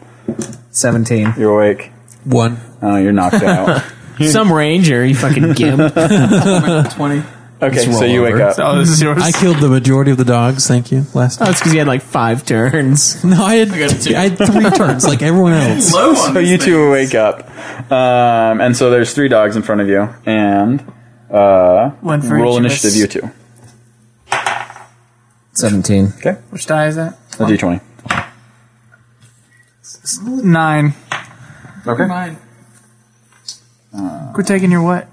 17.
You're awake.
One.
Oh, you're knocked out.
Some ranger, you fucking gimp.
Twenty.
Just roll over.
oh,
I killed the majority of the dogs. Thank you. Last.
Oh, it's because you had like five turns.
No, I had
I got two.
I had three turns, like everyone else.
so you two wake up, um, and so there's three dogs in front of you, and uh,
One for
roll
each of us.
initiative. You two,
seventeen. Okay,
Which die is that?
a d20.
Nine.
Okay.
Mine. Quit taking your what?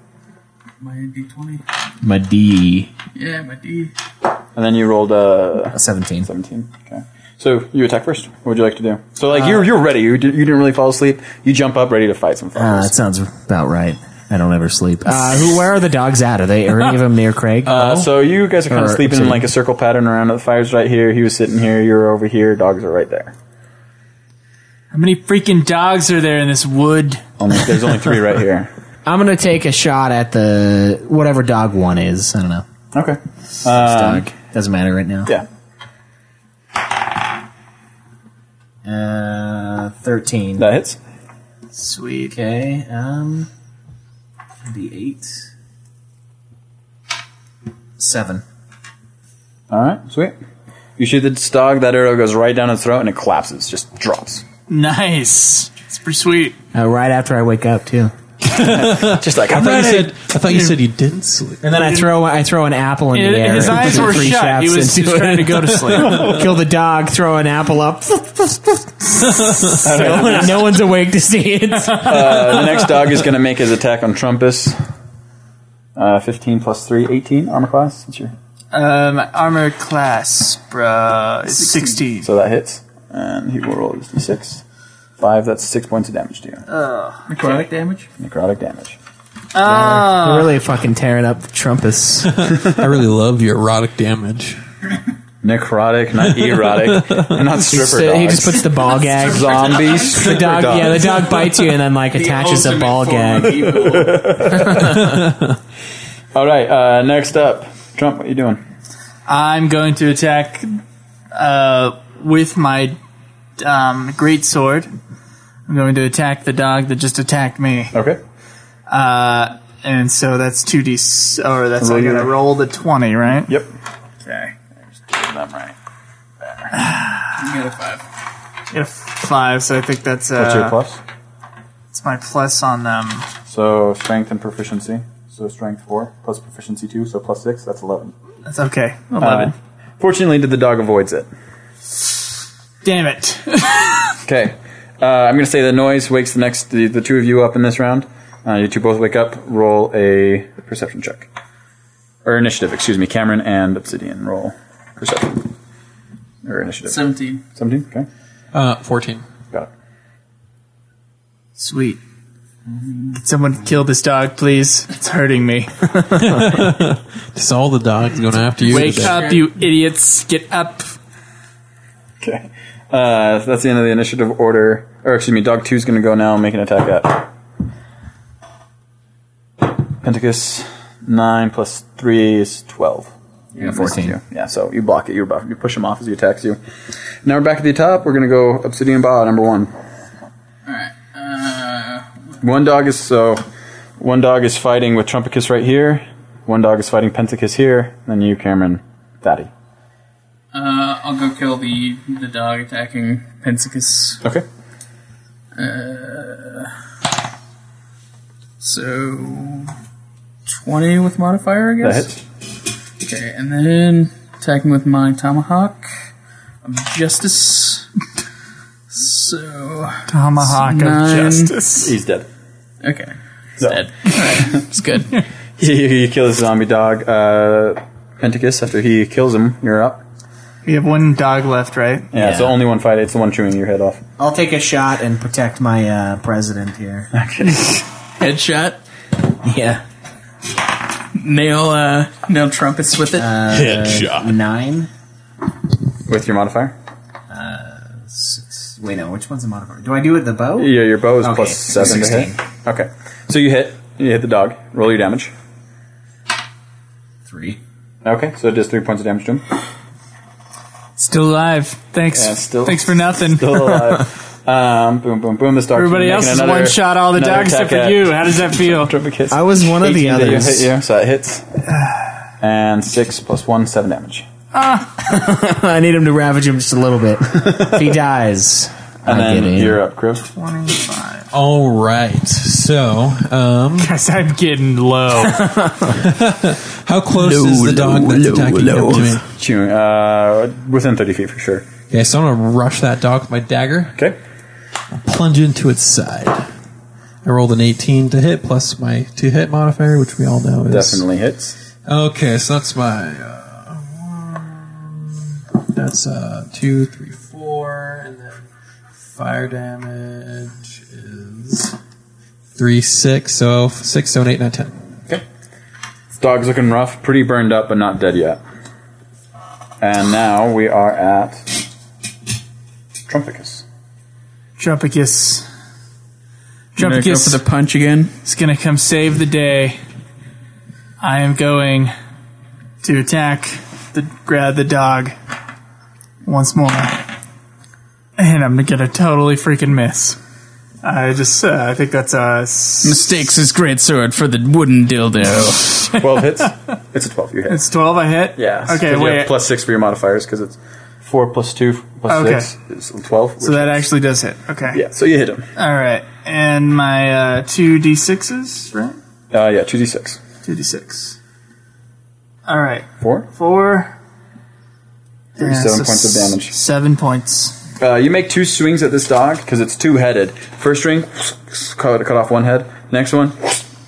My D20.
My D.
Yeah, my D.
And then you rolled uh, a
17.
17. Okay. So you attack first. What would you like to do? So like you're you're ready. You, d- you didn't really fall asleep. You jump up, ready to fight some. Fire.
Uh, that sounds about right. I don't ever sleep. Uh, who? Where are the dogs at? Are they? Are any of them near Craig?
Uh, so you guys are kind of
Or-
sleeping in
sorry.
like a circle pattern around. The fire's right here. He was sitting here. You're over here. Dogs are right there.
How many freaking dogs are there in this wood?
Only, there's only three right here.
I'm gonna take a shot at the whatever dog one is. I don't know.
Okay. Um,
This dog doesn't matter right now.
Yeah.
Uh, thirteen.
That hits.
Sweet. Okay. Um, the eight. Seven.
All right. Sweet. You shoot this dog. That arrow goes right down its throat and it collapses. Just drops.
Nice. It's pretty sweet.
Uh, right after I wake up too.
just like
I thought you said. I thought you said you didn't sleep.
And then I throw I throw an apple in
It-
the air.
his
and
eyes
shoot
were
three
shut.
shots
He was
into
just
it.
trying to go to sleep.
Kill the dog. Throw an apple up.
know.
no, one- no one's awake to see it.
Uh, the next dog is going to make his attack on Trumpus. Uh, 15 plus 3, 18 armor class. That's your
Um, armor class, bruh, is 16.
So that hits. And he will roll his d6. 5, that's 6 points of damage to you.
Oh.
Necrotic damage.
Necrotic damage.
Oh.
really fucking tearing up Trumpus.
I really love your erotic damage.
Necrotic, not erotic. and not stripper
He just- He just puts the ball gag.
Zombies.
The dog,
Stripper
yeah, the
dogs.
dog bites you and then like attaches a ball gag.
All right, uh, next up. Trump, what you doing?
I'm going to attack uh, with my um, great sword. I'm going to attack the dog that just attacked me.
Okay.
Uh, and so that's two d or that's
Roll
I'm gonna
your-
roll the twenty, right?
Yep.
Okay.
I'm right.
You got a five.
Got a five, so I think that's uh,
What's your plus?
It's my plus on um.
So strength and proficiency. So strength 4 plus proficiency 2, so plus 6, that's 11.
That's okay. Eleven.
Uh, fortunately, the dog avoids it.
Damn it.
Okay. Uh, I'm going to say the noise wakes the next the, the two of you up in this round. Uh, you two both wake up. Roll a perception check. Or initiative, excuse me. Cameron and Obsidian roll perception. Or initiative.
17.
17? Okay.
Uh, fourteen.
Got it.
Sweet. Can someone kill this dog, please? It's hurting me.
Just all the dogs going after you.
Wake
today.
up, you idiots! Get up.
Okay. Uh, so that's the end of the initiative order. Or, excuse me, dog two's going to go now and make an attack at Pentacus. 9 plus 3 is 12. Yeah,
14.
Yeah, so you block it. You, buff, you push him off as he attacks you. Now we're back at the top. We're going to go Obsidian Ba, number one. One dog is so. One dog is fighting with Trumpicus right here. One dog is fighting Pentacus here. Then you, Cameron, Thaddy.
Uh, I'll go kill the the dog attacking Pensicus.
Okay.
Uh, so twenty with modifier, I
That
guess. Okay, and then attacking with my tomahawk of justice. So
Tomahawk of
nine.
justice.
He's dead.
Okay,
He's dead.
it's good.
You, you kill the zombie dog, uh, Pentacus. After he kills him, you're up.
We have one dog left, right?
Yeah, it's the only one fight. It's the one chewing your head off.
I'll take a shot and protect my uh, president here.
Headshot.
Yeah.
Nail uh nail trumpets with it.
Uh,
Headshot. Nine.
With your modifier?
Uh, six. Wait, no. Which one's the modifier? Do I do it with the bow?
Yeah, your bow is
Okay,
plus
so
seven to hit. Okay, so you hit. You hit the dog. Roll your damage.
Three.
Okay, so it does three points of damage to him.
Still alive. Thanks.
Yeah, still-
Thanks for nothing.
Still alive. Um, boom, boom, boom. This dog.
Everybody else is one shot all the dogs except for you. How does that feel?
I
was one of the others.
Hit you, so it hits. And six plus one, seven damage.
I need him to ravage him just a little bit. If he dies,
And
I
then
get in.
you're up, Crib.
All right. So, um, guys, I'm getting low. How close is the dog that's attacking him to me?
Chewing, uh, within 30 feet for sure.
Okay, so I'm gonna rush that dog with my dagger.
Okay.
Plunge into its side. I rolled an 18 to hit plus my two hit modifier, which we all know is
Definitely hits.
Okay, so that's my. Uh, that's uh, two, three, four, and then fire damage is three, six, so six, seven, eight, nine, ten.
This dog's looking rough, pretty burned up, but not dead yet. And now we are at Trumpicus.
Trumpicus.
You're gonna go for the
punch again. It's gonna come save the day. I am going to attack the grab the dog once more, and I'm gonna totally freaking miss. I just uh, I think that's a
Mistakes his great sword for the wooden dildo.
12 hits? It's a 12 you hit.
It's 12 I hit?
Yeah. so
Okay,
you have
wait.
Plus 6 for your modifiers because it's 4 plus 2 plus
Okay.
6 is 12.
so that actually does hit. Okay.
Yeah, so you hit him.
All right. And my uh, two d6s, right?
Uh, yeah, 2d6.
2d6. All right.
Four?
Four.
Seven points of damage.
Seven points.
Uh, you make two swings at this dog because it's two headed. First swing, cut, cut off one head. Next one,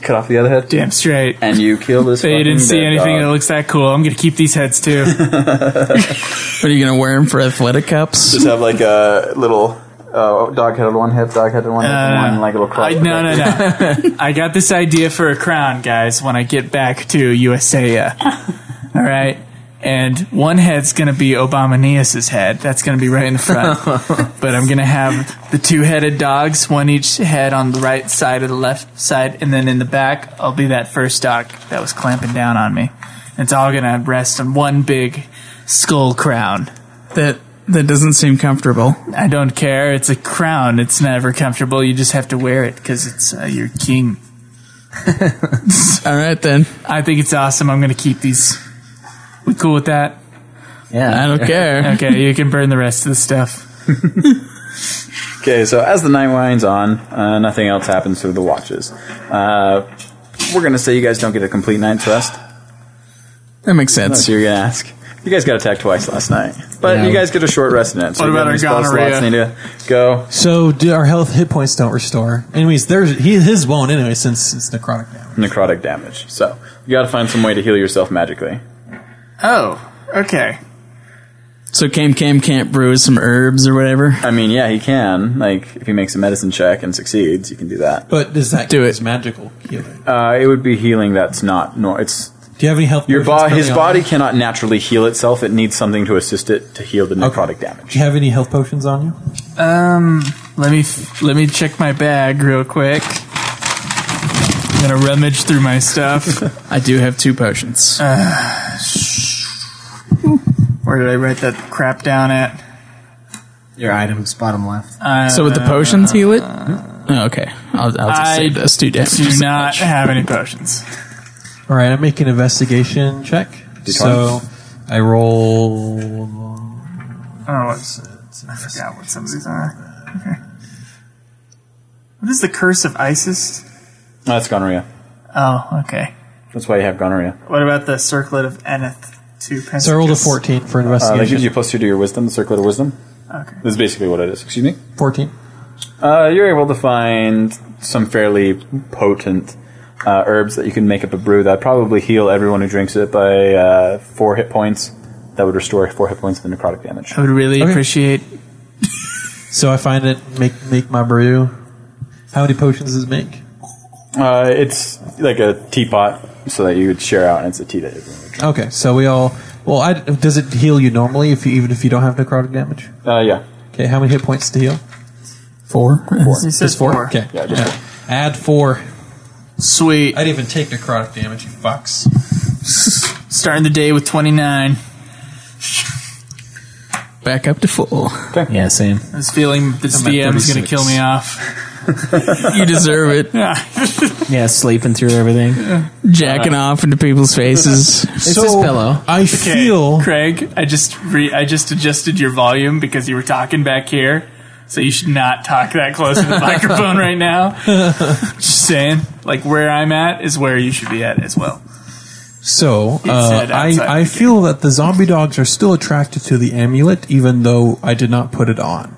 cut off the other head.
Damn straight.
And you kill this.
They
fucking
didn't see
dead
anything
dog.
that looks that cool. I'm going to keep these heads too.
What are you gonna wear him for athletic cups?
Just have like a little uh, dog head on one hip, dog head on one hip, and one like little cross.
I, no, no, no. I got this idea for a crown, guys, when I get back to USA. uh, All right? And one head's going to be Obamanias's head. That's going to be right in the front. but I'm going to have the two headed dogs, one each head on the right side of the left side. And then in the back, I'll be that first dog that was clamping down on me. It's all going to rest on one big skull crown.
That that doesn't seem comfortable.
I don't care. It's a crown. It's never comfortable. You just have to wear it because it's uh, your king.
All right then.
I think it's awesome. I'm going to keep these. We cool with that?
Yeah,
I don't care.
okay, you can burn the rest of the stuff.
Okay, so as the night winds on, uh, nothing else happens to the watches. Uh, we're gonna say you guys don't get a complete night's rest.
That makes sense.
So you're gonna ask. You guys got attacked twice last night, but
Yeah.
you guys get a short rest in it. So
What
you
about
got
our
any spell slots
gonorrhea?
Need to go.
So do our health hit points don't restore. Anyways, there's he, his won't anyway since it's necrotic now.
necrotic damage. So you got to find some way to heal yourself magically.
Oh, okay.
So Cam Cam can't brew some herbs or whatever.
I mean, yeah, he can. Like if he makes a medicine check and succeeds, you can do that.
But does that do it? Is magical healing?
Uh, it would be healing that's not. No, it's
Do you have any health?
your
potions
bo- His
currently on
body
you?
cannot naturally heal itself. It needs something to assist it to heal the necrotic damage.
Do you have any health potions on you?
Um, let me let me check my bag real quick. I'm gonna rummage through my stuff.
I do have two potions.
Uh, where did I write that crap down at?
Your items, bottom left.
Uh,
so with the potions heal it. Oh, okay, I'll, I'll just
I
save those two damage.
do not have any potions.
All right, I make an investigation check.
D20.
So I roll.
Oh, what's I forgot what some of these are. Okay. What is the curse of Isis?
No, that's gonorrhea.
Oh, okay.
That's why you have gonorrhea. Uh,
What about the circlet of Eneth? Two pences.
So I rolled a 14 for
Uh, that gives
investigation.
you plus two to your wisdom, the circlet of wisdom.
Okay.
That's basically what it is. Excuse me.
14.
Uh, you're able to find some fairly potent uh, herbs that you can make up a brew that probably heal everyone who drinks it by uh, four hit points. That would restore four hit points of the necrotic damage.
I would really appreciate.
So I find it make make my brew. How many potions does it make?
Uh, it's like a teapot, so that you would share out, and it's a tea that everyone.
Okay, so we all. Well, I, does it heal you normally if you, even if you don't have necrotic damage?
Uh, yeah.
Okay, how many hit points to heal? Four. Four.
He said
Just four.
four.
Okay.
Yeah, just
Yeah. Add four.
Sweet.
I'd even take necrotic damage, you fucks.
Starting the day with twenty nine.
Back up to full.
Yeah, same.
This feeling that this
I'm at
DM is going to
36.
kill me off.
you deserve it.
Yeah.
yeah, sleeping through everything.
Jacking off into people's faces.
I
feel Craig. I just re- I just adjusted your volume because you were talking back here, so you should not talk that close to the microphone right now. Just saying, like where I'm at is where you should be at as well.
So
He
uh,
said outside
I, I feel that the zombie dogs are still attracted to the amulet, even though I did not put it on.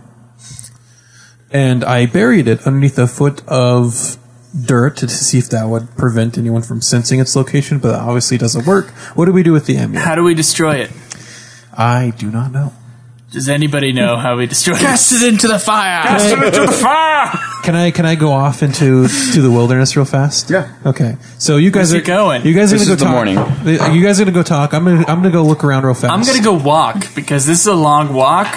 And I buried it underneath a foot of dirt to see if that would prevent anyone from sensing its location, but that obviously doesn't work. What do we do with the amulet?
How do we destroy it?
I do not know.
Does anybody know how we destroy
Cast it into the fire.
Cast it into the fire.
Can I can I go off into to the wilderness real fast? Yeah. Okay. So you guys
Where's
are
he going?
You guys
This
are gonna
is
go
the
talk.
morning.
You guys are gonna go talk. I'm gonna I'm gonna go look around real fast.
I'm gonna go walk because this is a long walk.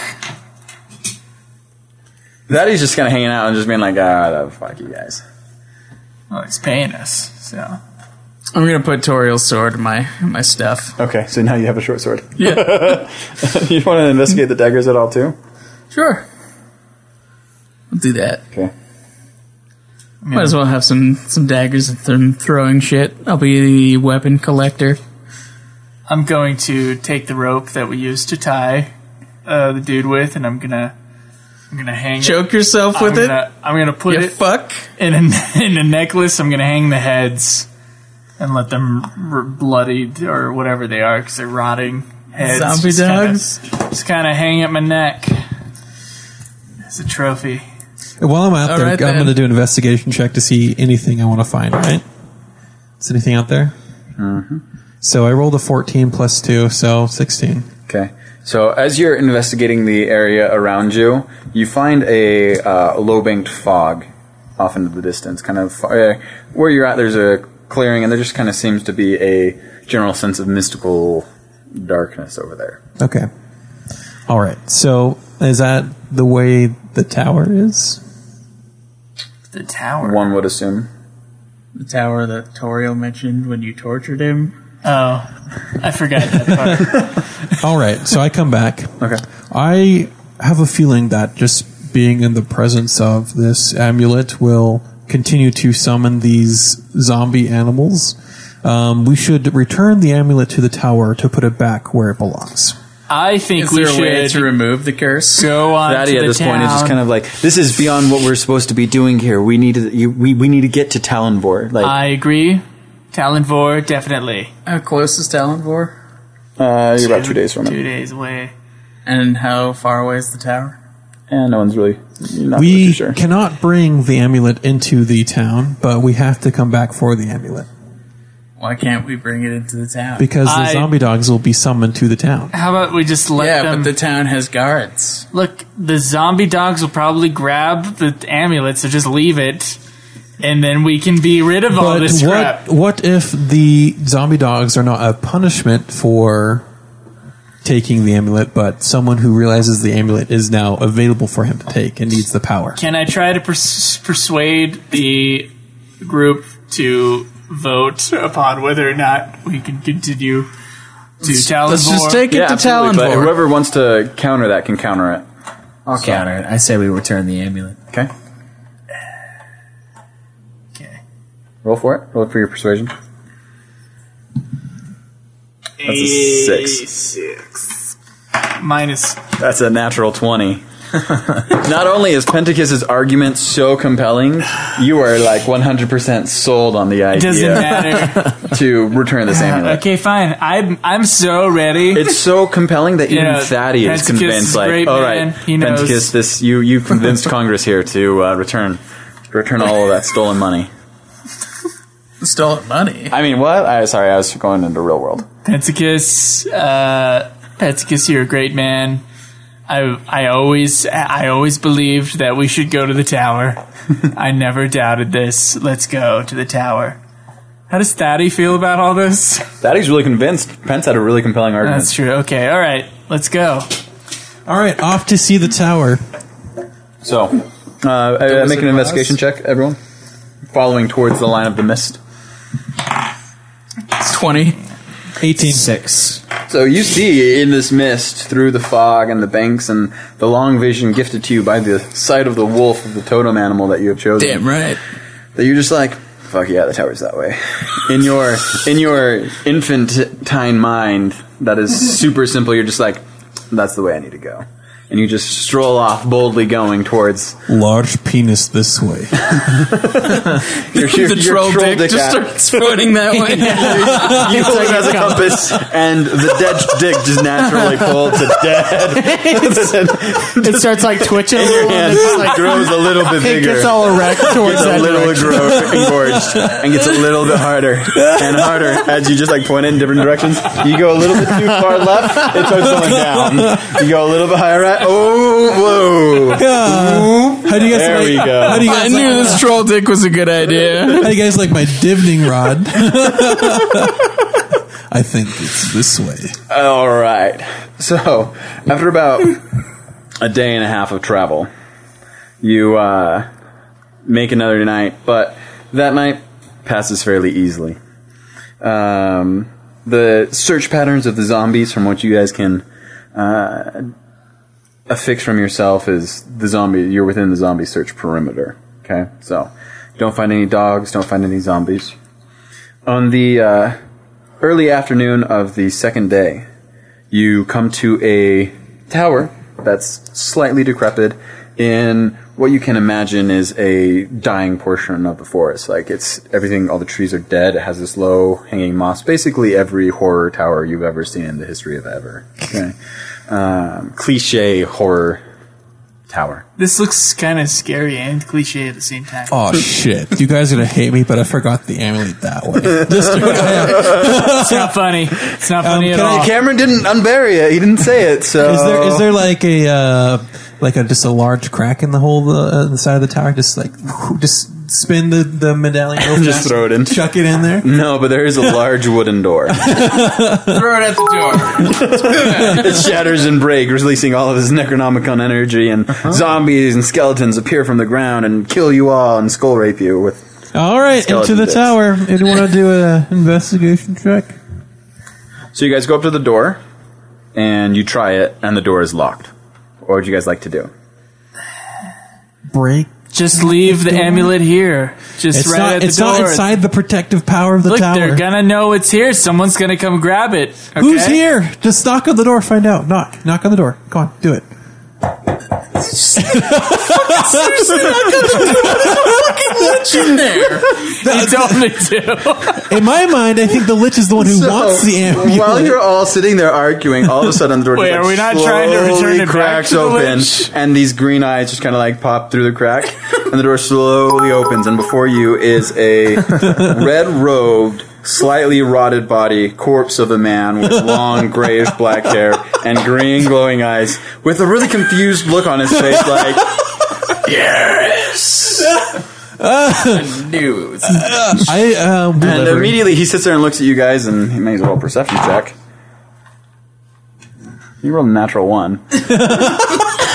That he's just kind of hanging out and just being like, ah, the fuck you guys.
Well, he's Oh, paying us, so
I'm gonna put Toriel's sword in my in my stuff.
Okay, so now you have a short sword.
Yeah.
you want to investigate the daggers at all, too?
Sure. I'll do that.
Okay.
Might as well have some some daggers and th- throwing shit. I'll be the weapon collector.
I'm going to take the rope that we used to tie uh, the dude with, and I'm gonna I'm gonna hang.
Choke yourself with it?
it. I'm gonna put
You
it
fuck
in a in a necklace. I'm gonna hang the heads and let them r- bloodied or whatever they are because they're rotting heads.
Zombie
Just kinda-
dogs?
just kind of hang at my neck as a trophy.
While I'm out
All
there,
right,
I'm
then.
going to do an investigation check to see anything I want to find. Right? Is anything out there?
Mm-hmm.
So I rolled a 14 plus two, so 16.
Okay. So as you're investigating the area around you, you find a uh, low-banked fog off into the distance, kind of far, where you're at. There's a clearing, and there just kind of seems to be a general sense of mystical darkness over there.
Okay. All right. So is that the way the tower is?
The tower.
One would assume.
the tower that Toriel mentioned when you tortured him.
Oh, I forgot that part.
All right. So I come back.
Okay.
I have a feeling that just being in the presence of this amulet will continue to summon these zombie animals. Um, we should return the amulet to the tower to put it back where it belongs.
I think
Is
we
there a
should
way to remove the curse?
go on
Daddy
to
at
the
this
town.
point is just kind of like, this is beyond what we're supposed to be doing here. We need to, you, we, we need to get to Talonvor. Like,
I agree. Talonvor, definitely.
How close is Talonvor?
uh, you're about two days from
Two
it,
days away.
And how far away is the tower?
and no one's really you're not really
we
too sure.
cannot bring the amulet into the town, but we have to come back for the amulet
Why can't we bring it into the town?
because the
I-
zombie dogs will be summoned to the town.
How about we just let
yeah,
them
but the town has guards.
look? The zombie dogs will probably grab the amulet, so just leave it, and then we can be rid of all
But
this crap.
what what if the zombie dogs are not a punishment for taking the amulet, but someone who realizes the amulet is now available for him to take and needs the power?
Can I try to pers- persuade the group to vote upon whether or not we can continue to Talonvor?
Let's just take it
yeah,
to
absolutely, but
Talonvor.
whoever wants to counter that can counter it.
I'll counter it. I say we return the amulet.
Okay.
Okay.
Roll for it. Roll for your persuasion. That's a six.
six. Minus
That's a natural 20. Not only is Pentacus's argument so compelling, you are like 100% sold on the idea
doesn't matter.
to return this amulet.
okay, fine. I'm I'm so ready.
It's so compelling that even
Yeah,
Thaddeus
Pentacus
is convinced,
is a
like,
great
all
man.
right,
He knows."
Pentacus, this you you convinced Congress here to uh, return return all of that stolen money.
Stolen money.
I mean, what? I sorry, I was going into real world.
Pentacus, uh, Pentacus, you're a great man. I, I always I always believed that we should go to the tower. I never doubted this. Let's go to the tower. How does Thaddy feel about all this?
Thaddeus really convinced. Pence had a really compelling argument.
That's true. Okay, all right, let's go.
All right, off to see the tower.
So, uh, I, I make an investigation check, everyone. Following towards the line of the mist.
It's 20.
18.
Six.
So you see in this mist, through the fog and the banks, and the long vision gifted to you by the sight of the wolf of the totem animal that you have chosen.
Damn right.
That you're just like, fuck yeah, the tower's that way. In your in your infantine mind, that is super simple. You're just like, that's the way I need to go, and you just stroll off boldly, going towards
Large penis this way.
your, your, your
the troll, dick, just
at.
starts floating that way.
You hold it as a compass, and the dead dick just naturally folds to dead.
It starts like twitching a
And your
little
hand
and it's like
grows a little bit
It
bigger.
gets all erect towards
Gets
that
a little
direction.
gro- engorged and gets a little bit harder and harder as you just like point in different directions. You go a little bit too far left, it starts going down. You go a little bit higher right. Oh, whoa!
Yeah. How do you guys
There
like,
we go.
How do you guys
I knew
like,
this troll dick was a good idea.
How do you guys like my divning rod? I think it's this way.
All right. So, after about a day and a half of travel, you uh, make another night, but that night passes fairly easily. Um, the search patterns of the zombies, from what you guys can uh, affix from yourself, is the zombie. You're within the zombie search perimeter. Okay, so don't find any dogs. Don't find any zombies. On the uh, early afternoon of the second day, you come to a tower that's slightly decrepit in what you can imagine is a dying portion of the forest. Like it's everything, all the trees are dead. It has this low hanging moss. Basically, every horror tower you've ever seen in the history of ever. Okay, um, cliche horror tower.
This looks kind of scary and cliche at the same time.
Oh shit! You guys are gonna hate me, but I forgot the amulet that way. This
it's not funny. It's
Um,
not funny at
can
all.
I-
Cameron didn't unbury it. He didn't say it. So
Is there is there like a uh, like a just a large crack in the hole uh, in the side of the tower? Just like just spin the the medallion. real
Just
fast,
throw it Mm-hmm. in.
Chuck it in there.
No, but there is a large wooden door.
Throw it at the door.
it shatters and breaks, releasing all of his Necronomicon energy, and zombies and skeletons appear from the ground and kill you all and skull rape you with.
All right,
Skeleton
into the
bits.
tower. Anyone want to do an investigation check?
So you guys go up to the door, and you try it, and the door is locked. What would you guys like to do?
Break.
Just leave the amulet here. Just
It's
right
not.
at the
It's
door.
not inside the protective power of the
Look,
tower.
they're gonna know it's here. Someone's gonna come grab it. okay?
Who's here? Just knock on the door. Find out. Knock. Knock on the door. Go on. Do it.
You told me to.
In my mind, I think the lich is the one who wants the amulet.
While you're all sitting there arguing, all of a sudden the door
Wait,
just, like,
are we not trying to return
slowly
it back
cracks
to the
open,
lich?
and these green eyes just kind of like pop through the crack, and the door slowly opens, and before you is a red robed, slightly rotted body, corpse of a man with long grayish black hair and green glowing eyes, with a really confused look on his face, like.
News.
I uh,
And
delivery.
immediately he sits there and looks at you guys, and he makes a roll perception check. He rolled a natural one.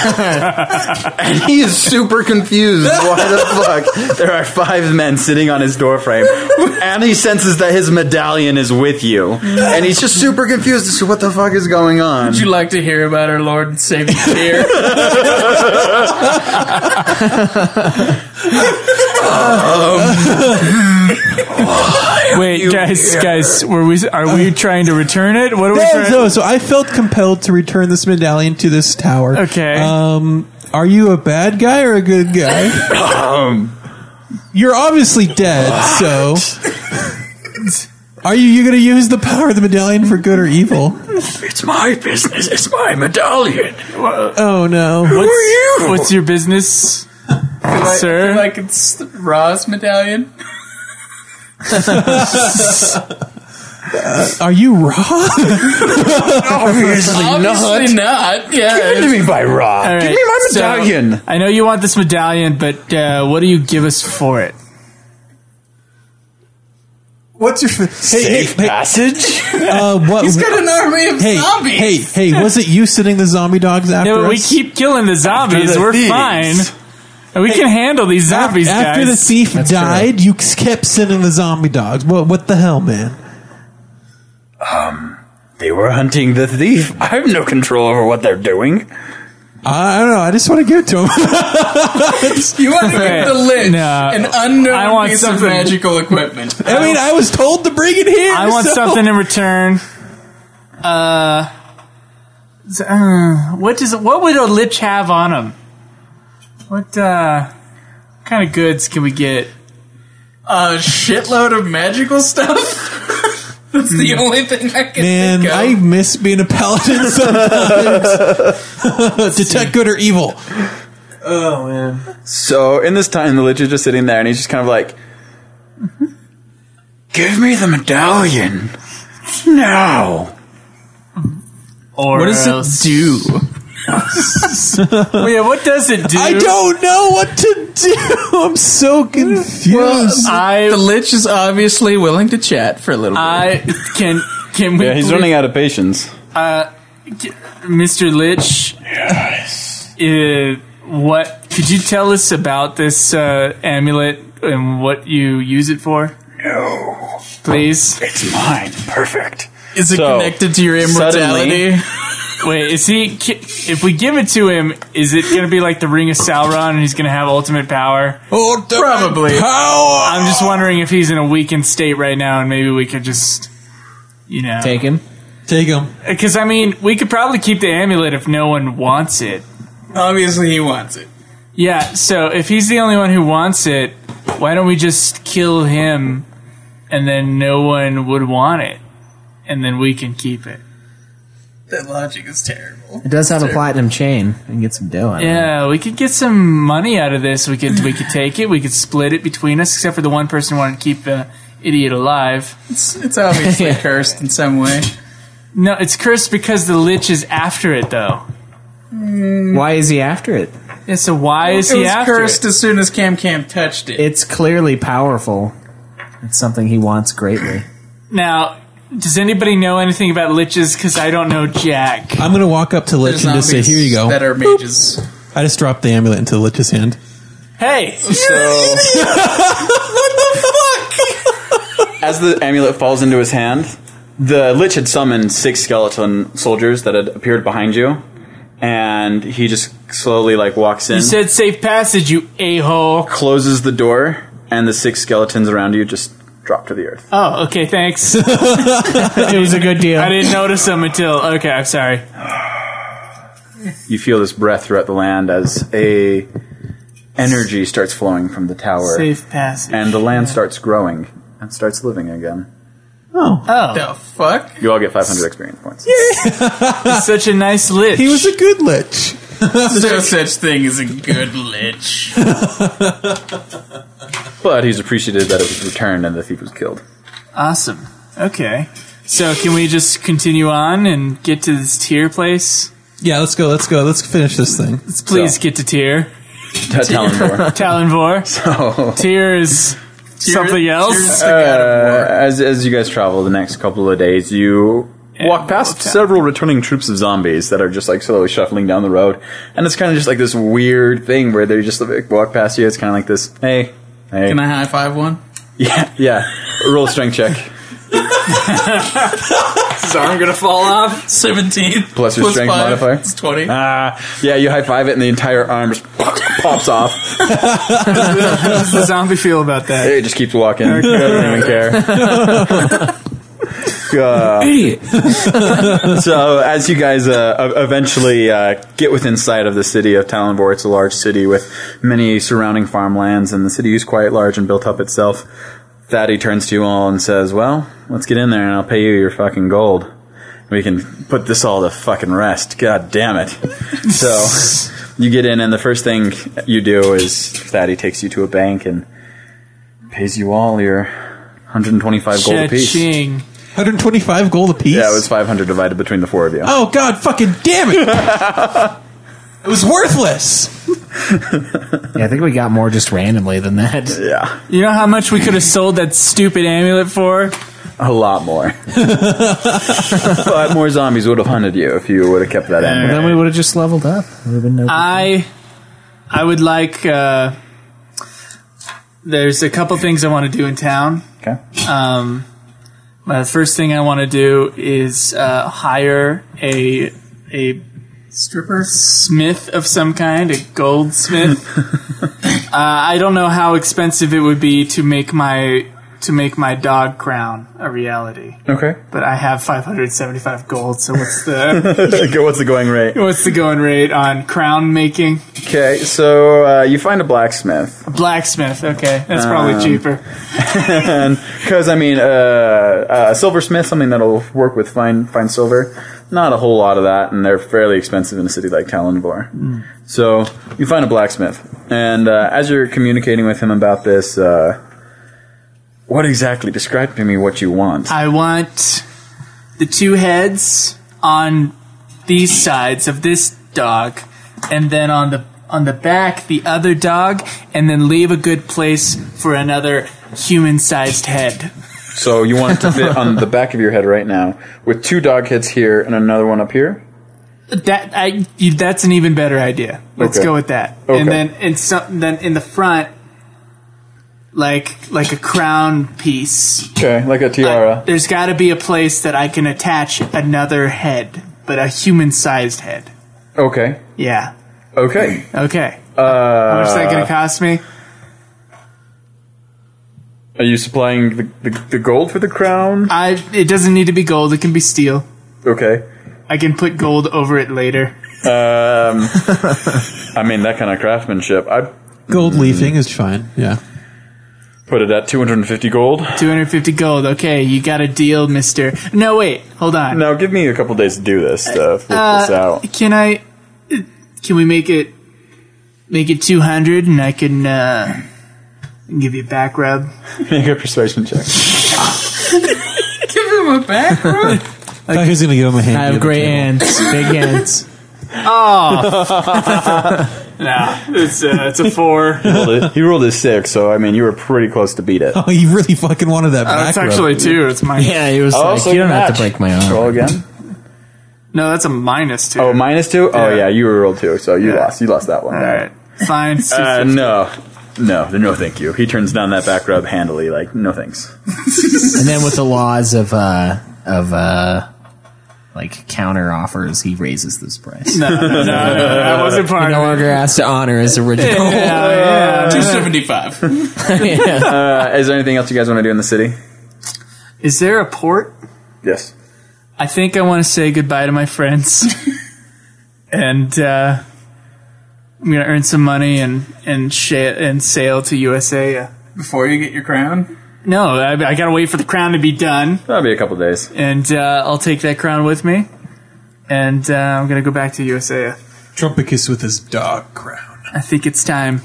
and he is super confused. Why the fuck? There are five men sitting on his doorframe, and he senses that his medallion is with you, and he's just super confused as to what the fuck is going on.
Would you like to hear about our Lord and Savior
Um,
here?
Wait, guys, guys, were we? Are we trying to return it? What are we
No,
trying?
no, so I felt compelled to return this medallion to this tower.
Okay.
Um, are you a bad guy or a good guy? um, You're obviously dead, so. Are you you going to use the power of the medallion for good or evil?
It's my business. It's my medallion.
Oh no.
What's,
you?
what's your business, sir?
like it's Ra's medallion.
Are you raw?
Obviously
Obviously not. Yeah.
me by Rob.
All
Give
right,
me my
so,
medallion.
I know you want this medallion, but uh, what do you give us for it?
What's your. F- hey, hey, hey,
passage.
uh, what?
He's got an army of
hey,
zombies.
hey, hey, was it you sitting the zombie dogs after
No,
us?
we keep killing the zombies.
the
We're
thieves.
fine. And we can handle these zombies,
after the
guys.
thief died, you kept sending the zombie dogs. What? What the hell, man?
They were hunting the thief. I have no control over what they're doing.
I don't know. I just want to give it to him.
you want to give the lich
No.
an unknown
I want
piece
something-
of magical equipment.
I mean, I was told to bring it here.
I want
so-
something in return. Uh, z- uh, what does what would a lich have on him? What uh, kind of goods can we get?
a shitload of magical stuff. That's the only thing I can
Man,
think of.
I miss being a paladin sometimes. Detect good or evil.
oh man.
So in this time, the lich is just sitting there, and he's just kind of like, "Give me the medallion now."
Or
What does
else-
it do?
Well, yeah, what does it do?
I don't know what to do. I'm so confused.
the
I
lich is obviously willing to chat for a little bit.
I can can we?
Yeah, he's
please-
running out of patience.
Uh, g- Mr. Lich. Yes. what could you tell us about this uh, amulet and what you use it for?
No,
Please.
it's mine. Perfect.
Is it
So,
connected to your immortality?
Wait, is he? ki- If we give it to him, is it going to be like the Ring of Sauron and he's going to have ultimate power?
Oh, the
Probably.
power.
I'm just wondering if he's in a weakened state right now and maybe we could just, you know.
Take him.
Take him.
Because, I mean, we could probably keep the amulet if no one wants it.
Obviously, he wants it.
Yeah, so if he's the only one who wants it, why don't we just kill him and then no one would want it? And then we can keep it.
That logic is terrible.
It does have a platinum chain. We can get some dough out of it.
Yeah, we could get some money out of this. We could we could take it. We could split it between us, except for the one person who wanted to keep the idiot alive.
It's, it's obviously cursed in some way.
No, it's cursed because the lich is after it, though.
Hmm. Why is he after it?
Yeah, so why is
it
he
was
after
cursed
it?
as soon as Cam Cam touched it.
It's clearly powerful. It's something he wants greatly.
Now, does anybody know anything about liches? Because I don't know Jack.
I'm gonna walk up to Lich
There's
and just say,
zombies
"Here you go."
That are mages.
I just dropped the amulet into Lich's hand.
Hey,
So As the amulet falls into his hand, the Lich had summoned six skeleton soldiers that had appeared behind you, and he just slowly like walks in,
you said safe passage, you a hole.
closes the door, and the six skeletons around you just drop to the earth.
Oh, okay, thanks. it was a good deal. I didn't notice them until. Okay, I'm sorry.
You feel this breath throughout the land as a energy starts flowing from the tower,
Safe passage.
and the land starts growing and starts living again.
Oh,
The fuck?
You all get 500 experience points.
it's such a nice lich.
He was a good Lich.
There's no such thing as a good lich.
But he's appreciative that it was returned and the thief was killed.
Awesome. Okay. So can we just continue on and get to this tier place?
Yeah, let's go. Let's go. Let's finish this thing.
Let's please
So.
get to tier.
That's Talonvor.
Talonvor.
So-
tier is something else.
Uh, as as you guys travel the next couple of days, you walk past several returning troops of zombies that are just like slowly shuffling down the road, and it's kind of just like this weird thing where they just like, walk past you. It's kind of like this, hey, hey,
Can I high five one?
yeah, yeah. Roll a strength check.
His arm gonna fall off? 17.
Plus your strength
five.
modifier.
It's 20.
Ah, yeah. You high five it, and the entire arm just pops off.
How does the zombie feel about that?
It just keeps walking. Doesn't even care. Uh, so as you guys uh, ev- eventually uh, get within sight of the city of Talonvor, it's a large city with many surrounding farmlands, and the city is quite large and built up itself. Thaddy turns to you all and says, "Well, let's get in there, and I'll pay you your fucking gold. We can put this all to fucking rest. God damn it!" So you get in, and the first thing you do is Thaddy takes you to a bank and pays you all your 125 gold apiece. Yeah,
Cha-ching.
125 gold apiece.
it was 500 divided between the four of you.
Oh God! Fucking damn it! it was worthless.
Yeah, I think we got more just randomly than that.
Yeah,
You know how much we could have sold that stupid amulet for?
a lot more. but more zombies would have hunted you if you would have kept that in.
Then we would have just leveled up. It would have been no
I I would like uh, there's a couple things I want to do in town.
Okay.
Um, My first thing I want to do is uh, hire a a stripper smith of some kind, a goldsmith. uh, I don't know how expensive it would be to make my to make my dog crown a reality,
Okay.
but I have 575 gold. So what's the
Go- What's the going rate?
what's the going rate on crown making?
Okay, so uh, you find a blacksmith.
Blacksmith. Okay, that's probably
Um,
cheaper.
Because, I mean, uh, uh, a silversmith, something that'll work with fine, fine silver, not a whole lot of that, and they're fairly expensive in a city like Talonvor.
Mm.
So you find a blacksmith, and uh, as you're communicating with him about this, uh, what exactly? Describe to me what you want.
I want the two heads on these sides of this dog, and then on the on the back the other dog, and then leave a good place for another human-sized head.
So you want it to fit on the back of your head right now, with two dog heads here and another one up here.
That I you- that's an even better idea. Let's
Okay.
go with that.
Okay.
And then and so, then in the front, like like a crown piece.
Okay, like a tiara.
There's got to be a place that I can attach another head, but a human-sized head.
okay.
Yeah.
Okay.
Okay.
Uh,
How much is that going to cost me?
Are you supplying the, the, the gold for the crown?
I. It doesn't need to be gold. It can be steel.
Okay.
I can put gold over it later.
Um, I mean that kind of craftsmanship. I
Gold leafing is fine. Yeah.
put it at 250 gold.
250 gold. Okay, you got a deal, mister. No, wait. Hold on.
Now give me a couple days to do this stuff. Work
Uh,
this out.
Can I? Can we make it? Make it 200, and I can uh, give you a back rub.
Make a persuasion check.
give him a back rub.
I thought he was going to give him a hand.
I have
under the
great
table.
hands. Big hands.
Oh.
nah, it's uh, it's a four.
He rolled, a, he rolled a six, so I mean you were pretty close to beat it.
Oh, you really fucking wanted that
Uh,
back.
it's actually two. It's minus.
Yeah, he was
Oh,
like,
so
you don't have to
match.
break my arm.
Roll again.
No, that's a minus two.
Oh, minus two. Oh yeah, you were rolled two, so you lost. You lost that one. All right.
Fine.
Uh,
650.
no, no, no, thank you. He turns down that back rub handily, like no thanks.
and then with the laws of uh of uh like counter offers, he raises this price.
No, no, no, no, no, that wasn't part
He no longer has to honor his original.
Yeah, yeah.
275.
Uh, is there anything else you guys want to do in the city?
Is there a port?
Yes.
I think I want to say goodbye to my friends, and uh, I'm gonna earn some money and and sh- and sail to USA. uh,
Before you get your crown?
No, I, I gotta wait for the crown to be done,
That'll be a couple days.
and uh, I'll take that crown with me, and uh, I'm gonna go back to USA.
Trumpicus with his dog crown.
I think it's time.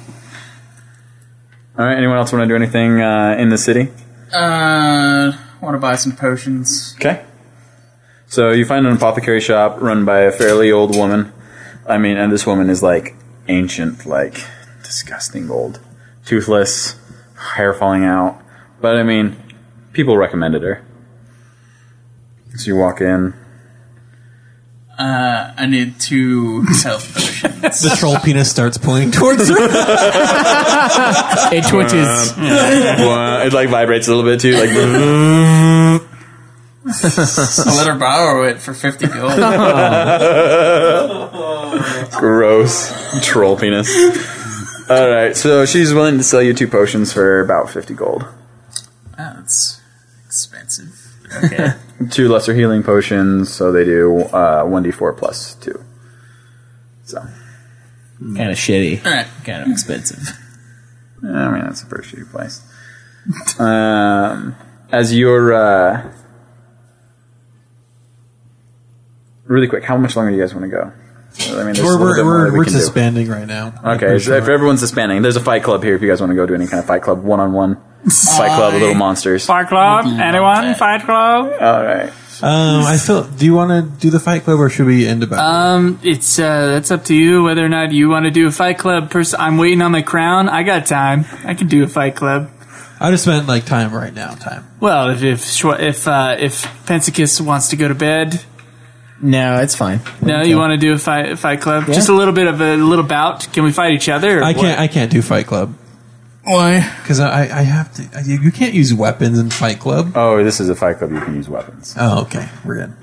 All right. Anyone else want to do anything uh, in the city?
Uh, want to buy some potions.
Okay. So you find an apothecary shop run by a fairly old woman. I mean, and this woman is like ancient, like disgusting old, toothless, hair falling out. But I mean, people recommended her. So you walk in.
Uh, I need two health potions.
The troll penis starts pulling towards her.
it
Uh, wah, it like vibrates a little bit too. Like
I'll let her borrow it for 50 gold.
gross troll penis. All right, so she's willing to sell you two potions for about fifty gold.
Ah,
That's expensive. Okay.
Two lesser healing potions, so they do uh, one d four plus two. So
kind of shitty.
Alright.
Kind of expensive.
I mean, that's a pretty shitty place. um, as you're uh, really quick, how much longer do you guys want to go? I mean, there's a
We're,
little
we're,
bit more that
we're,
we
we're
can do.
suspending right now.
Okay, so if everyone's suspending, there's a fight club here. If you guys want to go do any kind of fight club, one on one fight club with little monsters.
Fight Club, anyone? Fight Club.
All right.
Um, I feel. Do you want to do the Fight Club, or should we end about?
Um, it's uh, that's up to you whether or not you want to do a Fight Club. Pers- I'm waiting on my crown. I got time. I can do a Fight Club.
I just meant like time right now. Time.
Well, if if Schwa- if uh, if Pensacus wants to go to bed,
No, it's fine.
no, you want to do a Fight Fight Club?
Yeah.
Just a little bit of a little bout. Can we fight each other? Or
I
what?
can't. I can't do Fight Club.
Why?
Because I, I have to. You, you can't use weapons in Fight Club.
Oh, this is a Fight Club. You can use weapons.
Oh, okay. We're good.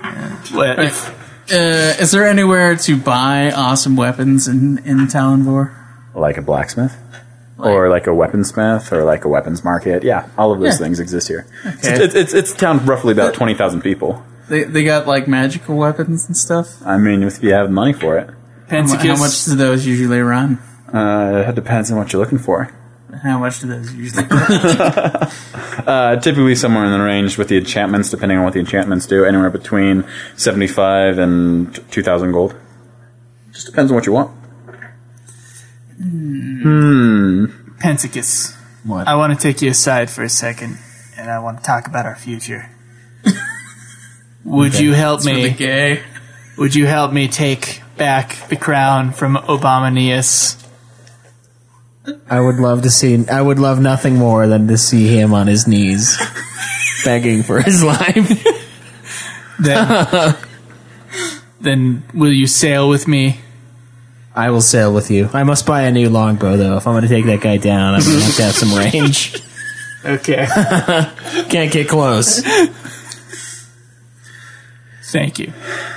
Alright. Uh, is there anywhere to buy awesome weapons in in Talonvor?
Like a blacksmith? or like a weaponsmith, or like a weapons market. Yeah, all of those
Yeah.
things exist here. It's,
Okay.
it's, it's, it's a town of roughly about 20,000 people.
They they got like magical weapons and stuff.
I mean, if you have money for it.
How mu- How much do those usually run?
Uh, it depends on what you're looking for.
How much do those usually?
Uh, typically somewhere in the range with the enchantments, depending on what the enchantments do, anywhere between 75 and 2,000 gold. Just depends on what you want. Hmm.
Pensicus.
What?
I want to take you aside for a second, and I want to talk about our future. Would
Okay.
you help
It's
me?
really gay.
Would you help me take back the crown from Obamanius?
I would love to see. I would love nothing more than to see him on his knees, begging for his life.
Then, then will you sail with me?
I will sail with you. I must buy a new longbow though. If I'm going to take that guy down, I'm going to have to have some range.
Okay.
Can't get close.
Thank you.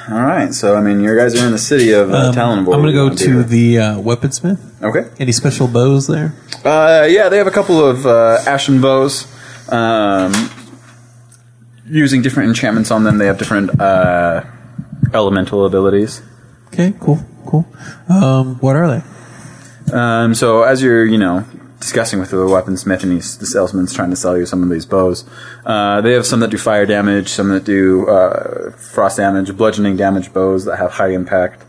All right, so I mean, your guys are in the city of uh,
Um, I'm
Talonvor.
going to
You
go
wanna be
to
there.
the uh, weaponsmith.
Okay.
Any special bows there?
Uh, yeah, they have a couple of uh, ashen bows. Um, using different enchantments on them, they have different uh, elemental abilities.
Okay, cool, cool. Um, what are they?
Um, so as you're, you know, discussing with the weaponsmith and he's, the salesman's trying to sell you some of these bows, uh, they have some that do fire damage, some that do uh, frost damage, bludgeoning damage bows that have high impact.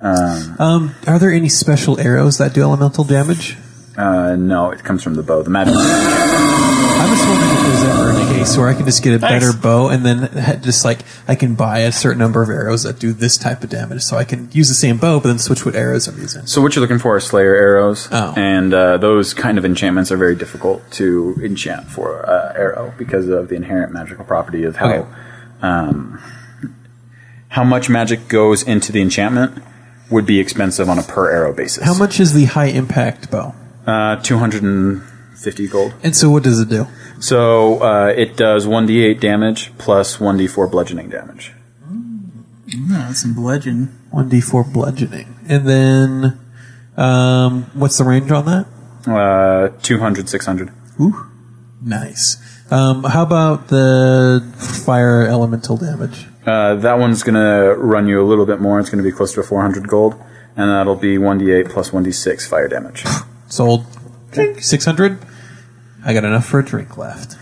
Um,
Um, are there any special arrows that do elemental damage?
uh, no, it comes from the bow. The magic.
I was wondering if there's ever any case where I can just get a
Thanks.
better bow and then ha- just like I can buy a certain number of arrows that do this type of damage, so I can use the same bow but then switch what arrows I'm using.
So what you're looking for are Slayer arrows,
Oh.
and uh, those kind of enchantments are very difficult to enchant for uh, arrow because of the inherent magical property of how
Okay.
um, how much magic goes into the enchantment would be expensive on a per arrow basis.
How much is the high impact bow?
Uh, Two hundred and fifty gold.
And so what does it do?
So uh, it does one d8 damage plus one d4 bludgeoning damage.
no, some bludgeon.
One d four bludgeoning, and then um, what's the range on that?
Uh, 200, 600.
Ooh, nice. Um, how about the fire elemental damage?
Uh, that one's going to run you a little bit more. It's going to be close to 400 gold, and that'll be 1d8 plus 1d6 fire damage.
Sold six hundred. I got enough for a drink left.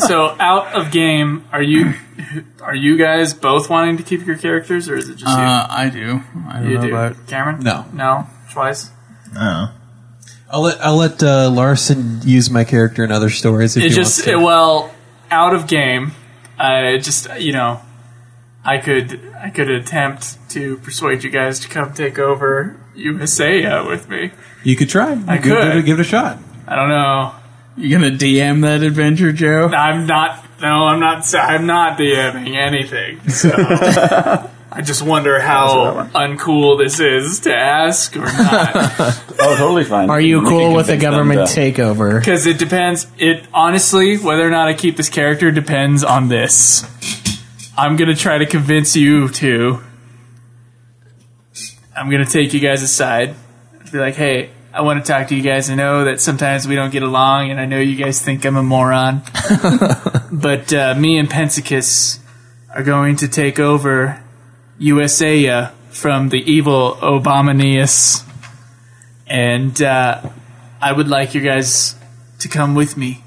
so out of game, are you are you guys both wanting to keep your characters, or is it just you?
Uh, I do. I don't
you
know
do.
about-
Cameron.
No.
no, twice.
Oh. I'll let I'll let uh, Larson use my character in other stories if
it
he
just
wants to.
it- well out of game. I just you know, I could I could attempt to persuade you guys to come take over USA uh, with me.
you could try.
I
You Give it,
could.
give it a shot.
I don't know.
You gonna DM that adventure, Joe?
I'm not. No, I'm not. s- I'm not DMing anything. So I just wonder how uncool this is to ask or not.
oh, totally fine.
Are you
We can
cool with a
convince them
government
to-
takeover?
Because it depends. It honestly, whether or not I keep this character depends on this. I'm gonna try to convince you to. I'm gonna take you guys aside. Be like, hey, I want to talk to you guys. I know that sometimes we don't get along, and I know you guys think I'm a moron. but uh, me and Pensicus are going to take over USA uh, from the evil Obamanius, and uh, I would like you guys to come with me.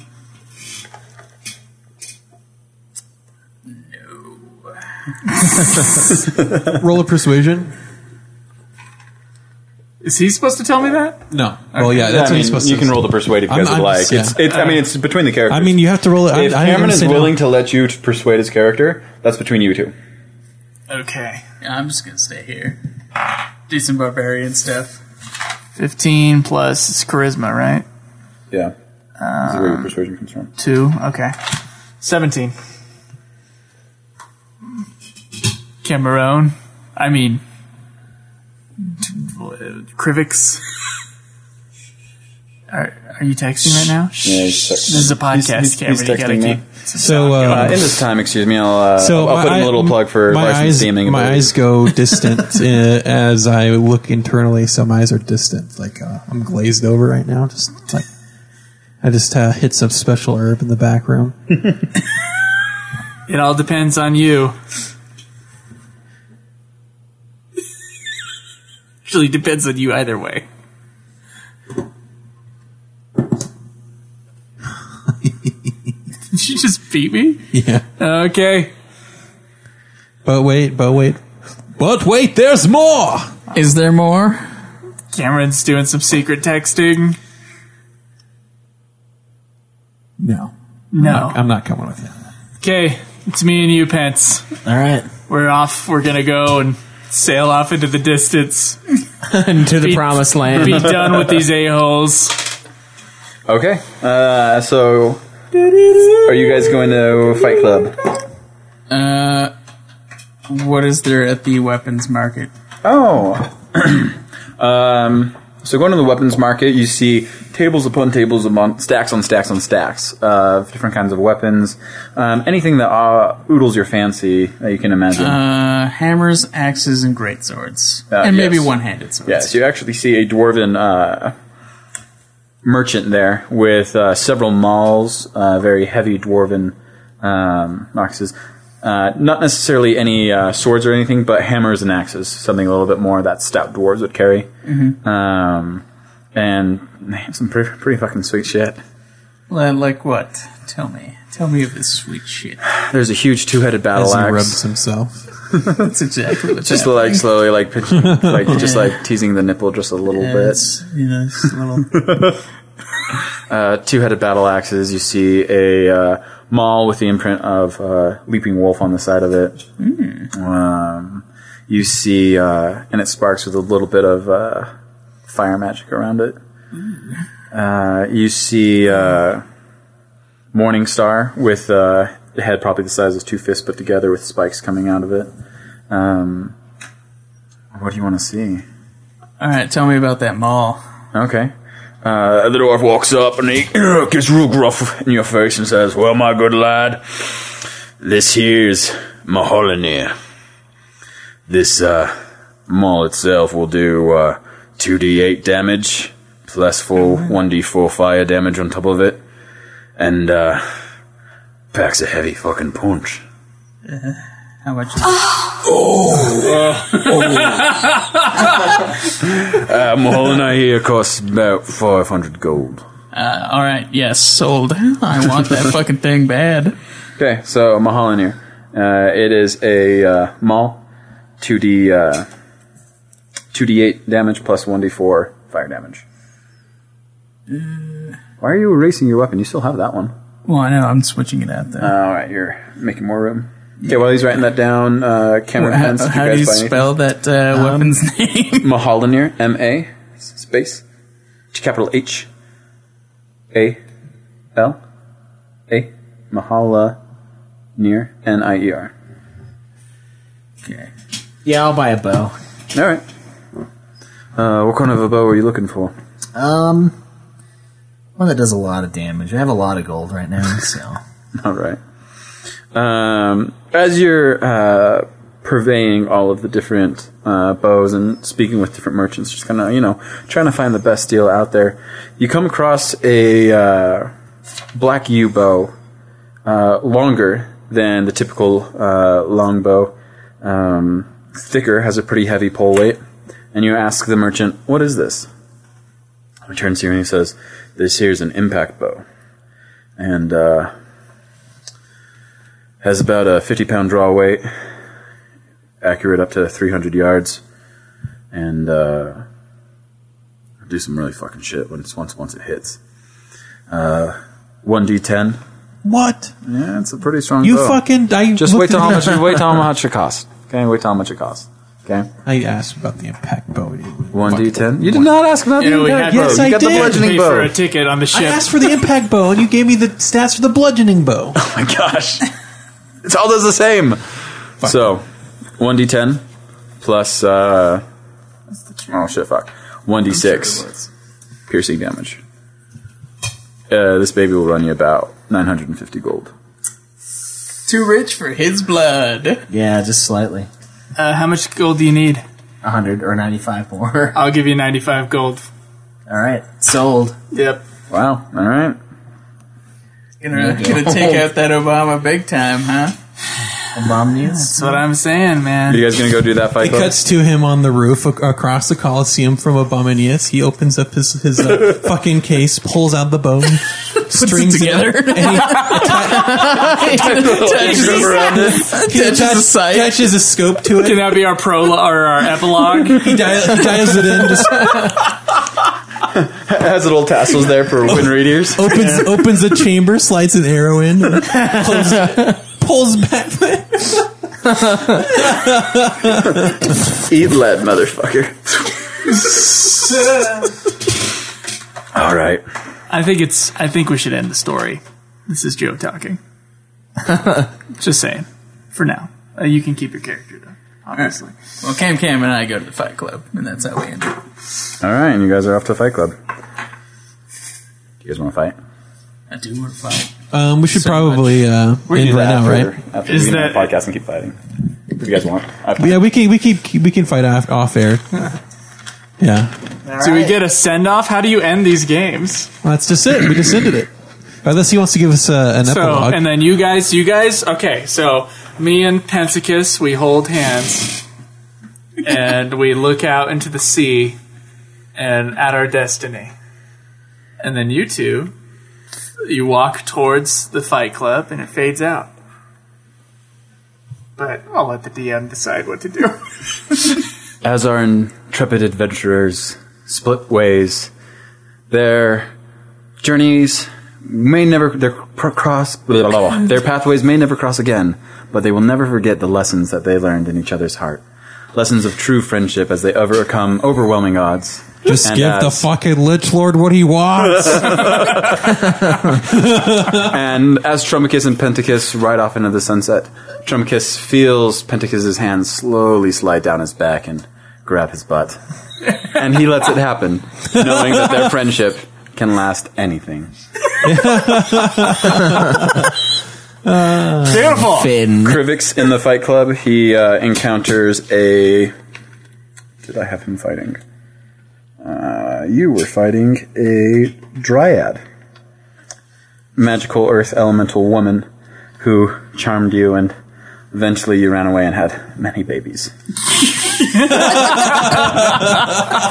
Roll a persuasion.
Is he supposed to tell me that?
No. Well, yeah, that's what
I mean,
you're supposed
you
to.
can roll the persuade if you
I'm-
guys would
I'm
like.
just-
It's,
yeah.
it's, I mean, it's between the characters.
I mean, you have to roll it.
if
I, I
Cameron is willing
to.
to let you to persuade his character, that's between you two.
Okay.
I'm just gonna stay here. Do some barbarian stuff.
15 plus it's charisma, right?
Yeah. this is
Ah.
where your persuasion comes from.
Two. Okay. 17. Cameron. I mean, t- uh, Krivix.
Are, are you texting right now? Shh.
Yeah, he's
this
texting.
is a podcast,
He's- he's-
Cameron. You
he's
gotta
texting me.
keep.
So
Uh,
uh,
in this time, excuse me, I'll, uh,
so
I'll put
my
in a little
eye-
plug for
my
licensed
eyes,
gaming.
My
abilities.
eyes go distant uh, as I look internally. So my eyes are distant. Like uh, I'm glazed over right now. Just like I just uh, hit some special herb in the back room.
It all depends on you. Actually, depends on you either way. Did you just beat me?
Yeah.
Okay.
But wait. But wait. But wait. There's more.
Is there more?
Cameron's doing some secret texting.
No.
No.
I'm not coming with you.
Okay, it's me and you, Pence.
All right.
We're off. We're gonna go and sail off into the distance.
to the promised land.
Be done with these a-holes.
Okay. Uh, so, are you guys going to Fight Club?
Uh, what is there at the weapons market?
Oh. um, so going to the weapons market, you see tables upon tables upon stacks on stacks on stacks of different kinds of weapons. Um, anything that uh, oodles your fancy that you can imagine.
Uh, hammers, axes, and great swords,
Uh,
and maybe
yes.
one-handed swords.
Yes, you actually see a dwarven uh, merchant there with uh, several mauls, uh, very heavy dwarven um, axes. Uh, not necessarily any uh, swords or anything, but hammers and axes, something a little bit more that stout dwarves would carry.
Mhm.
Um, and they have some pretty, pretty fucking sweet shit.
Li- Like what? Tell me. Tell me of this sweet shit.
There's a huge two-headed battle
As he
axe.
rubs himself.
That's exactly what's
Just
happening.
like slowly, like pinching, like just
Yeah.
like teasing the nipple just a little
Yeah,
bit.
it's, you know, it's a little.
uh, two-headed battle axes. You see a uh, maul with the imprint of uh, leaping wolf on the side of it.
Hmm.
Um, you see, uh, and it sparks with a little bit of uh, fire magic around it.
Hmm.
Uh, you see uh, Morning Star with uh, a head probably the size of two fists put together with spikes coming out of it. Um, what do you want to see?
All right, tell me about that mall.
Okay. Uh, the dwarf walks up and he gets real gruff in your face and says, Well, my good lad, this here's Maholanir. This uh, maul itself will do uh, 2d8 damage plus 4 1d4 fire damage on top of it. And uh, packs a heavy fucking punch.
How much? Is
Uh, Maholanir here costs about 500 gold.
Uh, all right, yes, sold. I want that fucking thing bad.
Okay, so Mahalanir. Uh, it is a uh, Maul, 2D, uh, 2d8 damage plus 1d4 fire damage. Why are you erasing your weapon? You still have that one.
Well, I know I'm switching it out though.
Alright, you're making more room. Okay, while he's writing that down, uh, Cameron
how
Pence, did
how do
guys
you
buy anything?
spell that uh, weapon's name?
Mahalanir, M A, space, capital H, A, L, A, Mahalanir, N I E R.
Okay.
Yeah, I'll buy a bow.
All right. Uh, what kind of a bow are you looking for?
Um, one that does a lot of damage. I have a lot of gold right now, so
All right. Um, as you're uh, purveying all of the different uh, bows and speaking with different merchants, just kind of you know trying to find the best deal out there, you come across a uh, black U bow, uh, longer than the typical uh, longbow, um, thicker, has a pretty heavy pole weight, and you ask the merchant, "What is this?" He turns to you and he says, "This here's an impact bow." And uh, has about a 50 pound draw weight, accurate up to 300 yards, and uh, do some really fucking shit when it's once once it hits. Uh, 1d10.
What?
Yeah, it's a pretty strong.
You
bow.
fucking. I
Oh. Just wait
looked
till
it
how
up.
much. Wait till how much it costs. Okay, wait till how much it costs. Okay,
I asked about the impact bow.
one d10. You did not ask about the
You know, we
impact
had
bow.
Yes,
you
I
got the
did.
bludgeoning
Pay for
bow.
a ticket on the
I
ship.
asked for the impact bow, and you gave me the stats for the bludgeoning bow.
Oh my gosh, it's all does the same. So, one d10 plus. Uh, oh shit! Fuck. One d6 piercing damage. uh, this baby will run you about 950 gold.
Too rich for his blood.
Yeah, just slightly.
Uh, how much gold do you need?
100 or 95 more.
I'll give you 95 gold.
All right. Sold.
Yep.
Wow. All right.
Gonna, gonna take out that Obama big time, huh?
Obama
That's what I'm saying, man.
You guys gonna go do that fight
It cuts to him on the roof ac- across the Coliseum from Abominus. He opens up his, his uh, fucking case, pulls out the bone, strings it
together.
and he He attach- attaches a scope to it.
Can that be our prologue or our epilogue?
he, dia- he dials it in, just
Has little tassels there for wind readers.
opens opens a chamber, slides an arrow in, pulls, pulls back.
Eat lead, motherfucker. All right.
I think it's. I think we should end the story. This is Joe talking. Just saying. For now, uh, you can keep your character though. Obviously.
Well, Cam Cam and I go to the fight club, and that's how we end it.
All right, and you guys are off to Fight Club. You guys want to fight?
I do want to fight.
Um, we should probably uh,
do
end right
that
now,
after,
right?
After
Is
we end
that-
the podcast and keep fighting? If you guys want. I-
Yeah, we can we keep we can fight off, off air. Yeah,
Do we get a send off? How do you end these games?
well, that's just it. We just ended it. Unless he wants to give us uh, an
So,
epilogue.
and then you guys, you guys, okay, so me and Pensacus, we hold hands and we look out into the sea and at our destiny. And then you two, you walk towards the fight club and it fades out. But I'll let the DM decide what to do.
As our intrepid adventurers split ways, their journeys may never their pr- cross blah, blah, blah. their pathways may never cross again, but they will never forget the lessons that they learned in each other's heart. Lessons of true friendship as they overcome overwhelming odds.
just
and
give
as-
the fucking Lich Lord what he wants.
And as Trumicus and Pentacus ride off into the sunset, Trumicus feels Pentacus's hand slowly slide down his back and grab his butt. and he lets it happen, knowing that their friendship can last anything.
Beautiful!
Finn.
Krivix in the fight club, he uh, encounters a. Did I have him fighting? Uh, you were fighting a dryad. Magical earth elemental woman who charmed you and eventually you ran away and had many babies.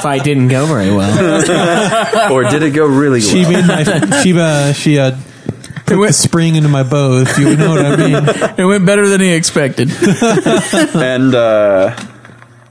Fight didn't go very well.
Or did it go really well?
she made my she uh, she uh, put the spring into my bow. If you know what I mean.
It went better than he expected.
and uh,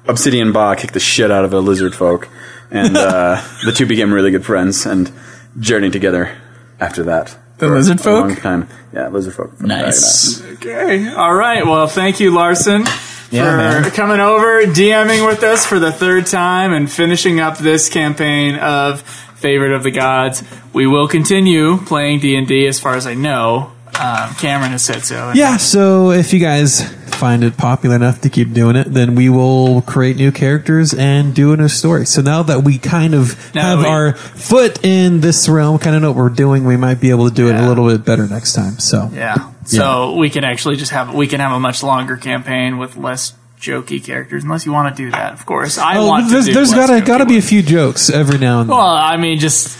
Obsidian Ba kicked the shit out of a lizard folk, and uh, the two became really good friends and journeyed together after that.
The
for
lizard
a
folk?
long time. Yeah, lizard folk.
Nice.
Okay. All right. Well, thank you, Larson, for
man.
coming over, DMing with us for the third time, and finishing up this campaign of Favorite of the Gods. We will continue playing D and D, as far as I know. Um, Cameron has said so.
Yeah, so if you guys find it popular enough to keep doing it, then we will create new characters and do a new story. So now that we kind of
Now
have
we-
our foot in this realm, kind of know what we're doing, we might be able to do it a little bit better next time. So
Yeah. So we can actually just have we can have a much longer campaign with less jokey characters, unless you want to do that. Of course, I want
Oh, there's,
to. Do
there's
less
gotta
jokey
gotta be a
ones.
few jokes every now and then.
Well, I mean, just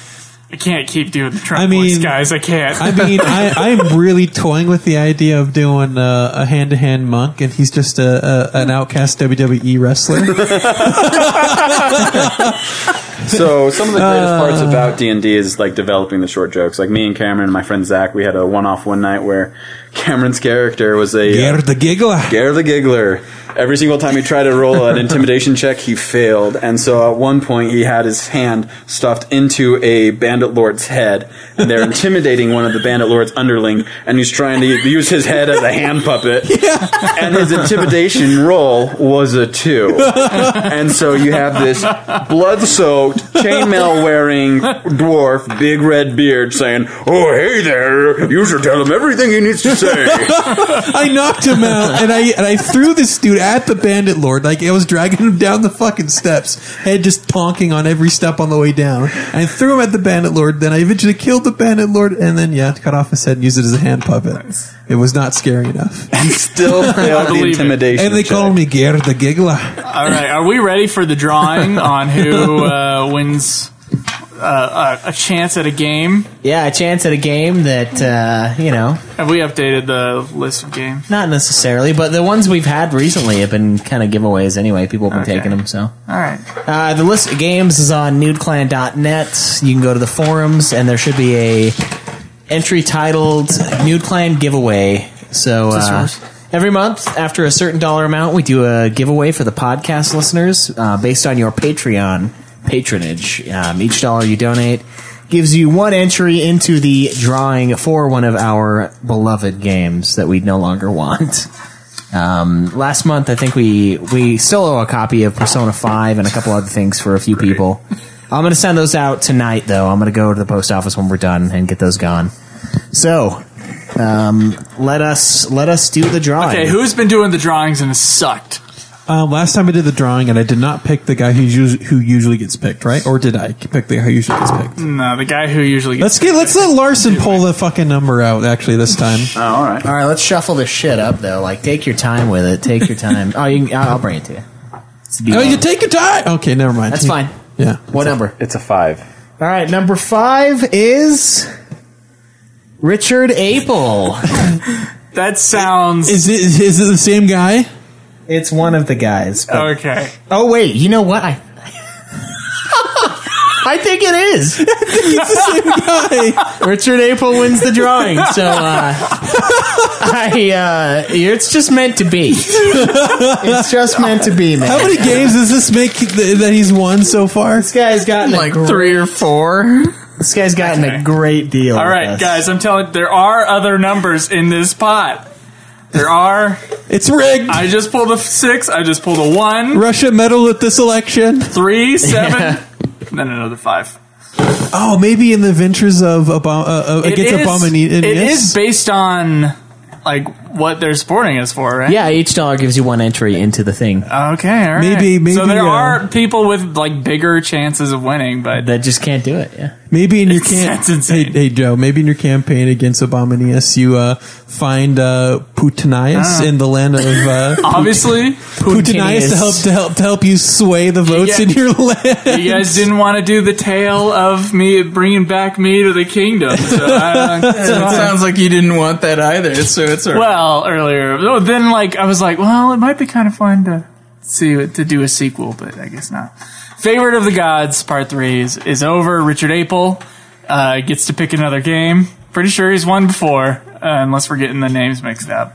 I can't keep doing the Trump
I mean-
voice, guys. I can't.
I mean, I, I'm really toying with the idea of doing uh, a hand to hand monk, and he's just a, a an outcast WWE wrestler.
So some of the greatest parts about D and D is like developing the short jokes. Like me and Cameron and my friend Zach, we had a one-off one night where Cameron's character was a uh,
Gear the giggler.
Gare the Giggler. Every single time he tried to roll an intimidation check, he failed. And so at one point, he had his hand stuffed into a bandit lord's head. And they're intimidating one of the bandit lord's underling, and he's trying to use his head as a hand puppet. And his intimidation roll was a two. And so you have this blood soaked, chainmail wearing dwarf, big red beard, saying, Oh, hey there, you should tell him everything he needs to say.
I knocked him out, and I and I threw this dude at the bandit lord. Like, I was dragging him down the fucking steps, head just honking on every step on the way down. I threw him at the bandit lord, then I eventually killed the bandit lord, and then, yeah, cut off his head and used it as a hand puppet. It was not scary enough.
He still failed the intimidation.
And they
check.
called me Ger the Giggler.
All right, are we ready for the drawing on who uh, wins uh, a, a chance at a game?
Yeah, a chance at a game that uh, you know,
Have we updated the list of games?
not necessarily, but the ones we've had recently have been kind of giveaways anyway. People have been
Okay.
taking them, so.
All right.
Uh, the list of games is on nudeclan.net. You can go to the forums, and there should be a entry titled "Nude Clan Giveaway." So
Is this
uh,
yours?
every month, after a certain dollar amount, we do a giveaway for the podcast listeners uh, based on your Patreon patronage. Um, each dollar you donate gives you one entry into the drawing for one of our beloved games that we no longer want. Um, last month, I think we we still owe a copy of Persona Five and a couple other things for a few people. I'm going to send those out tonight, though. I'm going to go to the post office when we're done and get those gone. So, um, let us let us do the drawing.
Okay, who's been doing the drawings and it sucked?
Um, last time I did the drawing, and I did not pick the guy who usually, who usually gets picked, right? Or did I pick the guy who usually gets picked?
No, the guy who usually gets
Let's get let's let Larson pull the fucking number out. Actually, this time.
Uh-huh.
Oh, all right, all right. Let's shuffle this shit up, though. Like, take your time with it. Take your time. oh, you can, I'll bring it to you. It's a
Oh,
beauty.
you take your time. Okay, never mind.
That's fine.
Yeah.
What number?
It's a five.
All right, number five is Richard Apel.
that sounds.
Is it is it the same guy?
It's one of the guys. but-
Okay.
Oh wait, you know what? I I think it is. Richard April wins the drawing, so uh, I uh, it's just meant to be. It's just meant to be, man.
How many games does this make th- that he's won so far?
This guy's gotten
Like
a great,
three or four.
This guy's gotten a great deal.
All right, guys, I'm telling there are other numbers in this pot. There are.
It's rigged.
I just pulled a six. I just pulled a one,
Russia medal at this election.
three, seven, then another five.
Oh, maybe in the ventures of Obama uh, uh, against Obama.
it is based on like what they're supporting us for, right?
Yeah, each dollar gives you one entry into the thing
Okay. All right.
Maybe- maybe,
So there
uh,
are people with like bigger chances of winning, but
that just can't do it. Yeah.
Maybe in your
That's
campaign, hey,
insane.
hey Joe, maybe in your campaign against Obamanias, you uh, find uh, Putanias
Ah.
in the land of uh,
obviously
Putanias to help to help to help you sway the votes
Yeah.
in your land.
you guys didn't want to do the tale of me bringing back me to the kingdom. So I,
It sounds like you didn't want that either, so it's all right.
well, earlier. No, then like I was like, well, it might be kind of fun to see what- to do a sequel, but I guess not. Favorite of the Gods Part Three is, is over. Richard Apel uh, gets to pick another game. Pretty sure he's won before, uh, unless we're getting the names mixed up.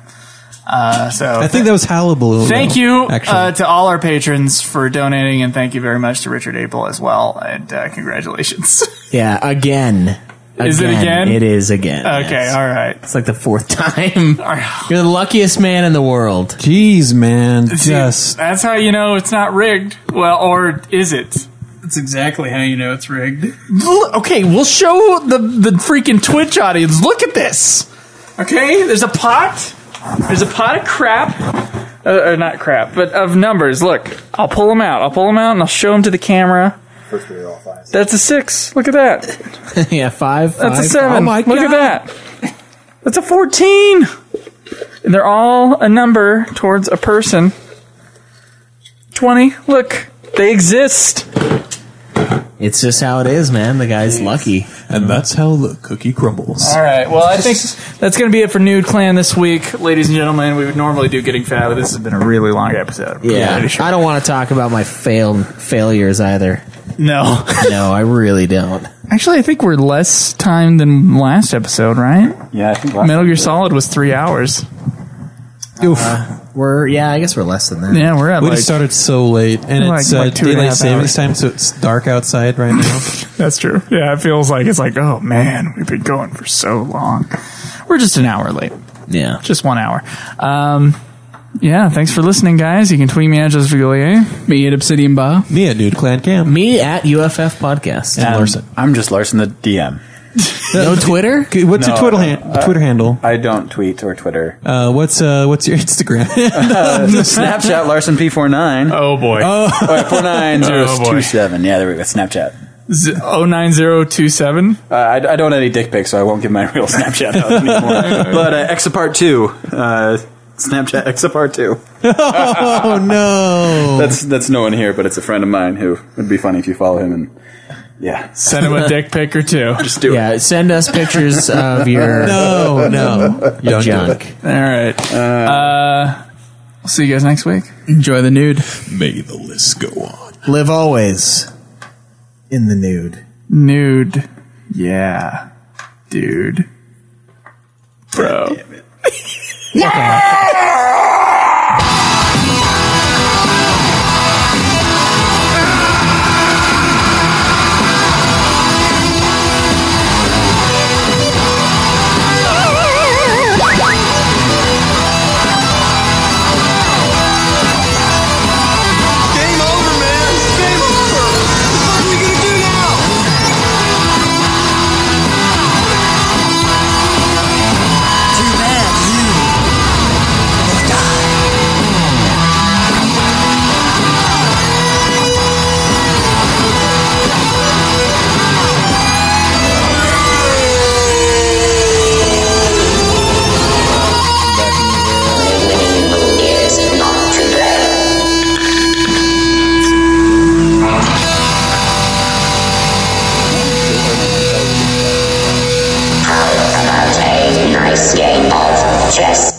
Uh, so
I think that was Halliburton.
Thank you
Actually,
uh, to all our patrons for donating, and thank you very much to Richard Apel as well. And uh, congratulations.
Yeah, again.
Is it again?
It is again.
okay,
yes.
all right.
It's like the fourth time.
All right.
You're the luckiest man in the world.
jeez, man,
See,
just
That's how you know it's not rigged. Well, or is it?
That's exactly how you know it's rigged.
Okay, we'll show the the freaking Twitch audience. Look at this. Okay, there's a pot. There's a pot of crap. Uh, or not crap, but of numbers. Look, I'll pull them out. I'll pull them out and I'll show them to the camera. That's a six. Look at that.
yeah, five.
That's a
five.
seven.
Oh my
Look at
God.
that. That's a fourteen. And they're all a number towards a person. Twenty. Look, they exist.
It's just how it is, man. The guy's lucky.
and that's how the cookie crumbles.
All right. Well, I think that's going to be it for Nude Clan this week, ladies and gentlemen. We would normally do Getting Fat, but this has been a really long episode.
Yeah, I don't want to talk about my failed failures either.
No.
No, I really don't.
Actually, I think we're less time than last episode, right?
Yeah, I think
Metal Gear Solid was three hours.
Oof.
We're yeah, I guess we're less than that.
Yeah, we're at
we
like
just started so late, and
Like-
it's uh,
like two and a
daylight
half
savings time, so it's dark outside right now.
That's true. Yeah, it feels like it's like, oh man, we've been going for so long. We're just an hour late,
Yeah.
just one hour. Um, yeah, thanks for listening, guys. You can tweet me at Joseph Villier.
Me at Obsidian Bar.
Me at Nude Clan Cam.
Me at UFF podcast.
I'm just Larson the DM.
No Twitter?
What's your
No,
Twitter,
no,
han-
uh,
Twitter handle?
I don't tweet or Twitter.
Uh, what's uh, what's your Instagram?
Uh, Snapchat Larson P49.
Oh boy.
Oh.
Oh, boy.
490227. yeah, there we go. Snapchat.
Z- 09027?
Uh, I, I don't any dick pics, so I won't give my real Snapchat out anymore. but uh, Exapart 2. Uh, Snapchat Exapart 2.
oh no!
That's that's no one here, but it's a friend of mine who would be funny if you follow him and yeah.
Send him a dick pic or two.
Just do
yeah, send us pictures of your
Oh,
No, no. Don't do
your junk.
All right. Uh, we'll see you guys next week.
Enjoy the nude.
May the list go on.
Live always in the nude.
Nude. Yeah. Dude. Bro.
Game over, man. Game over. What are we gonna do now? Too bad you have died.
is not today. How about a nice game of chess?